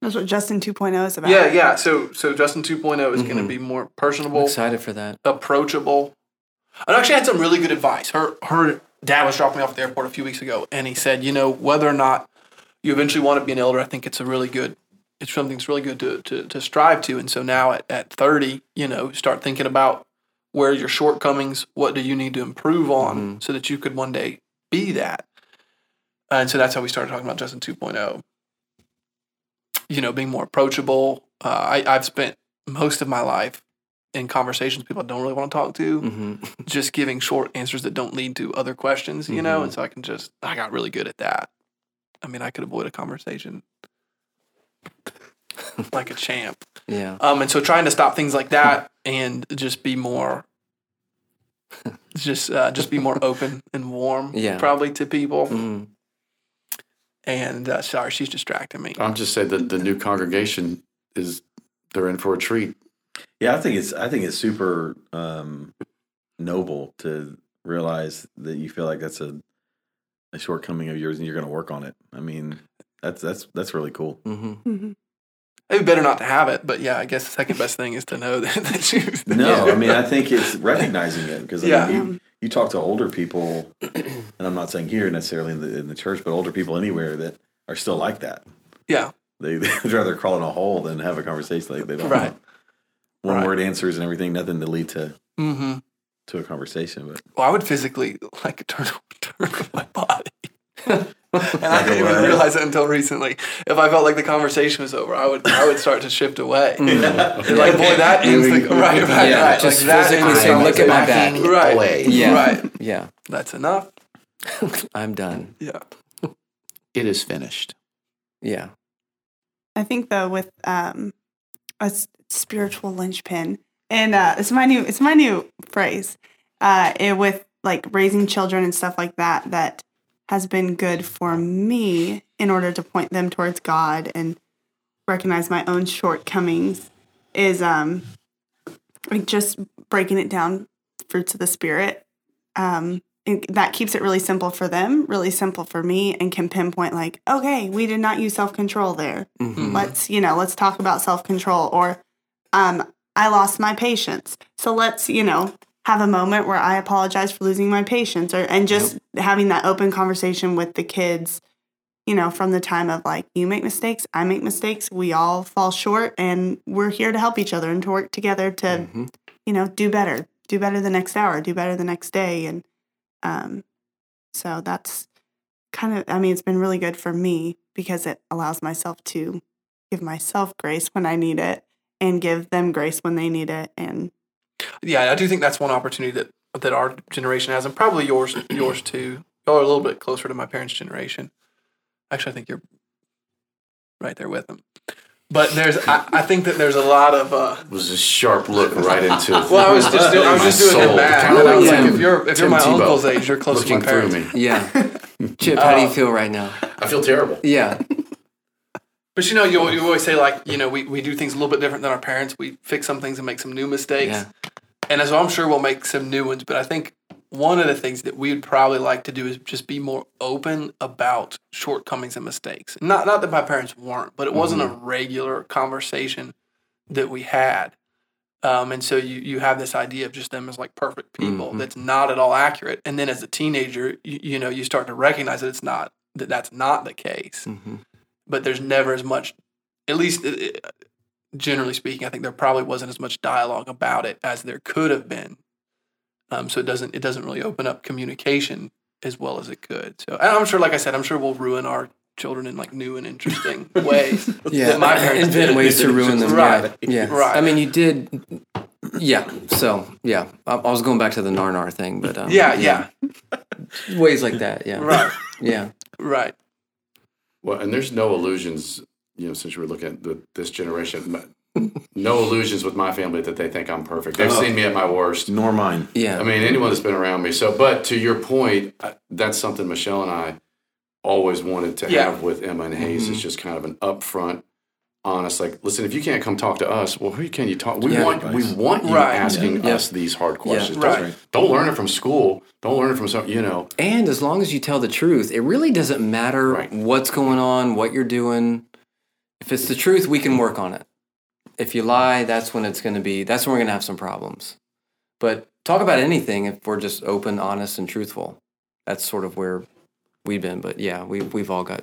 Speaker 5: That's what Justin 2.0 is about.
Speaker 4: yeah, yeah. So so Justin 2.0 is going
Speaker 3: Mhm.
Speaker 4: to be more
Speaker 3: I'm
Speaker 4: personable,
Speaker 3: excited for that.
Speaker 4: approachable. I actually had some really good advice. Her her dad was dropping me off at the airport a few weeks ago, and he said, you know, whether or not you eventually want to be an elder, I think it's a really good. It's something that's really good to, to, to strive to. And so now at, at 30, you know, start thinking about where are your shortcomings, what do you need to improve on so that you could one day be that. And so that's how we started talking about Justin 2.0. You know, being more approachable. Uh, I, I've spent most of my life in conversations with people I don't really want to talk to,
Speaker 3: hmm
Speaker 4: just giving short answers that don't lead to other questions, you
Speaker 2: Mm-hmm.
Speaker 4: know? And so I can just, I got really good at that. I mean, I could avoid a conversation like a champ.
Speaker 3: Yeah.
Speaker 4: Um, and so trying to stop things like that and just be more, just uh, just be more open and warm,
Speaker 3: Yeah.
Speaker 4: probably to people.
Speaker 3: Mhm.
Speaker 4: And uh, sorry, she's distracting
Speaker 2: Oh.
Speaker 4: me.
Speaker 1: I'm just saying that the new congregation is they're in for a treat.
Speaker 2: Yeah, I think it's I think it's super um, noble to realize that you feel like that's a a shortcoming of yours and you're going to work on it. I mean, that's that's that's really cool.
Speaker 3: Mhm.
Speaker 5: Mhm.
Speaker 4: It'd be better not to have it, but yeah, I guess the second best thing is to know that, that you.
Speaker 2: No, I mean, I think it's recognizing it because
Speaker 4: Yeah.
Speaker 2: you, you talk to older people, and I'm not saying here necessarily in the, in the church, but older people anywhere that are still like that.
Speaker 4: yeah,
Speaker 2: They, they'd rather crawl in a hole than have a conversation. Like they don't
Speaker 4: Right.
Speaker 2: one
Speaker 4: Right.
Speaker 2: word answers and everything, nothing to lead to
Speaker 4: hmm
Speaker 2: to a conversation, but
Speaker 4: Well, I would physically like turn turn my body. and I didn't
Speaker 2: away.
Speaker 4: even realize it until recently. If I felt like the conversation was over, I would I would start to shift away.
Speaker 3: Mm.
Speaker 4: And, like boy, that ends the right, right,
Speaker 3: Yeah,
Speaker 4: right.
Speaker 3: just
Speaker 4: like, that
Speaker 3: physically
Speaker 4: ends the
Speaker 3: say, "Look at my
Speaker 4: conversation."
Speaker 3: back."
Speaker 4: Right.
Speaker 3: Yeah.
Speaker 4: Right.
Speaker 3: Yeah.
Speaker 4: That's enough.
Speaker 3: I'm done.
Speaker 4: Yeah.
Speaker 1: It is finished.
Speaker 3: Yeah.
Speaker 5: I think though with um, a s- spiritual linchpin, and uh, it's my new it's my new phrase. Uh, it, with like raising children and stuff like that, that has been good for me in order to point them towards God and recognize my own shortcomings. Is um, like just breaking it down, fruits of the spirit. Um, and that keeps it really simple for them, really simple for me, and can pinpoint like, okay, we did not use self control there
Speaker 3: Mhm.
Speaker 5: let's you know let's talk about self-control or um, i lost my patience so let's you know have a moment where i apologize for losing my patience or and just having that open conversation with the kids you know from the time of like you make mistakes i make mistakes we all fall short and we're here to help each other and to work together to
Speaker 3: Mhm.
Speaker 5: you know do better do better the next hour do better the next day and um, so that's kind of i mean it's been really good for me because it allows myself to give myself grace when i need it and give them grace when they need it and
Speaker 4: Yeah, I do think that's one opportunity that that our generation has, and probably yours yours too. Y'all are a little bit closer to my parents' generation. Actually, I think you're right there with them. But there's, I, I think that there's a lot of. Uh,
Speaker 1: It was a sharp look right into.
Speaker 4: well, I was just doing, I was
Speaker 1: my
Speaker 4: just doing
Speaker 1: soul.
Speaker 4: it back.
Speaker 1: Kinda
Speaker 4: I was
Speaker 1: like
Speaker 4: like, if
Speaker 1: Tim-
Speaker 4: you're if you're
Speaker 1: Tim
Speaker 4: my
Speaker 1: Tebow
Speaker 4: uncle's age, you're close to
Speaker 1: looking
Speaker 4: my
Speaker 1: through
Speaker 4: parents.
Speaker 1: me.
Speaker 3: Yeah. Chip, how do you
Speaker 4: Oh.
Speaker 3: feel right now?
Speaker 1: I feel terrible.
Speaker 3: Yeah.
Speaker 4: But you know, you, you always say like, you know, we, we do things a little bit different than our parents. We fix some things and make some new mistakes.
Speaker 3: Yeah.
Speaker 4: And as I'm sure we'll make some new ones, but I think one of the things that we would probably like to do is just be more open about shortcomings and mistakes. Not not that my parents weren't, but it wasn't a regular conversation that we had. Um, and so you you have this idea of just them as like perfect people
Speaker 3: Mhm.
Speaker 4: that's not at all accurate. And then as a teenager, you, you know, you start to recognize that it's not that that's not the case
Speaker 3: Mm-hmm.
Speaker 4: but there's never as much at least uh, uh, generally speaking i think there probably wasn't as much dialogue about it as there could have been um, so it doesn't it doesn't really open up communication as well as it could so and i'm sure like i said i'm sure we'll ruin our children in like new and interesting ways
Speaker 3: Yeah.
Speaker 4: that my parents
Speaker 3: invent
Speaker 4: did.
Speaker 3: ways to ruin them.
Speaker 4: Right.
Speaker 3: Yeah. yeah.
Speaker 4: Right.
Speaker 3: I mean, you did. Yeah. So yeah, I, I was going back to the Narnar thing, but um,
Speaker 4: yeah yeah
Speaker 3: ways like that. Yeah.
Speaker 4: right
Speaker 3: Yeah.
Speaker 4: right
Speaker 1: Well, and there's no illusions, you know, since we're looking at the, this generation, m- no illusions with my family that they think I'm perfect. They've
Speaker 4: Oh.
Speaker 1: seen me at my worst.
Speaker 2: nor mine.
Speaker 3: Yeah.
Speaker 1: I mean, anyone that's been around me. So, but to your point, I- that's something Michelle and I always wanted to
Speaker 4: Yeah. Mm-hmm.
Speaker 1: have with Emma and Hayes is just kind of an upfront, honest, like, listen, if you can't come talk to us, well, who can you talk? We
Speaker 3: Yeah.
Speaker 1: want we want you
Speaker 4: Right.
Speaker 1: asking
Speaker 3: Yeah.
Speaker 1: us these hard questions.
Speaker 4: Right.
Speaker 1: Don't, don't learn it from school. Don't learn it from some, you know.
Speaker 3: And as long as you tell the truth, it really doesn't matter
Speaker 1: Right.
Speaker 3: what's going on, what you're doing. If it's the truth, we can work on it. If you lie, that's when it's going to be, that's when we're going to have some problems. But talk about anything if we're just open, honest, and truthful. That's sort of where we've been. But yeah, we, we've all got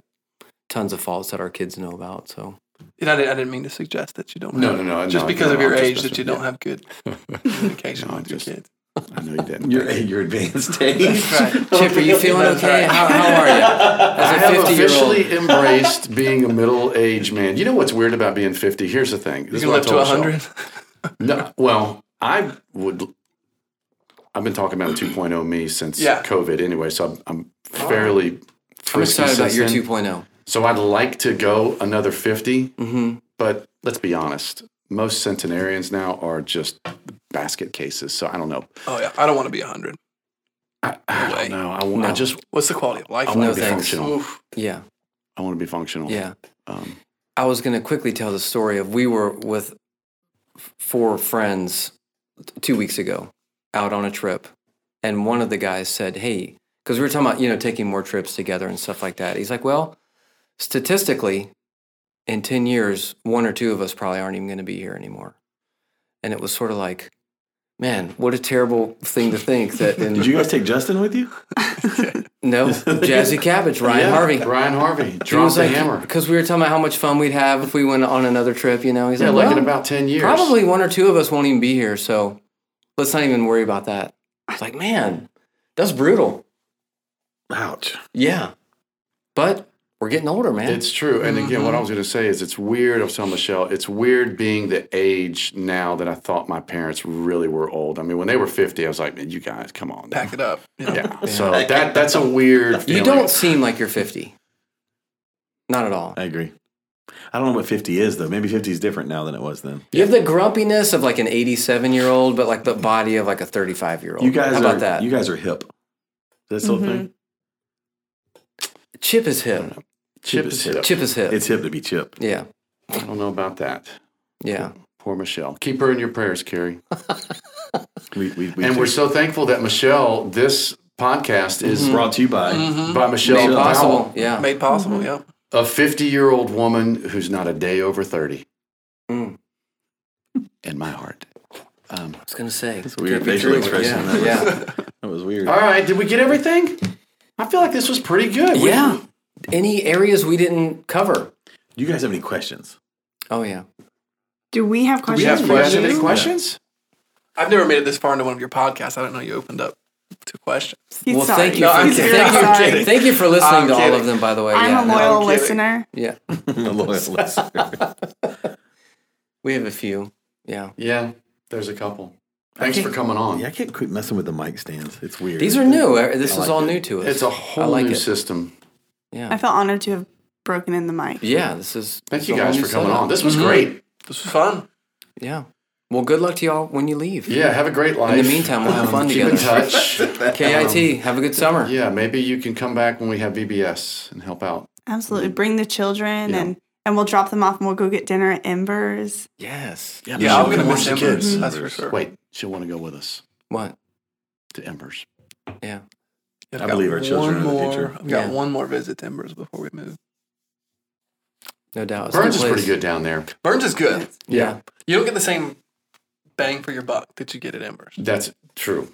Speaker 3: tons of faults that our kids know about. So
Speaker 4: and I, didn't, I didn't mean to suggest that you don't
Speaker 1: No,
Speaker 4: have,
Speaker 1: no, no,
Speaker 4: just
Speaker 1: no,
Speaker 4: because
Speaker 1: no,
Speaker 4: of your
Speaker 1: I'm just
Speaker 4: age that
Speaker 1: messing-
Speaker 4: you don't
Speaker 1: yeah.
Speaker 4: have good communication
Speaker 1: No,
Speaker 4: with
Speaker 1: I'm
Speaker 4: your
Speaker 1: just-
Speaker 4: kids
Speaker 1: I know you didn't.
Speaker 2: Your your advanced age.
Speaker 4: right
Speaker 3: Chip, are you feeling
Speaker 4: That's
Speaker 3: okay?
Speaker 4: right.
Speaker 3: How, how are you?
Speaker 1: I
Speaker 3: As a
Speaker 1: have
Speaker 3: 50 year old.
Speaker 1: officially embraced being a middle-aged man. You know what's weird about being 50? Here's the thing.
Speaker 4: you
Speaker 1: This
Speaker 4: can
Speaker 1: is
Speaker 4: live to
Speaker 1: what I told
Speaker 4: 100
Speaker 1: Michelle. No, well, I would. I've been talking about 2.0 me since
Speaker 4: Yeah.
Speaker 1: COVID anyway, so I'm, I'm fairly.
Speaker 3: I'm excited about your oh.
Speaker 1: two.
Speaker 3: 2.0.
Speaker 1: So I'd like to go another 50,
Speaker 3: Mm-hmm.
Speaker 1: but let's be honest. Most centenarians now are just basket cases. So I don't know.
Speaker 4: oh yeah i don't want to be 100
Speaker 1: I, I
Speaker 4: way.
Speaker 1: don't know. I, wa- I
Speaker 3: No.
Speaker 1: just
Speaker 4: what's the quality of life
Speaker 1: I
Speaker 4: like?
Speaker 1: want to
Speaker 3: No
Speaker 1: be
Speaker 3: thanks.
Speaker 1: functional.
Speaker 4: Oof.
Speaker 3: Yeah.
Speaker 1: I want to be functional.
Speaker 3: Yeah.
Speaker 1: Um,
Speaker 3: I was going to quickly tell the story of we were with f- four friends t- two weeks ago out on a trip. And one of the guys said, Hey, because we were talking about, you know, taking more trips together and stuff like that. He's like, Well, statistically, in 10 years, one or two of us probably aren't even going to be here anymore. And it was sort of like, Man, what a terrible thing to think that in
Speaker 2: Did you guys take Justin with you?
Speaker 3: no Jazzy Cabbage, Ryan
Speaker 1: yeah,
Speaker 3: Harvey.
Speaker 1: Ryan Harvey. Drop the hammer.
Speaker 3: because we were talking about how much fun we'd have if we went on another trip. You know, he's
Speaker 1: Yeah,
Speaker 3: like,
Speaker 1: like
Speaker 3: well,
Speaker 1: in about 10 years.
Speaker 3: Probably one or two of us won't even be here, so let's not even worry about that. It's like, man, that's brutal.
Speaker 2: Ouch.
Speaker 3: Yeah. But we're getting older, man.
Speaker 1: It's true. And again, what I
Speaker 3: Mm-hmm.
Speaker 1: was going to say is it's weird. I was telling Michelle, it's weird being the age now that I thought my parents really were old. I mean, when they were 50, I was like, man, you guys, come on.
Speaker 4: Pack it up. You know?
Speaker 1: Yeah. So that that's a weird
Speaker 3: you
Speaker 1: feeling.
Speaker 3: don't seem like you're 50. Not at all.
Speaker 2: I agree. I don't know what 50 is, though. Maybe 50 is different now than it was then.
Speaker 3: You have the grumpiness of like an 87 year old, but like the body of like a 35 year old.
Speaker 2: You guys
Speaker 3: How
Speaker 2: are,
Speaker 3: about that? Mm-hmm.
Speaker 2: You guys are hip. Is that still a thing?
Speaker 3: Chip is hip.
Speaker 1: Chip is hip.
Speaker 3: Chip is hip.
Speaker 2: It's hip to be chip.
Speaker 3: yeah.
Speaker 1: I don't know about that.
Speaker 3: Yeah.
Speaker 1: Poor Michelle. Keep her in your prayers, Carrie.
Speaker 2: We, we, we
Speaker 1: And
Speaker 2: do.
Speaker 1: we're so thankful that Michelle, this podcast is
Speaker 2: brought to you by.
Speaker 1: by Michelle Powell,
Speaker 3: Made Mm-hmm. possible. Yeah. Mm-hmm.
Speaker 4: Made possible. Yeah.
Speaker 1: a 50 year old woman who's not a day over 30.
Speaker 3: Mm.
Speaker 1: In my heart.
Speaker 3: I was going to say. It's
Speaker 2: weird facial expression.
Speaker 3: Yeah. Yeah.
Speaker 2: That was weird.
Speaker 1: All right. Did we get everything? I feel like this was pretty good. We-
Speaker 3: yeah. Any areas we didn't cover?
Speaker 2: Do you guys have any questions?
Speaker 3: Oh, yeah.
Speaker 5: Do we have
Speaker 1: We
Speaker 5: questions?
Speaker 1: have
Speaker 5: for
Speaker 1: questions.
Speaker 5: you?
Speaker 1: Any questions?
Speaker 4: I've never made it this far into one of your podcasts. I don't know you opened up to questions.
Speaker 5: He's
Speaker 3: well,
Speaker 5: sorry.
Speaker 3: thank you.
Speaker 4: No,
Speaker 3: for,
Speaker 4: I'm
Speaker 5: kidding.
Speaker 3: thank,
Speaker 5: I'm
Speaker 3: you
Speaker 4: kidding.
Speaker 3: thank you for listening
Speaker 4: I'm
Speaker 3: to all of
Speaker 4: kidding.
Speaker 3: them, by the way.
Speaker 5: I'm
Speaker 3: yeah.
Speaker 5: a loyal
Speaker 4: kidding.
Speaker 5: listener.
Speaker 3: yeah.
Speaker 2: The loyal listener.
Speaker 3: We have a few. Yeah.
Speaker 1: Yeah. There's a couple. Thanks for coming on.
Speaker 2: Yeah, I can't quit messing with the mic stands. It's weird.
Speaker 3: These are new. Uh, This is
Speaker 2: like
Speaker 3: all
Speaker 2: it.
Speaker 3: new to us.
Speaker 1: It's a
Speaker 3: I
Speaker 1: whole
Speaker 3: like
Speaker 1: new
Speaker 3: it.
Speaker 1: system.
Speaker 5: I
Speaker 3: Yeah.
Speaker 5: felt honored to have broken in the mic.
Speaker 3: Yeah. This is.
Speaker 1: Thank
Speaker 3: this
Speaker 1: you
Speaker 3: is a whole
Speaker 1: guys
Speaker 3: new
Speaker 1: for coming
Speaker 3: setup. Mm-hmm.
Speaker 1: on. This was great.
Speaker 4: This was fun.
Speaker 3: Yeah. Well, good luck to y'all when you leave.
Speaker 1: Yeah, have a great life. Um,
Speaker 3: meantime, we'll have fun
Speaker 1: keep in
Speaker 3: together.
Speaker 1: touch.
Speaker 3: KIT, have a good summer.
Speaker 1: Um, yeah, maybe you can come back when we have VBS and help out.
Speaker 5: Absolutely.
Speaker 3: Mm-hmm.
Speaker 5: Bring the children
Speaker 1: Yeah.
Speaker 5: and and we'll drop them off and we'll go get dinner at Embers.
Speaker 3: Yes.
Speaker 2: Yeah,
Speaker 4: Yeah, I'm
Speaker 2: Michelle,
Speaker 4: gonna
Speaker 2: come
Speaker 4: miss
Speaker 2: watch the
Speaker 4: Embers.
Speaker 2: kids.
Speaker 4: That's for sure.
Speaker 1: Wait, she'll want to go with us
Speaker 3: What?
Speaker 1: to Embers.
Speaker 3: Yeah.
Speaker 4: I've
Speaker 2: I
Speaker 4: got
Speaker 2: believe our children
Speaker 4: one
Speaker 2: are the
Speaker 4: more,
Speaker 2: future.
Speaker 4: I've got
Speaker 3: Yeah.
Speaker 4: one more visit to Embers before we move.
Speaker 3: No doubt. It's a
Speaker 1: Burns
Speaker 3: good
Speaker 1: is pretty
Speaker 3: place.
Speaker 1: good down there.
Speaker 4: Burns is good.
Speaker 3: Yeah.
Speaker 4: You don't get the same bang for your buck that you get at Embers.
Speaker 1: That's true.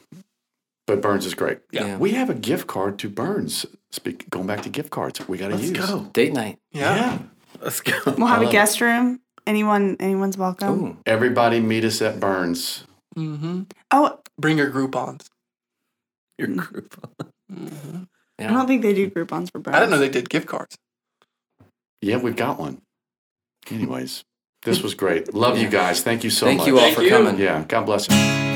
Speaker 1: But Burns is great.
Speaker 4: Yeah.
Speaker 3: Yeah.
Speaker 1: We have a gift card to Burns. Speak going back to gift cards. We got to
Speaker 2: Let's
Speaker 1: use.
Speaker 2: go.
Speaker 3: Date night.
Speaker 4: Yeah.
Speaker 2: Let's go.
Speaker 5: We'll have
Speaker 2: I
Speaker 5: a
Speaker 2: love
Speaker 5: guest room. Anyone anyone's welcome.
Speaker 3: Ooh.
Speaker 1: Everybody meet us at Burns.
Speaker 4: Mm-hmm.
Speaker 5: Oh,
Speaker 4: Bring your Groupons.
Speaker 2: Your
Speaker 3: Mm.
Speaker 2: group.
Speaker 5: I
Speaker 3: Yeah.
Speaker 5: don't think they do Groupons for Burns.
Speaker 4: I didn't know they did gift cards.
Speaker 1: Yeah, we've got one. Anyways, this was great. Love you guys. Thank you so
Speaker 3: Thank
Speaker 1: much.
Speaker 3: you all for
Speaker 4: you.
Speaker 3: coming.
Speaker 1: Yeah, God bless you.